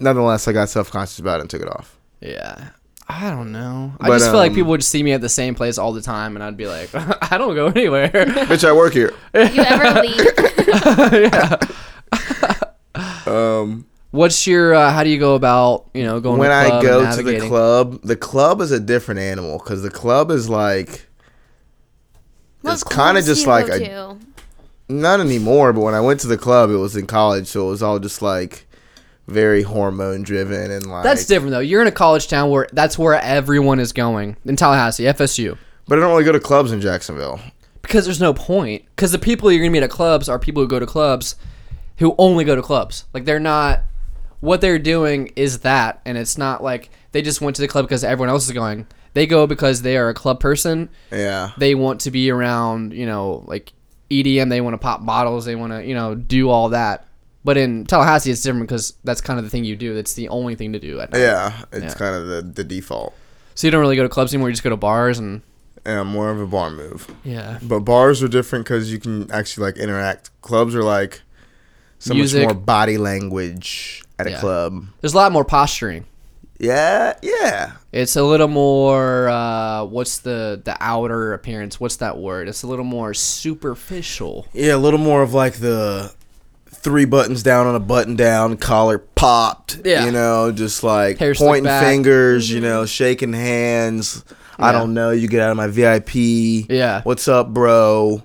Speaker 2: nonetheless, I got self conscious about it and took it off.
Speaker 1: Yeah. I don't know. I
Speaker 2: But,
Speaker 1: just feel like
Speaker 2: um,
Speaker 1: people would see me at the same place all the time, and I'd be like, I don't go anywhere.
Speaker 2: Bitch, I work here.
Speaker 3: You ever leave?
Speaker 2: Um,
Speaker 1: What's your? Uh, how do you go about you know going
Speaker 2: when
Speaker 1: to the
Speaker 2: I
Speaker 1: club and
Speaker 2: go to the
Speaker 1: navigating?
Speaker 2: club, the club is a different animal because the club is like it's kind of just like a
Speaker 3: a,
Speaker 2: not anymore, but when I went to the club, it was in college, so it was all just like very hormone driven and like.
Speaker 1: That's different though. You're in a college town where that's where everyone is going in Tallahassee, FSU.
Speaker 2: But I don't really go to clubs in Jacksonville.
Speaker 1: because there's no point. Because the people you're gonna meet at clubs are people who go to clubs, who only go to clubs. Like they're not. What they're doing is that, and it's not like they just went to the club because everyone else is going. They go because they are a club person.
Speaker 2: Yeah.
Speaker 1: They want to be around, you know, like EDM. They want to pop bottles. They want to, you know, do all that. But in Tallahassee, it's different because that's kind of the thing you do. That's the only thing to do at night.
Speaker 2: Yeah, it's
Speaker 1: Yeah.
Speaker 2: kind of the, the default.
Speaker 1: So you don't really go to clubs anymore. You just go to bars and
Speaker 2: Yeah, more of a bar move.
Speaker 1: yeah,
Speaker 2: But bars are different because you can actually like interact. Clubs are like so
Speaker 1: Music.
Speaker 2: much more body language at a
Speaker 1: Yeah.
Speaker 2: club.
Speaker 1: there's a lot more posturing.
Speaker 2: Yeah, yeah.
Speaker 1: It's a little more. Uh, what's the the outer appearance? What's that word? It's a little more superficial.
Speaker 2: Yeah, a little more of like the three buttons down on a button down, collar popped.
Speaker 1: Yeah.
Speaker 2: You know, just like
Speaker 1: Hair slicked
Speaker 2: pointing
Speaker 1: back.
Speaker 2: fingers, you know, shaking hands. I
Speaker 1: Yeah.
Speaker 2: don't know. You get out of my VIP.
Speaker 1: Yeah.
Speaker 2: What's up, bro?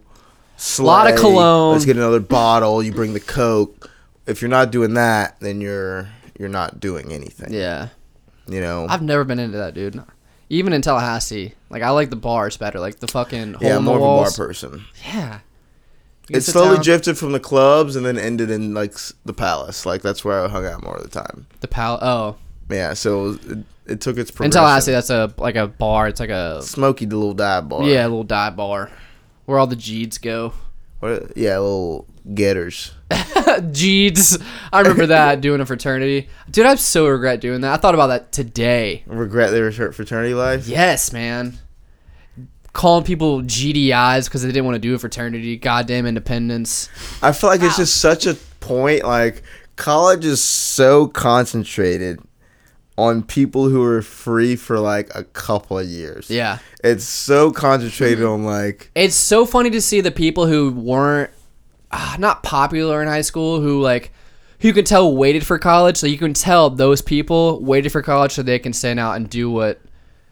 Speaker 2: Slay.
Speaker 1: Lot of cologne.
Speaker 2: Let's get another bottle. You bring the Coke. If you're not doing that, then you're you're not doing anything.
Speaker 1: Yeah,
Speaker 2: You know.
Speaker 1: I've never been into that, dude. Even in Tallahassee, like I like the bars better, like the fucking hole
Speaker 2: yeah,
Speaker 1: in
Speaker 2: I'm
Speaker 1: the
Speaker 2: more of a bar
Speaker 1: walls.
Speaker 2: person.
Speaker 1: yeah, You
Speaker 2: It
Speaker 1: sit
Speaker 2: slowly
Speaker 1: down-
Speaker 2: drifted from the clubs and then ended in like s- the palace. Like that's where I hung out more of the time.
Speaker 1: the pal. Oh,
Speaker 2: Yeah, so it, it took its
Speaker 1: in
Speaker 2: progression.
Speaker 1: Tallahassee, that's a like a bar. It's like a
Speaker 2: Smokey the little dive bar.
Speaker 1: yeah, a little dive bar where all the jeeds go.
Speaker 2: What- yeah, little getters.
Speaker 1: Jeeds, I remember that doing a fraternity, dude. I so regret doing that. I thought about that today.
Speaker 2: Regret their fr- fraternity life.
Speaker 1: Yes, man. Calling people GDIs because they didn't want to do a fraternity. Goddamn independence.
Speaker 2: I feel like it's just such a point. Like college is so concentrated on people who are free for like a couple of years.
Speaker 1: Yeah. Mm-hmm.
Speaker 2: it's so concentrated on like
Speaker 1: It's so funny to see the people who weren't ah, not popular in high school who like who you can tell waited for college. So you can tell those people waited for college so they can stand out and do what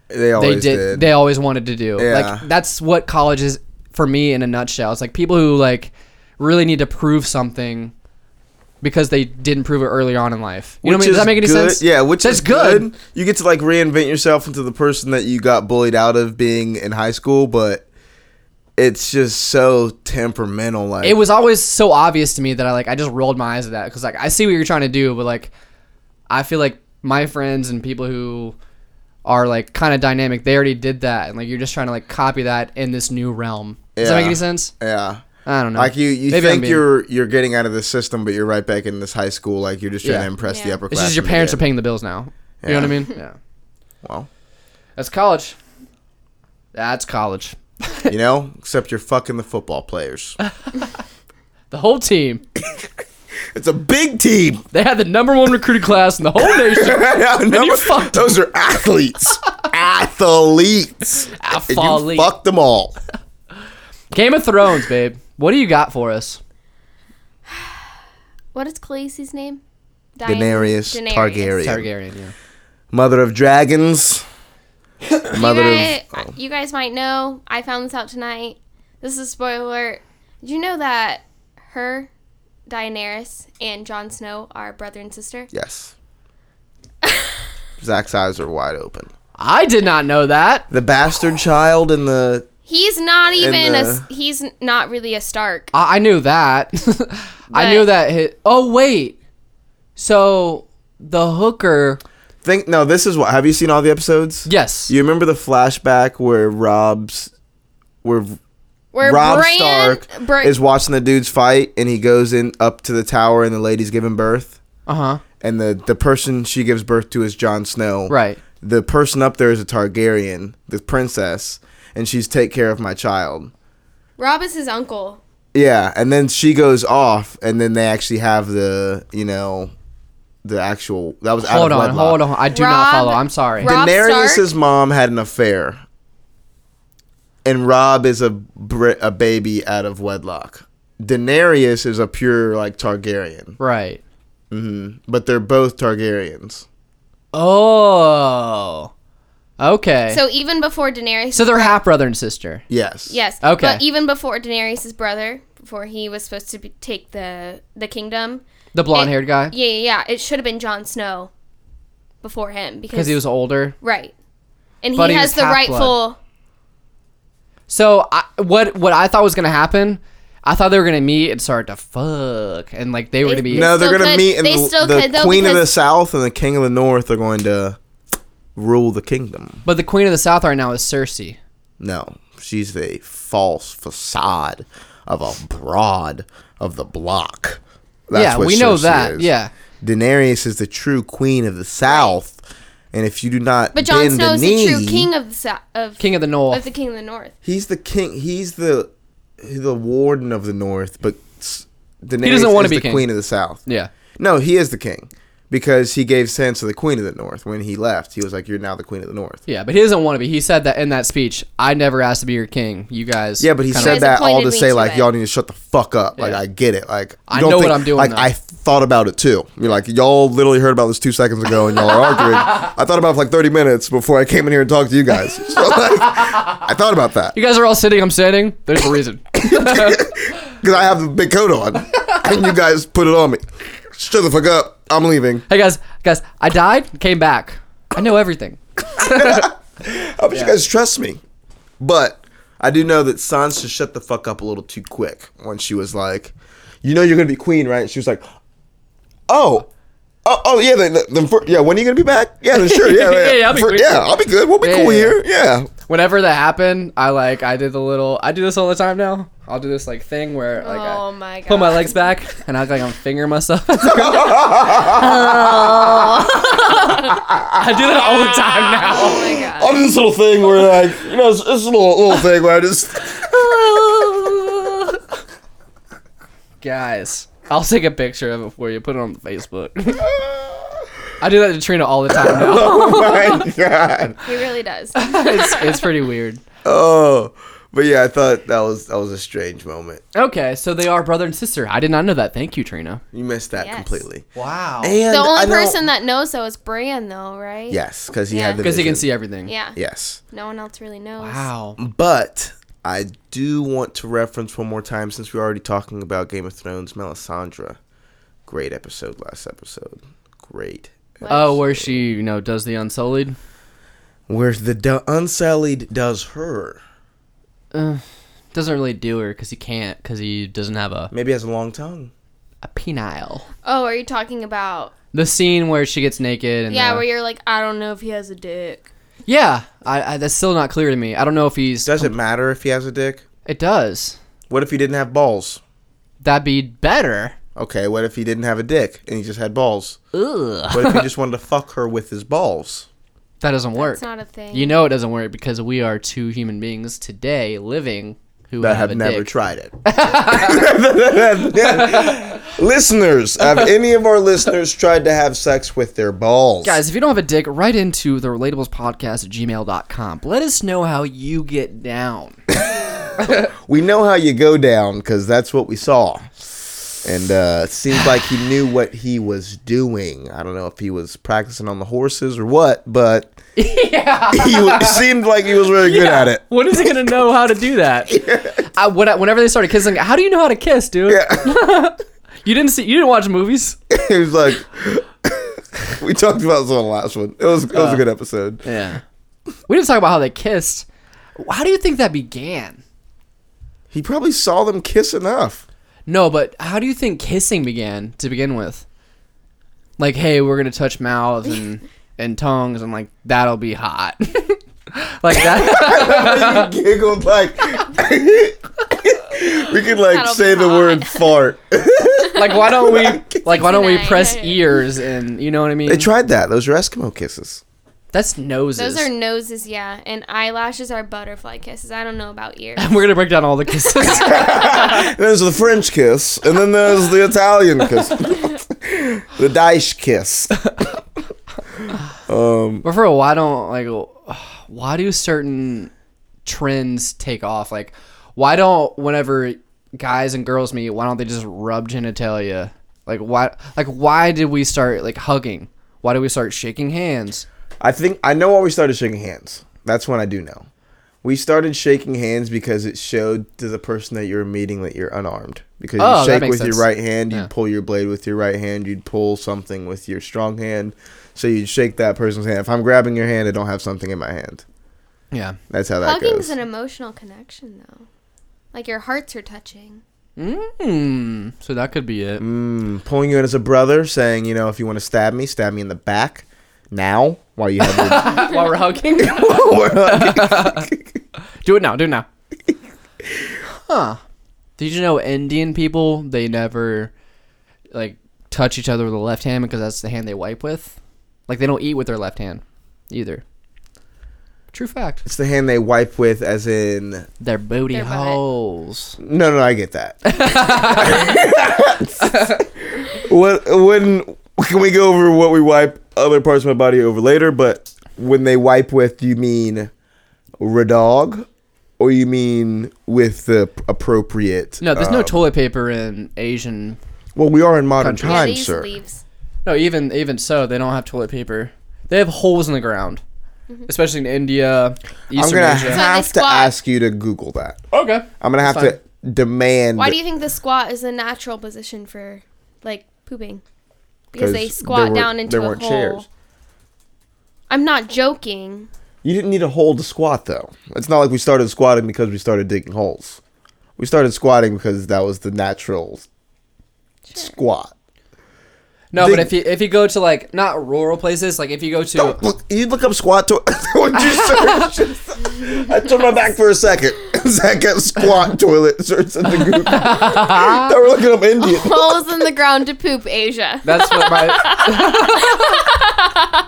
Speaker 2: They
Speaker 1: they
Speaker 2: always
Speaker 1: did,
Speaker 2: did.
Speaker 1: They always wanted to do.
Speaker 2: Yeah.
Speaker 1: Like that's what college is for me in a nutshell. It's like people who like really need to prove something because they didn't prove it early on in life. You know what I mean?
Speaker 2: is
Speaker 1: Does that make any
Speaker 2: good-
Speaker 1: sense?
Speaker 2: Yeah, which
Speaker 1: That's
Speaker 2: is good. You get to like reinvent yourself into the person that you got bullied out of being in high school, but it's just so temperamental. Like
Speaker 1: It was always so obvious to me that I like I just rolled my eyes at that because like I see what you're trying to do, but like I feel like my friends and people who are like kind of dynamic, they already did that, and like you're just trying to like copy that in this new realm. Does that make
Speaker 2: Yeah.
Speaker 1: any sense?
Speaker 2: yeah.
Speaker 1: I don't know.
Speaker 2: Like you, you
Speaker 1: Maybe I'm
Speaker 2: think
Speaker 1: being-
Speaker 2: you're you're getting out of the system, but you're right back in this high school. Like you're just trying
Speaker 1: Yeah.
Speaker 2: to impress the
Speaker 3: Yeah.
Speaker 2: upper class.
Speaker 1: It's just your parents are paying the bills now. You know what I mean? Yeah.
Speaker 2: Well.
Speaker 1: That's college. That's college.
Speaker 2: You know, except you're fucking the football players.
Speaker 1: The whole team.
Speaker 2: It's a big team.
Speaker 1: They had the number one recruiting class in the whole nation.
Speaker 2: Number-
Speaker 1: fucked 'em.
Speaker 2: those are athletes. athletes. And
Speaker 1: Athlete.
Speaker 2: You fucked them all.
Speaker 1: Game of Thrones, babe. What do you got for us?
Speaker 3: What is Khaleesi's name? Diana-
Speaker 2: Daenerys, Targaryen,
Speaker 1: Targaryen, yeah.
Speaker 2: mother of dragons, mother
Speaker 3: you
Speaker 2: of
Speaker 3: guys, you guys might know. I found this out tonight. This is a spoiler. alert. Did you know that her, Daenerys, and Jon Snow are brother and sister?
Speaker 2: yes. Zach's eyes are wide open.
Speaker 1: I did not know that.
Speaker 2: The bastard child and the
Speaker 3: He's not even a s
Speaker 2: uh,
Speaker 3: He's not really a Stark.
Speaker 1: I, I knew that. I knew
Speaker 3: But-
Speaker 1: that hit. Oh, wait. So, the hooker.
Speaker 2: think. No, this is what. Have you seen all the episodes?
Speaker 1: Yes.
Speaker 2: You remember the flashback where Rob's, where
Speaker 3: Where
Speaker 2: Rob
Speaker 3: Bran-
Speaker 2: Stark
Speaker 3: Bra-
Speaker 2: is watching the dudes fight, and he goes in up to the tower, and the lady's giving birth,
Speaker 1: uh huh.
Speaker 2: and the the person she gives birth to is Jon Snow.
Speaker 1: Right.
Speaker 2: The person up there is a Targaryen, the princess, and she's take care of my child.
Speaker 3: Rob is his uncle.
Speaker 2: Yeah, and then she goes off, and then they actually have the you know, the actual that was
Speaker 1: Hold
Speaker 2: out of
Speaker 1: on,
Speaker 2: wedlock.
Speaker 1: hold on. I do not
Speaker 3: Rob-
Speaker 1: follow. I'm sorry.
Speaker 3: Rob
Speaker 2: Daenerys'
Speaker 3: Stark?
Speaker 2: mom had an affair, and Rob is a br- a baby out of wedlock. Daenerys is a pure like Targaryen,
Speaker 1: Right.
Speaker 2: but they're both Targaryens.
Speaker 1: Oh. Okay. So,
Speaker 3: So even before Daenerys.
Speaker 1: they're half brother and sister.
Speaker 2: Yes.
Speaker 3: Yes.
Speaker 1: Okay.
Speaker 3: But even before Daenerys' brother, before he was supposed to be, take the the kingdom.
Speaker 1: The blonde haired guy.
Speaker 3: Yeah, yeah, yeah. It should have been Jon Snow before him because
Speaker 1: Because he was older.
Speaker 3: right, and
Speaker 1: But
Speaker 3: he
Speaker 1: he
Speaker 3: has
Speaker 1: was
Speaker 3: the
Speaker 1: half-blood.
Speaker 3: rightful.
Speaker 1: So I, what what I thought was gonna happen, I thought they were gonna meet and start to fuck, and like they were gonna be
Speaker 2: No, they're
Speaker 3: still
Speaker 2: gonna
Speaker 3: could-
Speaker 2: meet, and
Speaker 3: they
Speaker 2: the,
Speaker 3: still
Speaker 2: the
Speaker 3: could, though,
Speaker 2: queen of the
Speaker 3: because-
Speaker 2: south and the king of the north are going to rule the kingdom.
Speaker 1: But the queen of the south right now is Cersei.
Speaker 2: No, she's the false facade of a broad of the block. That's
Speaker 1: yeah,
Speaker 2: what
Speaker 1: we know
Speaker 2: Cersei
Speaker 1: that.
Speaker 2: is.
Speaker 1: Yeah,
Speaker 2: Daenerys is the true queen of the South, and if you do not
Speaker 3: But Jon
Speaker 2: bend
Speaker 3: Snow
Speaker 2: the
Speaker 3: is
Speaker 2: knee,
Speaker 3: the true king of the sou- of
Speaker 1: king of the
Speaker 3: of
Speaker 1: north.
Speaker 3: the king of the north.
Speaker 2: he's the king. He's the the warden of the North, but s- Daenerys
Speaker 1: doesn't wanna
Speaker 2: is
Speaker 1: be
Speaker 2: the
Speaker 1: king.
Speaker 2: queen of the South.
Speaker 1: yeah,
Speaker 2: No, he is the king because he gave Sansa the queen of the North when he left. He was like, "You're now the queen of the North."
Speaker 1: yeah, but he doesn't want to be. He said that in that speech. I never asked to be your king. You guys.
Speaker 2: Yeah, but he
Speaker 1: kinda-
Speaker 2: said
Speaker 3: Guys
Speaker 2: that all to
Speaker 3: appointed me eh?
Speaker 2: say
Speaker 3: to
Speaker 2: like,
Speaker 3: it.
Speaker 2: "Y'all need to shut the fuck up." Like,
Speaker 1: Yeah.
Speaker 2: I get it. Like,
Speaker 1: I
Speaker 2: you don't
Speaker 1: know what
Speaker 2: think-
Speaker 1: I'm doing,
Speaker 2: Like,
Speaker 1: though.
Speaker 2: I thought about it too. You're like, y'all literally heard about this two seconds ago, and y'all are arguing. I thought about it for like 30 minutes before I came in here and talked to you guys. So like, I thought about that
Speaker 1: You guys are all sitting. I'm standing. There's a reason.
Speaker 2: because I have the big coat on, and you guys put it on me. Shut the fuck up. I'm leaving.
Speaker 1: hey guys, guys, I died, came back. I know everything.
Speaker 2: I hope you guys trust me. But I do know that Sansa shut the fuck up a little too quick when she was like, "You know you're gonna be queen, right?" And she was like, "Oh." Oh, oh yeah, then, then for, yeah. When are you gonna be back? Yeah, then sure. Yeah, yeah,
Speaker 1: Yeah, yeah, I'll be
Speaker 2: For-
Speaker 1: queen.
Speaker 2: yeah, I'll be good. We'll be
Speaker 1: Yeah,
Speaker 2: cool
Speaker 1: yeah, yeah.
Speaker 2: here. Yeah,
Speaker 1: Whenever that happened, I like I did the little. I do this all the time now. I'll do this like thing where like I,
Speaker 3: oh my god!
Speaker 1: Put my legs back and act like I'm fingering myself. I do that all the time now.
Speaker 3: Oh my
Speaker 1: Uh,
Speaker 3: god!
Speaker 2: I'll do this little thing where like you know, it's, it's a little little thing where I just
Speaker 3: Oh
Speaker 1: Guys, I'll take a picture of it for you. Put it on Facebook. I do that to Trina all the time now.
Speaker 2: oh my god.
Speaker 3: He really does.
Speaker 1: it's, it's pretty weird.
Speaker 2: Oh, But yeah, I thought that was that was a strange moment.
Speaker 1: Okay, so they are brother and sister. I did not know that. Thank you, Trina.
Speaker 2: You missed that
Speaker 3: Yes.
Speaker 2: completely.
Speaker 1: Wow.
Speaker 2: And
Speaker 3: The only
Speaker 2: I know-
Speaker 3: person that knows though is Bran, though, right?
Speaker 2: yes, because he
Speaker 3: Yeah.
Speaker 2: had the
Speaker 1: Because he can
Speaker 2: vision.
Speaker 1: see everything.
Speaker 3: Yeah.
Speaker 2: Yes,
Speaker 3: No one else really knows.
Speaker 1: Wow.
Speaker 2: but I do want to reference one more time since we're already talking about Game of Thrones. Melisandre, great episode last episode. Great.
Speaker 1: Oh, where she, you know, does the unsullied.
Speaker 2: Where the du- Unsullied does her.
Speaker 1: Doesn't really do her because he can't because he doesn't have a,
Speaker 2: Maybe has a long tongue.
Speaker 1: a penile.
Speaker 3: Oh, are you talking about?
Speaker 1: The scene where she gets naked and
Speaker 3: Yeah,
Speaker 1: uh,
Speaker 3: where you're like, I don't know if he has a dick.
Speaker 1: yeah, I, I, that's still not clear to me. I don't know if he's
Speaker 2: Does it matter if he has a dick?
Speaker 1: it does.
Speaker 2: What if he didn't have balls?
Speaker 1: That'd be better.
Speaker 2: Okay, what if he didn't have a dick and he just had balls?
Speaker 1: Ugh.
Speaker 2: What if he just wanted to fuck her with his balls?
Speaker 1: That doesn't work.
Speaker 3: It's not a thing.
Speaker 1: You know it doesn't work because we are two human beings today living who
Speaker 2: that
Speaker 1: have,
Speaker 2: have
Speaker 1: a
Speaker 2: never
Speaker 1: dick.
Speaker 2: tried it. listeners, have any of our listeners tried to have sex with their balls?
Speaker 1: Guys, if you don't have a dick, write into the relatables podcast at gmail.com. Let us know how you get down.
Speaker 2: we know how you go down because that's what we saw. And uh, it seems like he knew what he was doing. I don't know if he was practicing on the horses or what, but he w- seemed like he was really good at it.
Speaker 1: When is he gonna know how to do that? I, when I- whenever they started kissing, how do you know how to kiss, dude? you didn't see, you didn't watch movies.
Speaker 2: He was like, we talked about this on the last one. It was it was a good episode.
Speaker 1: Yeah, we didn't talk about how they kissed. How do you think that began?
Speaker 2: He probably saw them kiss enough.
Speaker 1: No, but how do you think kissing began to begin with? Like, hey, we're gonna touch mouths and and tongues, and like that'll be hot. like that.
Speaker 2: Uh, giggled like we could like
Speaker 3: That'll
Speaker 2: say
Speaker 3: be
Speaker 2: the
Speaker 3: hot.
Speaker 2: word fart.
Speaker 1: like why don't we? Like why don't we
Speaker 3: Tonight.
Speaker 1: press ears and you know what I mean?
Speaker 2: they tried that. Those are Eskimo kisses.
Speaker 1: That's noses.
Speaker 3: Those are noses, yeah, and eyelashes are butterfly kisses. I don't know about ears.
Speaker 1: we're gonna break down all the kisses.
Speaker 2: There's the French kiss, and then there's the Italian kiss, the Daesh kiss.
Speaker 1: But for a why don't like why do certain trends take off? Like why don't whenever guys and girls meet, why don't they just rub genitalia? Like why like why did we start like hugging? Why did we start shaking hands?
Speaker 2: I think I know why we started shaking hands. That's when I do know. We started shaking hands because it showed to the person that you're meeting that you're unarmed. Because you
Speaker 1: Oh, that
Speaker 2: shake
Speaker 1: makes
Speaker 2: with
Speaker 1: sense.
Speaker 2: your right hand, you'd
Speaker 1: Yeah.
Speaker 2: pull your blade with your right hand, you'd pull something with your strong hand. So you'd shake that person's hand. If I'm grabbing your hand, I don't have something in my hand.
Speaker 1: Yeah.
Speaker 2: That's how that
Speaker 3: Hugging's
Speaker 2: goes.
Speaker 3: an emotional connection, though. Like your hearts are touching.
Speaker 1: Mm, so that could be it.
Speaker 2: Mm, pulling you in as a brother, saying, you know, if you want to stab me, stab me in the back now while you have the
Speaker 1: While we're hugging, do it now. Do it now. Huh? Did you know Indian people they never like touch each other with the left hand because that's the hand they wipe with. Like they don't eat with their left hand either. True fact.
Speaker 2: It's the hand they wipe with, as in.
Speaker 1: Their booty
Speaker 3: Their butt.
Speaker 1: holes.
Speaker 2: No, no, I get that. what when can we go over what we wipe other parts of my body over later? But when they wipe with, you mean radog, or you mean with the appropriate?
Speaker 1: No, there's
Speaker 2: uh,
Speaker 1: no toilet paper in Asian.
Speaker 2: well, we are in modern
Speaker 1: country.
Speaker 3: yeah,
Speaker 2: times,
Speaker 3: they use
Speaker 2: sir.
Speaker 3: leaves.
Speaker 1: No, even even so, they don't have toilet paper. They have holes in the ground, especially in India,
Speaker 2: I'm
Speaker 1: Eastern
Speaker 2: gonna
Speaker 1: Asia.
Speaker 3: they
Speaker 2: have to
Speaker 3: squat.
Speaker 2: ask you to Google that.
Speaker 1: okay.
Speaker 2: I'm gonna have
Speaker 1: That's
Speaker 2: to demand.
Speaker 3: Why do you think the squat is a natural position for, like, pooping? Because
Speaker 2: 'Cause
Speaker 3: they
Speaker 2: there
Speaker 3: squat
Speaker 2: weren't-
Speaker 3: down into
Speaker 2: there
Speaker 3: a
Speaker 2: weren't
Speaker 3: hole.
Speaker 2: chairs.
Speaker 3: I'm not joking.
Speaker 2: You didn't need a hole to squat though. It's not like we started squatting because we started digging holes. We started squatting because that was the natural squat.
Speaker 1: No,
Speaker 2: They-
Speaker 1: but if you if you go to like not rural places, like if you go to
Speaker 2: Don't look. You look up squat to what you search. I turned my back for a second. Zach got squat toilet search in the Google. they were looking up Indian.
Speaker 3: Holes in the ground to poop, Asia.
Speaker 1: That's what my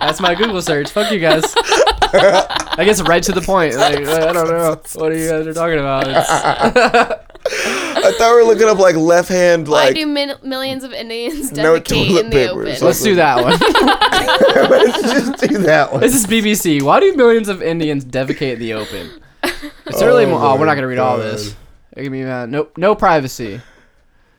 Speaker 1: That's my Google search. Fuck you guys. I guess right to the point. Like I don't know what are you guys are talking about. It's-
Speaker 2: I thought we were looking up like left hand
Speaker 3: Why
Speaker 2: like
Speaker 3: do min- millions of Indians
Speaker 2: No
Speaker 3: defecate
Speaker 2: toilet paper
Speaker 3: in the
Speaker 2: or
Speaker 3: open?
Speaker 2: something.
Speaker 1: let's do that one.
Speaker 2: Let's just do that one.
Speaker 1: This is BBC. Why do millions of Indians defecate in the open? It's early.
Speaker 5: Oh
Speaker 1: Mo- oh, we're
Speaker 5: my
Speaker 1: not gonna read all this.
Speaker 5: God.
Speaker 1: Give me uh, no no privacy.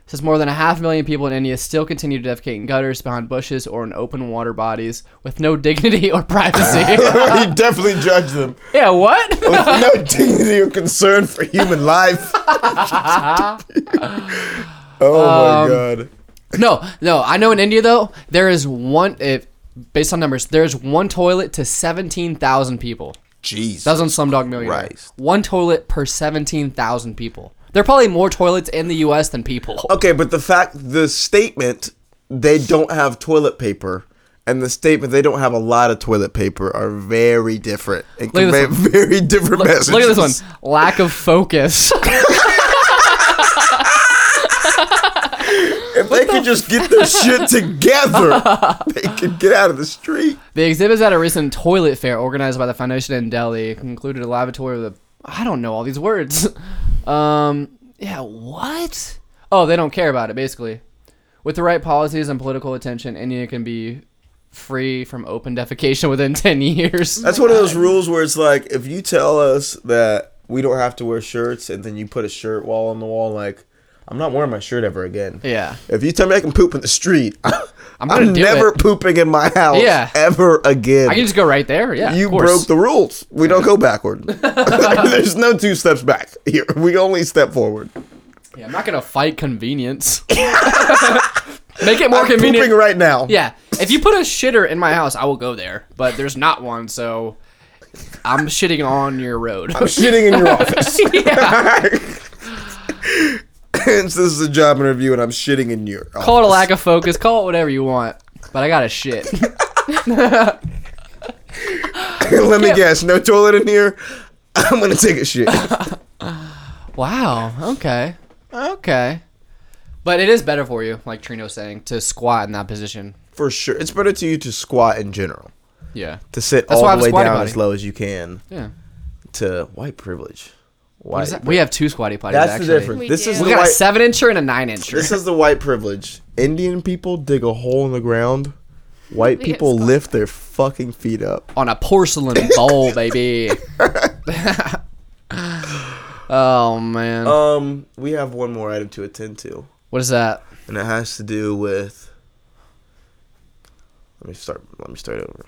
Speaker 1: It says more than a half million people in India still continue to defecate in gutters, behind bushes, or in open water bodies with no dignity or privacy.
Speaker 2: you definitely judge them.
Speaker 1: yeah, what?
Speaker 2: With no dignity or concern for human life. oh my god.
Speaker 1: no, no. I know in India though there is one. If based on numbers, there is one toilet to seventeen thousand people.
Speaker 2: Jeez.
Speaker 1: That was on Slumdog Millionaire.
Speaker 2: Christ.
Speaker 1: One toilet per seventeen thousand people. There are probably more toilets in the U.S. than people.
Speaker 2: Okay, but the fact, the statement, they don't have toilet paper, and the statement they don't have a lot of toilet paper are very different. It
Speaker 1: Look at
Speaker 2: convey
Speaker 1: this
Speaker 2: very different messages.
Speaker 1: Look at this one. Lack of focus.
Speaker 2: If they could just get their shit together, they could get out of the street.
Speaker 1: the exhibits at a recent toilet fair organized by the foundation in Delhi included a lavatory with a I don't know all these words. Um yeah, what? Oh, they don't care about it basically. With the right policies and political attention, India can be free from open defecation within 10 years.
Speaker 2: That's one of those rules where it's like, if you tell us that we don't have to wear shirts, and then you put a shirt wall on the wall, like, I'm not wearing my shirt ever again.
Speaker 1: yeah.
Speaker 2: If you tell me I can poop in the street, I'm,
Speaker 1: gonna do
Speaker 2: never
Speaker 1: it.
Speaker 2: pooping in my house
Speaker 1: Yeah.
Speaker 2: ever again.
Speaker 1: I can just go right there. Yeah.
Speaker 2: you
Speaker 1: of course.
Speaker 2: broke the rules. We don't go backward. There's no two steps back here. We only step forward.
Speaker 1: Yeah, I'm not going to fight convenience. Make it more
Speaker 2: I'm
Speaker 1: convenient.
Speaker 2: pooping right now.
Speaker 1: Yeah, if you put a shitter in my house, I will go there. But there's not one, so I'm shitting on your road.
Speaker 2: I'm shitting in your office.
Speaker 1: yeah.
Speaker 2: Hence, this is a job interview, and I'm shitting in your office.
Speaker 1: Call it a lack of focus. Call it whatever you want. But I got to shit.
Speaker 2: Let me guess. No toilet in here. I'm gonna take a shit.
Speaker 1: wow. Okay. Okay. But it is better for you, like Trino's saying, to squat in that position.
Speaker 2: For sure. It's better to you to squat in general.
Speaker 1: Yeah.
Speaker 2: To sit
Speaker 1: That's why
Speaker 2: all
Speaker 1: I'm
Speaker 2: the way
Speaker 1: squatty
Speaker 2: down
Speaker 1: potty.
Speaker 2: as low as you can.
Speaker 1: Yeah.
Speaker 2: To white privilege. White.
Speaker 1: What is that? We have two squatty potties.
Speaker 2: That's
Speaker 1: actually.
Speaker 2: the difference.
Speaker 3: We
Speaker 2: this
Speaker 3: do.
Speaker 2: is
Speaker 1: We
Speaker 2: the
Speaker 1: got a
Speaker 2: white.
Speaker 1: seven incher and a nine incher.
Speaker 2: This is the white privilege. Indian people dig a hole in the ground. White
Speaker 3: We get
Speaker 2: people
Speaker 3: squat.
Speaker 2: lift their fucking feet up.
Speaker 1: on a porcelain bowl, baby. oh man.
Speaker 2: Um, we have one more item to attend to,
Speaker 1: what is that?
Speaker 2: and it has to do with. Let me start. Let me start over.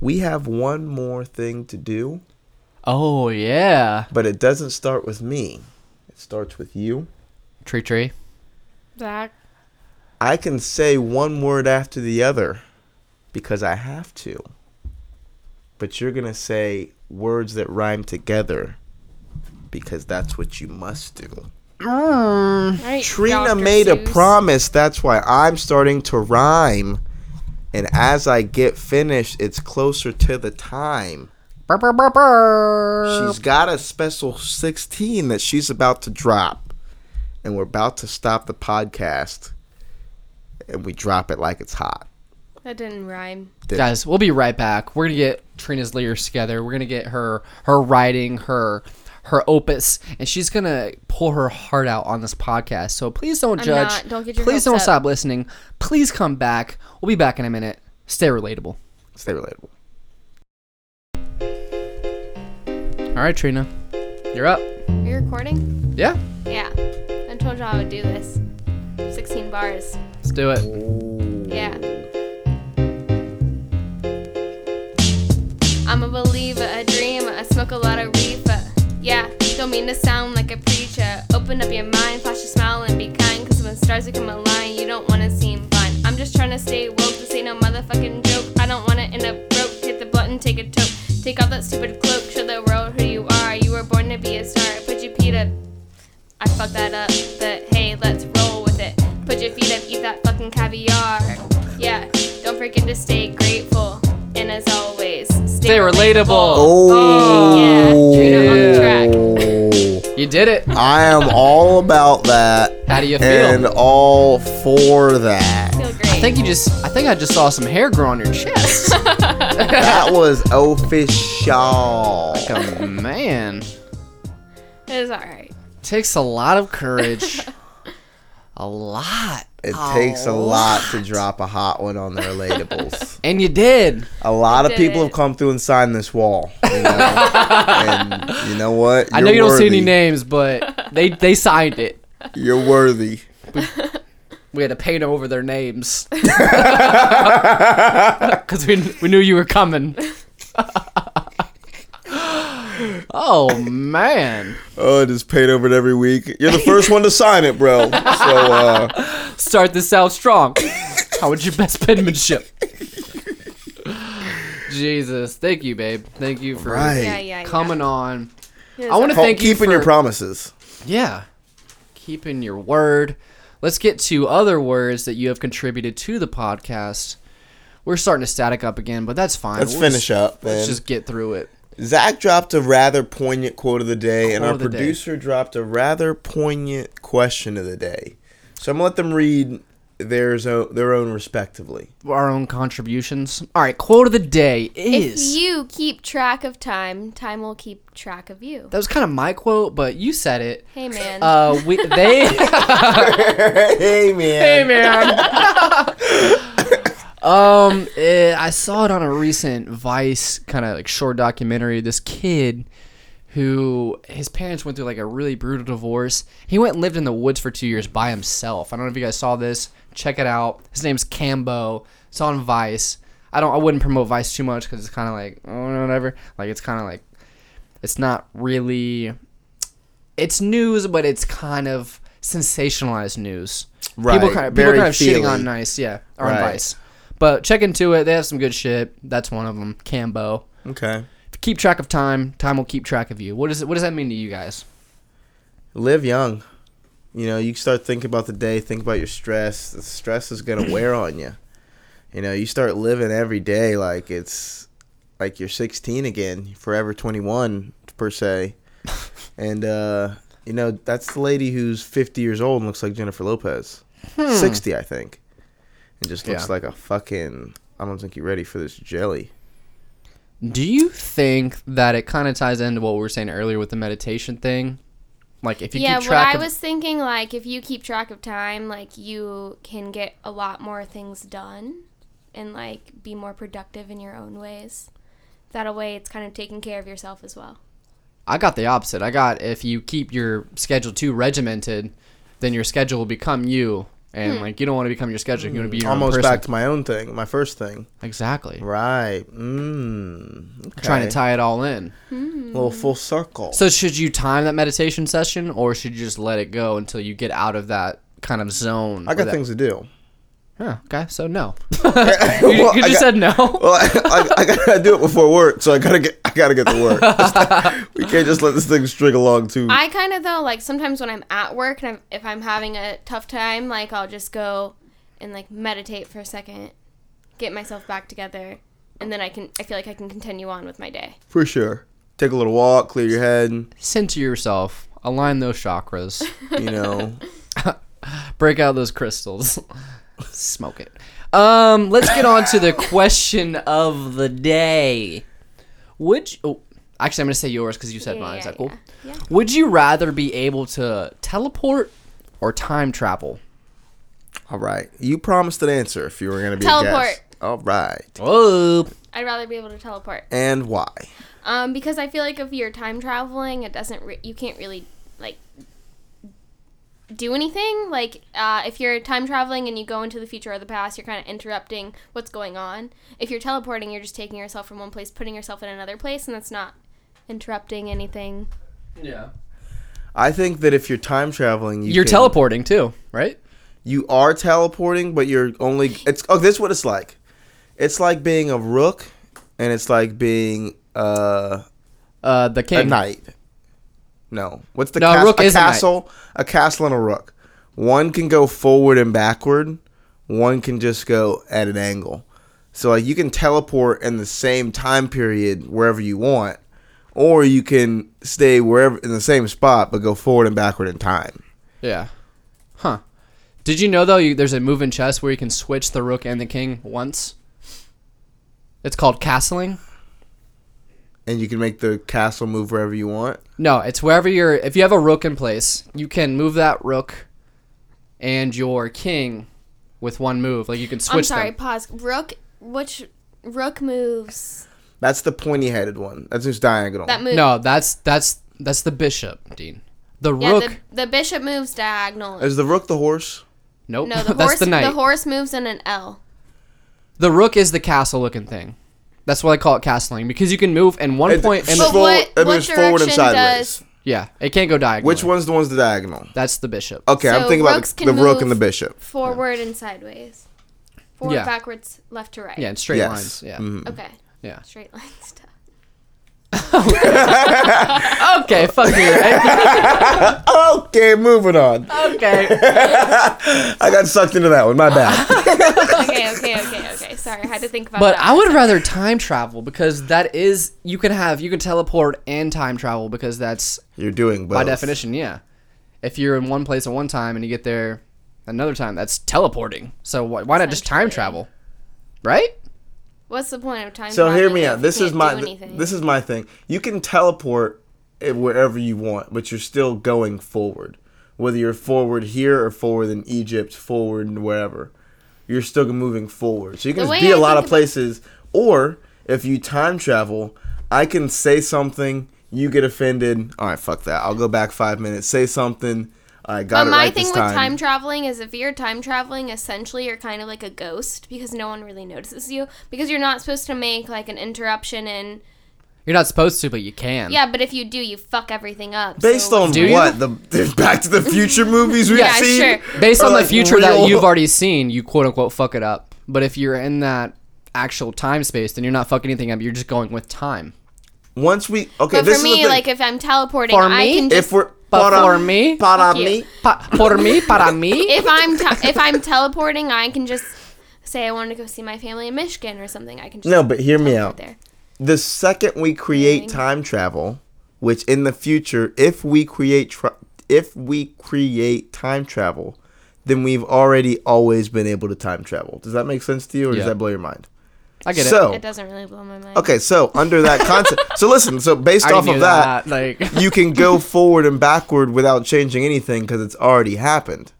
Speaker 2: We have one more thing to do,
Speaker 1: Oh yeah.
Speaker 2: but it doesn't start with me. It starts with you.
Speaker 1: Tree tree.
Speaker 3: Zach.
Speaker 2: I can say one word after the other because I have to. But you're going to say words that rhyme together because that's what you must do.
Speaker 3: Right,
Speaker 2: Trina
Speaker 3: Dr.
Speaker 2: made a
Speaker 3: Seuss.
Speaker 2: promise. That's why I'm starting to rhyme. And as I get finished, it's closer to the time.
Speaker 1: Brr, brr, brr, brr.
Speaker 2: She's got a special 16 that she's about to drop. And we're about to stop the podcast. And we drop it like it's hot.
Speaker 3: That didn't rhyme.
Speaker 1: Guys, we'll be right back. We're gonna get Trina's lyrics together. We're gonna get her her writing, her her opus, and she's gonna pull her heart out on this podcast. So please don't
Speaker 3: I'm
Speaker 1: judge.
Speaker 3: not. Don't get your
Speaker 1: please
Speaker 3: hopes
Speaker 1: don't
Speaker 3: up.
Speaker 1: stop listening. Please come back. We'll be back in a minute. Stay relatable.
Speaker 2: Stay relatable.
Speaker 1: All right, Trina, you're up.
Speaker 3: Are you recording?
Speaker 1: Yeah,
Speaker 3: Yeah. I told you I would do this. 16 bars.
Speaker 1: let's do it.
Speaker 3: Yeah. I'm a believer, a dreamer, I smoke a lot of reefer. Yeah, don't mean to sound like a preacher. Open up your mind, flash a smile, and be kind. Cause when stars become a line, you don't wanna seem blind. I'm just trying to stay woke, this ain't no motherfucking joke. I don't wanna end up broke. Hit the button, take a toke. Take off that stupid cloak, show the world who you are. You were born to be a star. Put your feet up, I fucked that up, but hey, let's roll with it. Put your feet up, eat that fucking caviar. Yeah, don't forget to stay grateful. And as always, stay,
Speaker 1: Stay relatable.
Speaker 3: Oh, yeah, Trina on the track.
Speaker 1: You did it.
Speaker 2: I am all about that
Speaker 1: How do you feel?
Speaker 2: and all for that.
Speaker 3: Feel great.
Speaker 1: I think you just. I think I just saw some hair grow on your chest.
Speaker 2: That was official.
Speaker 1: Oh, man.
Speaker 3: it was alright.
Speaker 1: takes a lot of courage. a lot.
Speaker 2: It takes
Speaker 1: Oh,
Speaker 2: a lot to drop a hot one on the relatables.
Speaker 1: And you did.
Speaker 2: A lot of
Speaker 3: did
Speaker 2: people
Speaker 3: it.
Speaker 2: have come through and signed this wall. you know? and you know what?
Speaker 1: I know
Speaker 2: You're
Speaker 1: you don't see any
Speaker 2: worthy.
Speaker 1: names, but they they signed it.
Speaker 2: You're worthy.
Speaker 1: We had to paint over their names because we we knew you were coming. oh man!
Speaker 2: Oh, it is paid over it every week. You're the first one to sign it, bro. So uh,
Speaker 1: Start this out strong. How would your best penmanship? Jesus, thank you, babe. Thank you for
Speaker 2: Right.
Speaker 3: Yeah, yeah, yeah.
Speaker 1: coming on.
Speaker 3: Yes,
Speaker 1: I want to
Speaker 2: Paul,
Speaker 1: thank you
Speaker 2: keeping
Speaker 1: for
Speaker 2: your promises.
Speaker 1: Yeah. Keeping your word. Let's get to other words that you have contributed to the podcast. We're starting to static up again, but that's fine.
Speaker 2: Let's
Speaker 1: We'll
Speaker 2: finish
Speaker 1: just-
Speaker 2: up.
Speaker 1: Let's
Speaker 2: Then.
Speaker 1: just get through it.
Speaker 2: Zach dropped a rather poignant quote of the day, and
Speaker 1: Quote
Speaker 2: our
Speaker 1: of the day.
Speaker 2: producer dropped a rather poignant question of the day. So I'm gonna let them read theirs o- their own respectively.
Speaker 1: Our own contributions. All right, quote of the day
Speaker 3: If
Speaker 1: is
Speaker 3: you keep track of time, time will keep track of you.
Speaker 1: that was kind of my quote, but you said it.
Speaker 3: Hey man.
Speaker 1: Uh, we they.
Speaker 2: hey man.
Speaker 1: hey man. um, eh, I saw it on a recent Vice kind of like short documentary. This kid who his parents went through like a really brutal divorce. He went and lived in the woods for two years by himself. I don't know if you guys saw this. Check it out. His name's Cambo. It's on Vice. I don't. I wouldn't promote Vice too much because it's kind of like oh, whatever. Like it's kind of like it's not really. It's news, but it's kind of sensationalized news. People
Speaker 2: Right,
Speaker 1: kind of people
Speaker 2: very
Speaker 1: kind of shitting on
Speaker 2: feely.
Speaker 1: Nice, yeah, or on
Speaker 2: Right.
Speaker 1: Vice. But check into it. They have some good shit. That's one of them. Cambo.
Speaker 2: Okay.
Speaker 1: Keep track of time. Time will keep track of you. What is it? What does that mean to you guys?
Speaker 2: Live young. You know, you start thinking about the day, think about your stress. The stress is gonna wear on you. You know, you start living every day like it's like you're 16 again, forever 21 per se. And uh, you know, that's the lady who's 50 years old and looks like Jennifer Lopez, 60 I think, and just looks
Speaker 1: Hmm. Yeah.
Speaker 2: like a fucking. I don't think you're ready for this jelly.
Speaker 1: Do you think that it kind of ties into what we were saying earlier with the meditation thing? Like if you
Speaker 3: yeah,
Speaker 1: keep track
Speaker 3: what
Speaker 1: of
Speaker 3: I was thinking, like, if you keep track of time, like, you can get a lot more things done and, like, be more productive in your own ways. That way, it's kind of taking care of yourself as well.
Speaker 1: I got the opposite. I got if you keep your schedule too regimented, then your schedule will become you. And like you don't want to become your schedule, you want to be your
Speaker 2: Almost
Speaker 1: own person.
Speaker 2: back to my own thing, my first thing.
Speaker 1: exactly.
Speaker 2: Right. Mm. Okay.
Speaker 1: Trying to tie it all in.
Speaker 2: little full circle.
Speaker 1: So should you time that meditation session or should you just let it go until you get out of that kind of zone?
Speaker 2: I
Speaker 1: or
Speaker 2: got
Speaker 1: that-
Speaker 2: things to do.
Speaker 1: Huh, okay, so no. you,
Speaker 2: Well,
Speaker 1: you
Speaker 2: I
Speaker 1: just
Speaker 2: got-
Speaker 1: said no.
Speaker 2: Well, I, I, I gotta do it before work, so I gotta get I gotta get to work. It's like, we can't just let this thing string along too.
Speaker 3: I kind of, though, like, sometimes when I'm at work and I'm, if I'm having a tough time, like, I'll just go and, like, meditate for a second, get myself back together, and then I can, I feel like I can continue on with my day.
Speaker 2: for sure. Take a little walk, clear your head.
Speaker 1: Center yourself. Align those chakras.
Speaker 2: You know,
Speaker 1: break out those crystals smoke it um let's get on to the question of the day would you, oh, actually i'm gonna say yours because you said
Speaker 3: Yeah,
Speaker 1: mine is
Speaker 3: yeah,
Speaker 1: that cool
Speaker 3: yeah. Yeah.
Speaker 1: would you rather be able to teleport or time travel
Speaker 2: all right. You promised an answer if you were gonna be a guest.
Speaker 3: Teleport.
Speaker 2: All right.
Speaker 1: oh
Speaker 3: I'd rather be able to teleport.
Speaker 2: And why?
Speaker 3: Um, because I feel like if you're time traveling, it doesn't. Re- you can't really like do anything. Like uh, if you're time traveling and you go into the future or the past, you're kind of interrupting what's going on. If you're teleporting, you're just taking yourself from one place, putting yourself in another place, and that's not interrupting anything.
Speaker 1: yeah
Speaker 2: I think that if you're time traveling, you
Speaker 1: you're
Speaker 2: can-
Speaker 1: teleporting too right
Speaker 2: you are teleporting, but you're only it's oh this is what it's like. It's like being a rook, and it's like being uh.
Speaker 1: uh the king
Speaker 2: a knight. No, what's the
Speaker 1: No, a
Speaker 2: cas-
Speaker 1: rook
Speaker 2: a
Speaker 1: is a knight.
Speaker 2: castle? A, castle and a rook. One can go forward and backward. One can just go at an angle. So like you can teleport in the same time period wherever you want, or you can stay wherever in the same spot but go forward and backward in time.
Speaker 1: yeah huh did you know though you, there's a move in chess where you can switch the rook and the king once it's called castling
Speaker 2: And you can make the castle move wherever you want.
Speaker 1: No, it's wherever you're. If you have a rook in place, you can move that rook and your king with one move. Like you can switch
Speaker 3: I'm sorry.
Speaker 1: them.
Speaker 3: Pause. Rook. Which rook moves?
Speaker 2: That's the pointy-headed one. That's just diagonal.
Speaker 3: That move.
Speaker 1: No, that's that's that's the bishop, Dean. The
Speaker 3: Yeah,
Speaker 1: rook.
Speaker 3: the, the bishop moves diagonally.
Speaker 2: Is the rook the horse?
Speaker 1: nope.
Speaker 3: No, the
Speaker 1: that's
Speaker 3: horse.
Speaker 1: the
Speaker 3: The,
Speaker 1: knight.
Speaker 3: horse moves in an L.
Speaker 1: The rook is the castle looking thing. That's why I call it castling because you can move in one
Speaker 2: It-
Speaker 1: point and
Speaker 2: It's
Speaker 3: But
Speaker 2: forward-
Speaker 3: what,
Speaker 2: it
Speaker 3: what
Speaker 2: moves forward and
Speaker 3: direction
Speaker 2: sideways.
Speaker 3: does?
Speaker 1: yeah, it can't go diagonally.
Speaker 2: Which one's the one's the diagonal?
Speaker 1: That's the bishop.
Speaker 2: Okay, I'm
Speaker 3: So
Speaker 2: thinking about
Speaker 3: rooks
Speaker 2: the,
Speaker 3: can
Speaker 2: the rook and the
Speaker 3: move-
Speaker 2: bishop.
Speaker 3: Forward and sideways. Forward,
Speaker 1: Yeah.
Speaker 3: backwards, left to right.
Speaker 1: Yeah, and straight lines.
Speaker 2: Yes.
Speaker 1: Yeah.
Speaker 3: Okay.
Speaker 1: Yeah.
Speaker 3: Straight line stuff.
Speaker 2: Mm-hmm.
Speaker 1: Okay, fuck you.
Speaker 2: Okay, moving on.
Speaker 1: okay.
Speaker 2: I got sucked into that one. My bad.
Speaker 3: Okay, okay, okay, okay. Sorry, I had to think about
Speaker 1: But
Speaker 3: that.
Speaker 1: I would rather time travel because that is you can have you can teleport and time travel because that's
Speaker 2: You're doing both.
Speaker 1: by definition, yeah. If you're in one place at one time and you get there another time, that's teleporting. So why, why not just time travel? Right?
Speaker 3: What's the point of time?
Speaker 2: So hear
Speaker 3: traveling
Speaker 2: me
Speaker 3: if
Speaker 2: out.
Speaker 3: you
Speaker 2: This is
Speaker 3: can't
Speaker 2: my
Speaker 3: do
Speaker 2: th-
Speaker 3: anything?
Speaker 2: this is my thing. You can teleport it wherever you want, but you're still going forward. Whether you're forward here or forward in Egypt, forward and wherever, you're still moving forward. So you can
Speaker 3: The
Speaker 2: just
Speaker 3: way
Speaker 2: be a
Speaker 3: I
Speaker 2: lot
Speaker 3: think
Speaker 2: of
Speaker 3: about-
Speaker 2: places. Or if you time travel, I can say something, you get offended. All right, fuck that. I'll go back five minutes. Say something. I got
Speaker 3: But
Speaker 2: it
Speaker 3: my
Speaker 2: right
Speaker 3: thing
Speaker 2: this
Speaker 3: with
Speaker 2: time.
Speaker 3: time traveling is if you're time traveling, essentially you're kind of like a ghost because no one really notices you because you're not supposed to make like an interruption and
Speaker 1: You're not supposed to, but you can.
Speaker 3: yeah, but if you do, you fuck everything up.
Speaker 2: Based
Speaker 3: so-
Speaker 2: on
Speaker 1: Do you?
Speaker 2: what the Back to the Future movies we've
Speaker 3: Yeah,
Speaker 2: seen,
Speaker 3: sure.
Speaker 1: Based
Speaker 2: Or,
Speaker 1: on
Speaker 2: like,
Speaker 1: the future
Speaker 2: real-
Speaker 1: that you've already seen, you quote unquote fuck it up. But if you're in that actual time space, then you're not fucking anything up. You're just going with time.
Speaker 2: Once we okay, this
Speaker 3: but for
Speaker 2: is the
Speaker 3: me,
Speaker 2: thing.
Speaker 3: like if I'm teleporting,
Speaker 1: For
Speaker 3: I
Speaker 1: me,
Speaker 3: can just
Speaker 2: if we're
Speaker 1: But
Speaker 2: para-
Speaker 1: for me-
Speaker 2: para
Speaker 3: Fuck you.
Speaker 2: me,
Speaker 1: Pa- por mí, para mí.
Speaker 3: if I'm te- if I'm teleporting, I can just say I want to go see my family in Michigan or something. I can just
Speaker 2: No, but hear me
Speaker 3: teleport
Speaker 2: out. the second we create time travel, which in the future, if we create tra- if we create time travel, then we've already always been able to time travel. Does that make sense to you, or
Speaker 1: Yeah.
Speaker 2: does that blow your mind?
Speaker 1: I get it.
Speaker 2: so
Speaker 3: It doesn't really blow my mind.
Speaker 2: okay, so under that concept, so listen, so based
Speaker 1: I
Speaker 2: off
Speaker 1: knew
Speaker 2: of that,
Speaker 1: Like,
Speaker 2: you can go forward and backward without changing anything because it's already happened.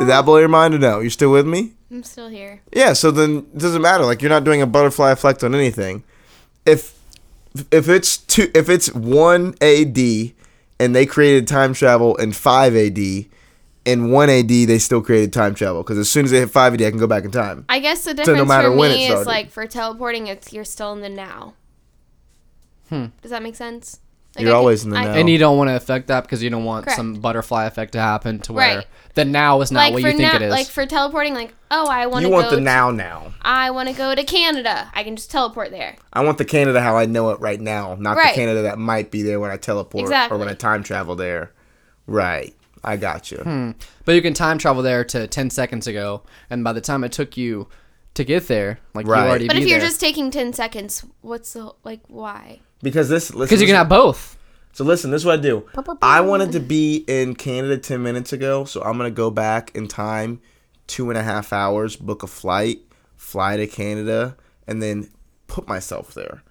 Speaker 2: Did that blow your mind or no? You still with me?
Speaker 3: I'm still here.
Speaker 2: Yeah, so then it doesn't matter. Like you're not doing a butterfly effect on anything. If if it's two if it's one AD and they created time travel in 5 AD in 1 AD they still created time travel cuz as soon as they hit 5 AD I can go back in time.
Speaker 3: I guess the
Speaker 2: no
Speaker 3: difference
Speaker 2: matter
Speaker 3: for
Speaker 2: when it
Speaker 3: me is
Speaker 2: started.
Speaker 3: like for teleporting, it's you're still in the now. Hmm. Does that make sense? Like,
Speaker 2: You're
Speaker 3: I
Speaker 2: always in the
Speaker 3: I-
Speaker 2: now.
Speaker 1: and you don't want to affect that because you don't want
Speaker 3: Correct.
Speaker 1: some butterfly effect to happen to where
Speaker 3: Right.
Speaker 1: the now is not
Speaker 3: Like
Speaker 1: what
Speaker 3: for
Speaker 1: you think
Speaker 3: now,
Speaker 1: it is.
Speaker 3: like for teleporting, like oh, I want
Speaker 2: You
Speaker 3: to
Speaker 2: want
Speaker 3: go.
Speaker 2: the
Speaker 3: to-
Speaker 2: now now.
Speaker 3: I want to go to Canada. I can just teleport there.
Speaker 2: I want the Canada how I know it right now, not
Speaker 3: Right.
Speaker 2: the Canada that might be there when I teleport or when
Speaker 3: Exactly.
Speaker 2: I time travel there. Right. I got you.
Speaker 1: but you can time travel there to 10 seconds ago, and by the time it took you to get there, like
Speaker 2: Right.
Speaker 1: you already
Speaker 3: But
Speaker 1: be
Speaker 3: if you're
Speaker 1: there.
Speaker 3: just taking ten seconds, what's the like why?
Speaker 2: Because this listen,
Speaker 1: because you can
Speaker 2: listen-
Speaker 1: have both.
Speaker 2: So listen, this is what I do. I wanted to be in Canada ten minutes ago, so I'm gonna go back in time, two and a half hours, book a flight, fly to Canada, and then put myself there.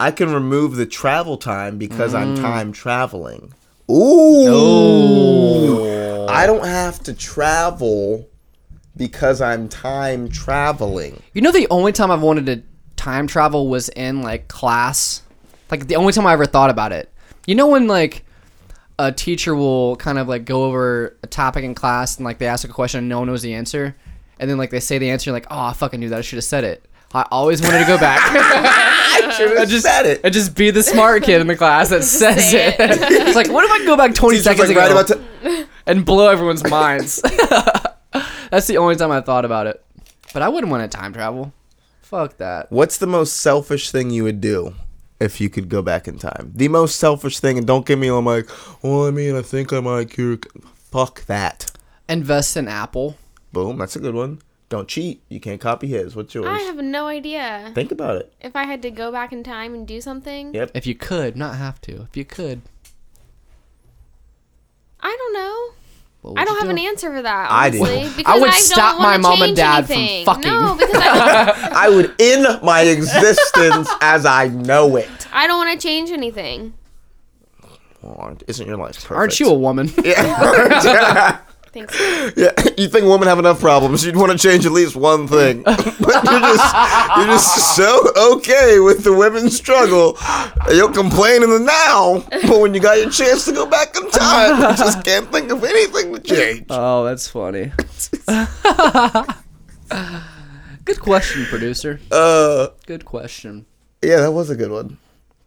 Speaker 2: I can remove the travel time because I'm time traveling. Ooh. I don't have to travel because I'm time traveling.
Speaker 1: You know, the only time I've wanted to time travel was in like class. Like the only time I ever thought about it. You know when like a teacher will kind of like go over a topic in class and like they ask a question and no one knows the answer, and then like they say the answer and you're like, oh, I fucking knew that. I should have said it. I always wanted to go back
Speaker 2: I just said it.
Speaker 1: and just be the smart kid in the class that says
Speaker 3: Say
Speaker 1: it. it's like, what if I go back 20
Speaker 2: Teacher's
Speaker 1: seconds
Speaker 2: like,
Speaker 1: ago
Speaker 2: right about to-
Speaker 1: and blow everyone's minds? That's the only time I thought about it. But I wouldn't want to time travel. Fuck that.
Speaker 2: What's the most selfish thing you would do if you could go back in time? The most selfish thing, and don't get me I'm like, well, I mean, I think I might cure. c-" Fuck that.
Speaker 1: invest in Apple.
Speaker 2: Boom, that's a good one. Don't cheat. You can't copy his. What's yours?
Speaker 3: I have no idea.
Speaker 2: think about it.
Speaker 3: If I had to go back in time and do something,
Speaker 2: Yep.
Speaker 1: If you could, not have to. If you could.
Speaker 3: I don't know.
Speaker 1: what
Speaker 3: I
Speaker 1: would
Speaker 3: don't
Speaker 1: you
Speaker 3: have an
Speaker 1: do?
Speaker 3: answer for that.
Speaker 2: I do.
Speaker 3: Honestly,
Speaker 2: I
Speaker 3: Because
Speaker 1: would
Speaker 3: don't
Speaker 1: stop my
Speaker 3: wanna
Speaker 1: mom and
Speaker 3: change
Speaker 1: dad from
Speaker 3: anything.
Speaker 1: fucking.
Speaker 3: No, because I don't,
Speaker 2: I would end my existence as I know it.
Speaker 3: I don't want to change anything.
Speaker 2: Well, aren't- isn't your life perfect?
Speaker 1: Aren't you a woman?
Speaker 2: Yeah.
Speaker 3: Thanks.
Speaker 2: Yeah, you think women have enough problems? You'd want to change at least one thing, but you're just you're just so okay with the women's struggle. You'll complain in the now, but when you got your chance to go back in time, you just can't think of anything to change.
Speaker 1: Oh, that's funny. Good question, producer.
Speaker 2: Uh,
Speaker 1: Good question.
Speaker 2: yeah, that was a good one.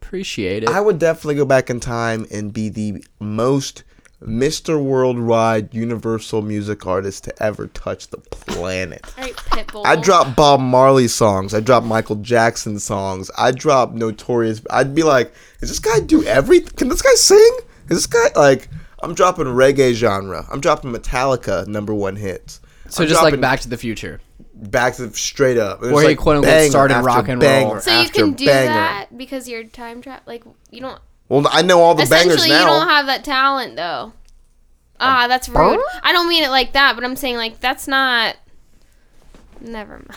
Speaker 1: Appreciate it.
Speaker 2: I would definitely go back in time and be the most Mr. Worldwide Universal music artist to ever touch the planet.
Speaker 3: All right, Pitbull.
Speaker 2: I drop Bob Marley songs. I drop Michael Jackson songs. I drop Notorious. I'd be like, is this guy do everything? Can this guy sing? Is this guy like? I'm dropping reggae genre. I'm dropping Metallica number one hits.
Speaker 1: so
Speaker 2: I'm
Speaker 1: just
Speaker 2: dropping
Speaker 1: like Back to the Future.
Speaker 2: back to straight up. Where
Speaker 1: Or he quote-unquote started rock and roll.
Speaker 3: So you can do that because you're time trap. Like you don't.
Speaker 2: Well, I know all the bangers
Speaker 3: essentially,
Speaker 2: now.
Speaker 3: you don't have that talent though. Ah, that's rude. I don't mean it like that, but I'm saying like that's not. Never mind.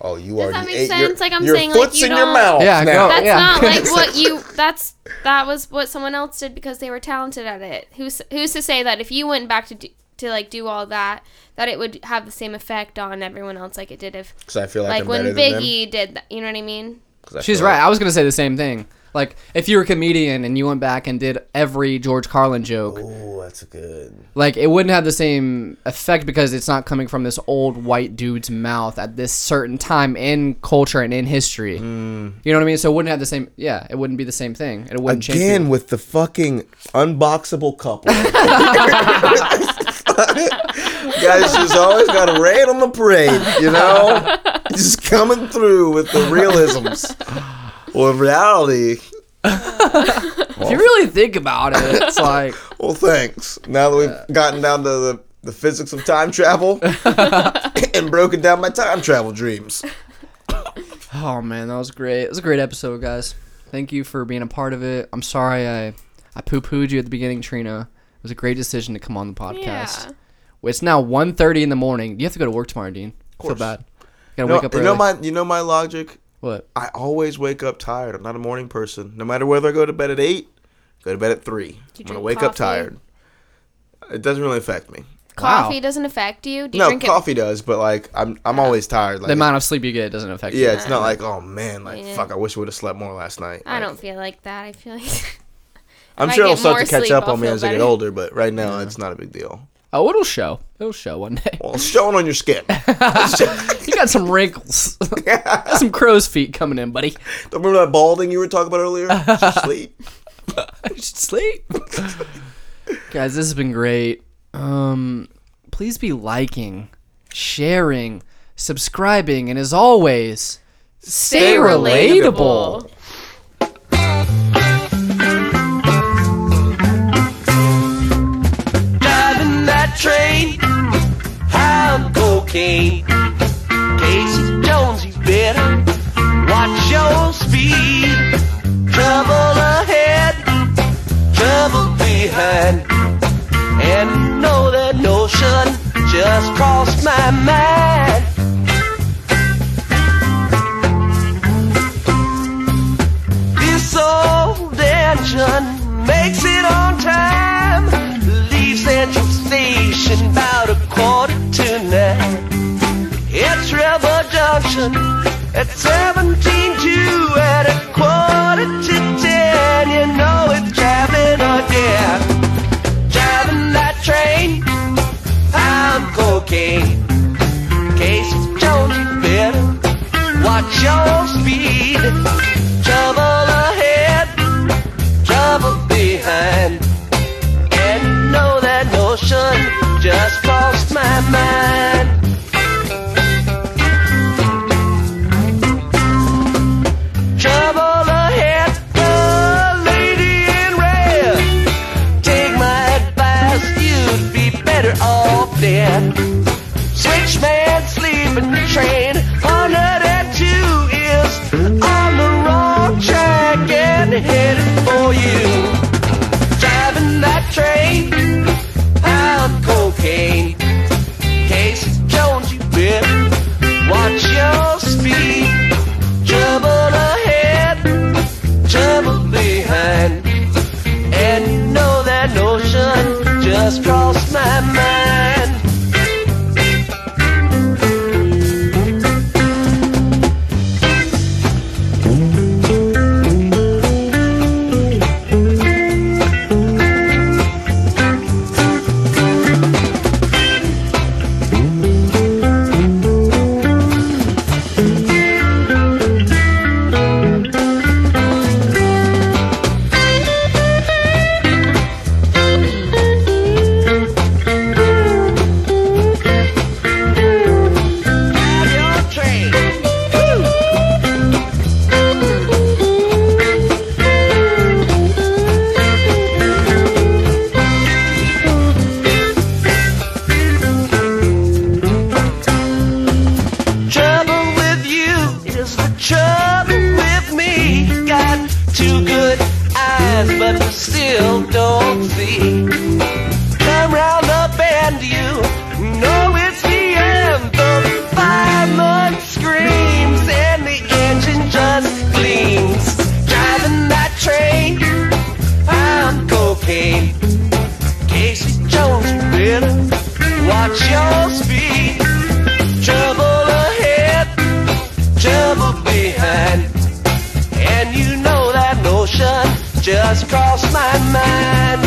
Speaker 2: oh, you
Speaker 3: Does
Speaker 2: are.
Speaker 3: that
Speaker 2: you
Speaker 3: make
Speaker 2: ate your-
Speaker 3: sense? Like, I'm
Speaker 2: your
Speaker 3: saying, like,
Speaker 2: foot's
Speaker 3: you
Speaker 2: in your
Speaker 3: don't-
Speaker 2: mouth.
Speaker 1: Yeah, go.
Speaker 2: now.
Speaker 3: That's
Speaker 1: yeah.
Speaker 3: not like what you. That's that was what someone else did because they were talented at it. Who's who's to say that if you went back to do, to like do all that, that it would have the same effect on everyone else like it did if
Speaker 2: 'Cause I feel like,
Speaker 3: like
Speaker 2: I'm
Speaker 3: when
Speaker 2: better than them.
Speaker 3: Biggie did that. You know what I mean?
Speaker 2: 'Cause I
Speaker 1: She's
Speaker 2: feel like-
Speaker 1: right. I was gonna say the same thing. Like if you were a comedian and you went back and did every George Carlin joke,
Speaker 2: Ooh, that's good.
Speaker 1: like it wouldn't have the same effect because it's not coming from this old white dude's mouth at this certain time in culture and in history.
Speaker 2: Hmm.
Speaker 1: You know what I mean? So it wouldn't have the same. Yeah, it wouldn't be the same thing. It wouldn't change. people.
Speaker 2: Again with the fucking unboxable couple. Guys, she's always got a rain on the parade, you know? Just coming through with the realisms. Well, in reality,
Speaker 1: If you really think about it, it's like
Speaker 2: well, thanks. Now that we've gotten down to the, the physics of time travel and broken down my time travel dreams.
Speaker 1: Oh man, that was great. It was a great episode, guys. Thank you for being a part of it. I'm sorry I I poo pooed you at the beginning, Trina. It was a great decision to come on the podcast.
Speaker 3: Yeah.
Speaker 1: It's now 1.30 in the morning. You have to go to work tomorrow, Dean. Feel bad. You gotta
Speaker 2: No,
Speaker 1: wake up
Speaker 2: you,
Speaker 1: early.
Speaker 2: know my, you know my logic?
Speaker 1: what?
Speaker 2: I always wake up tired. I'm not a morning person. No matter whether I go to bed at eight, go to bed at three. I'm gonna
Speaker 3: drink
Speaker 2: wake up
Speaker 3: coffee?
Speaker 2: tired. It doesn't really affect me.
Speaker 3: Coffee doesn't affect you. Do you
Speaker 2: no,
Speaker 3: drink
Speaker 2: coffee does, but like I'm I'm always tired. Like
Speaker 1: The amount of sleep you get doesn't affect
Speaker 2: yeah,
Speaker 1: you.
Speaker 2: it's not like oh man, like
Speaker 3: Yeah.
Speaker 2: fuck, I wish I would have slept more last night.
Speaker 3: it? I
Speaker 2: Like,
Speaker 3: don't feel like that. I feel like
Speaker 2: I'm
Speaker 3: if I
Speaker 2: sure it'll
Speaker 3: get
Speaker 2: start
Speaker 3: more
Speaker 2: to catch
Speaker 3: sleep,
Speaker 2: up
Speaker 3: I'll
Speaker 2: on me
Speaker 3: feel
Speaker 2: as I get
Speaker 3: better.
Speaker 2: older, but right now it's not a big deal.
Speaker 1: Oh, it'll show. It'll show one day.
Speaker 2: Well, it's showing on your skin.
Speaker 1: you got some wrinkles. Got some crow's feet coming in, buddy.
Speaker 2: Don't remember that balding you were talking about earlier? It's just Sleep.
Speaker 1: I should sleep. Guys, this has been great. Um, please be liking, sharing, subscribing, and as always, stay relatable.
Speaker 10: driving that train, high on cocaine. Casey Jones, you better watch your speed. Trouble ahead, trouble behind. And you know that notion just crossed my mind. This old engine makes it on time. Leaves Central Station about a quarter to nine. It's Rebel Junction at 17 to at a quarter to 10. You know it's traveling again. Driving that train, I'm cocaine. Casey Jones, you better watch your speed. Trouble ahead, trouble behind. And you know that notion just crossed my mind. Trouble ahead, the lady in red. Take my advice, you'd be better off dead. Switchman sleeping train 102 is on the road. but still don't see. Come round the bend, you know it's the end. The fireman screams and the engine just gleams. Driving that train, I'm cocaine. Casey Jones, you better watch your speed. Trouble ahead, trouble behind. And you know that notion just crossed my mind.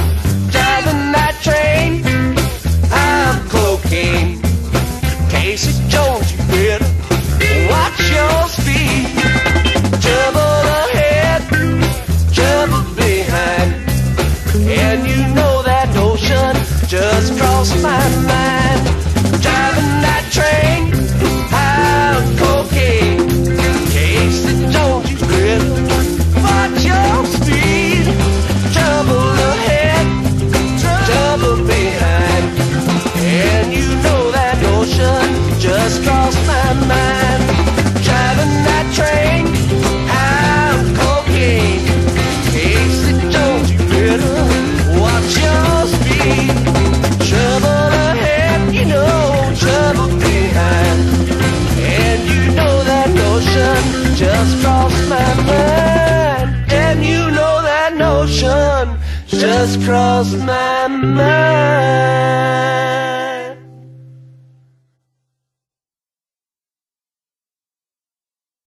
Speaker 10: Driving that train, I'm cocaine. Casey Jones, you better watch your speed. Trouble ahead, trouble behind. And you know that notion just crossed my mind. Driving that train, I'm cocaine. Casey Jones, you better watch your speed. Trouble ahead, trouble behind. And you know that notion just crossed my mind. Driving that train, I'm cocaine. Casey Jones, you better watch your speed. Trouble ahead, you know, trouble behind. And you know that notion just crossed my mind. And you know that notion just crossed my mind.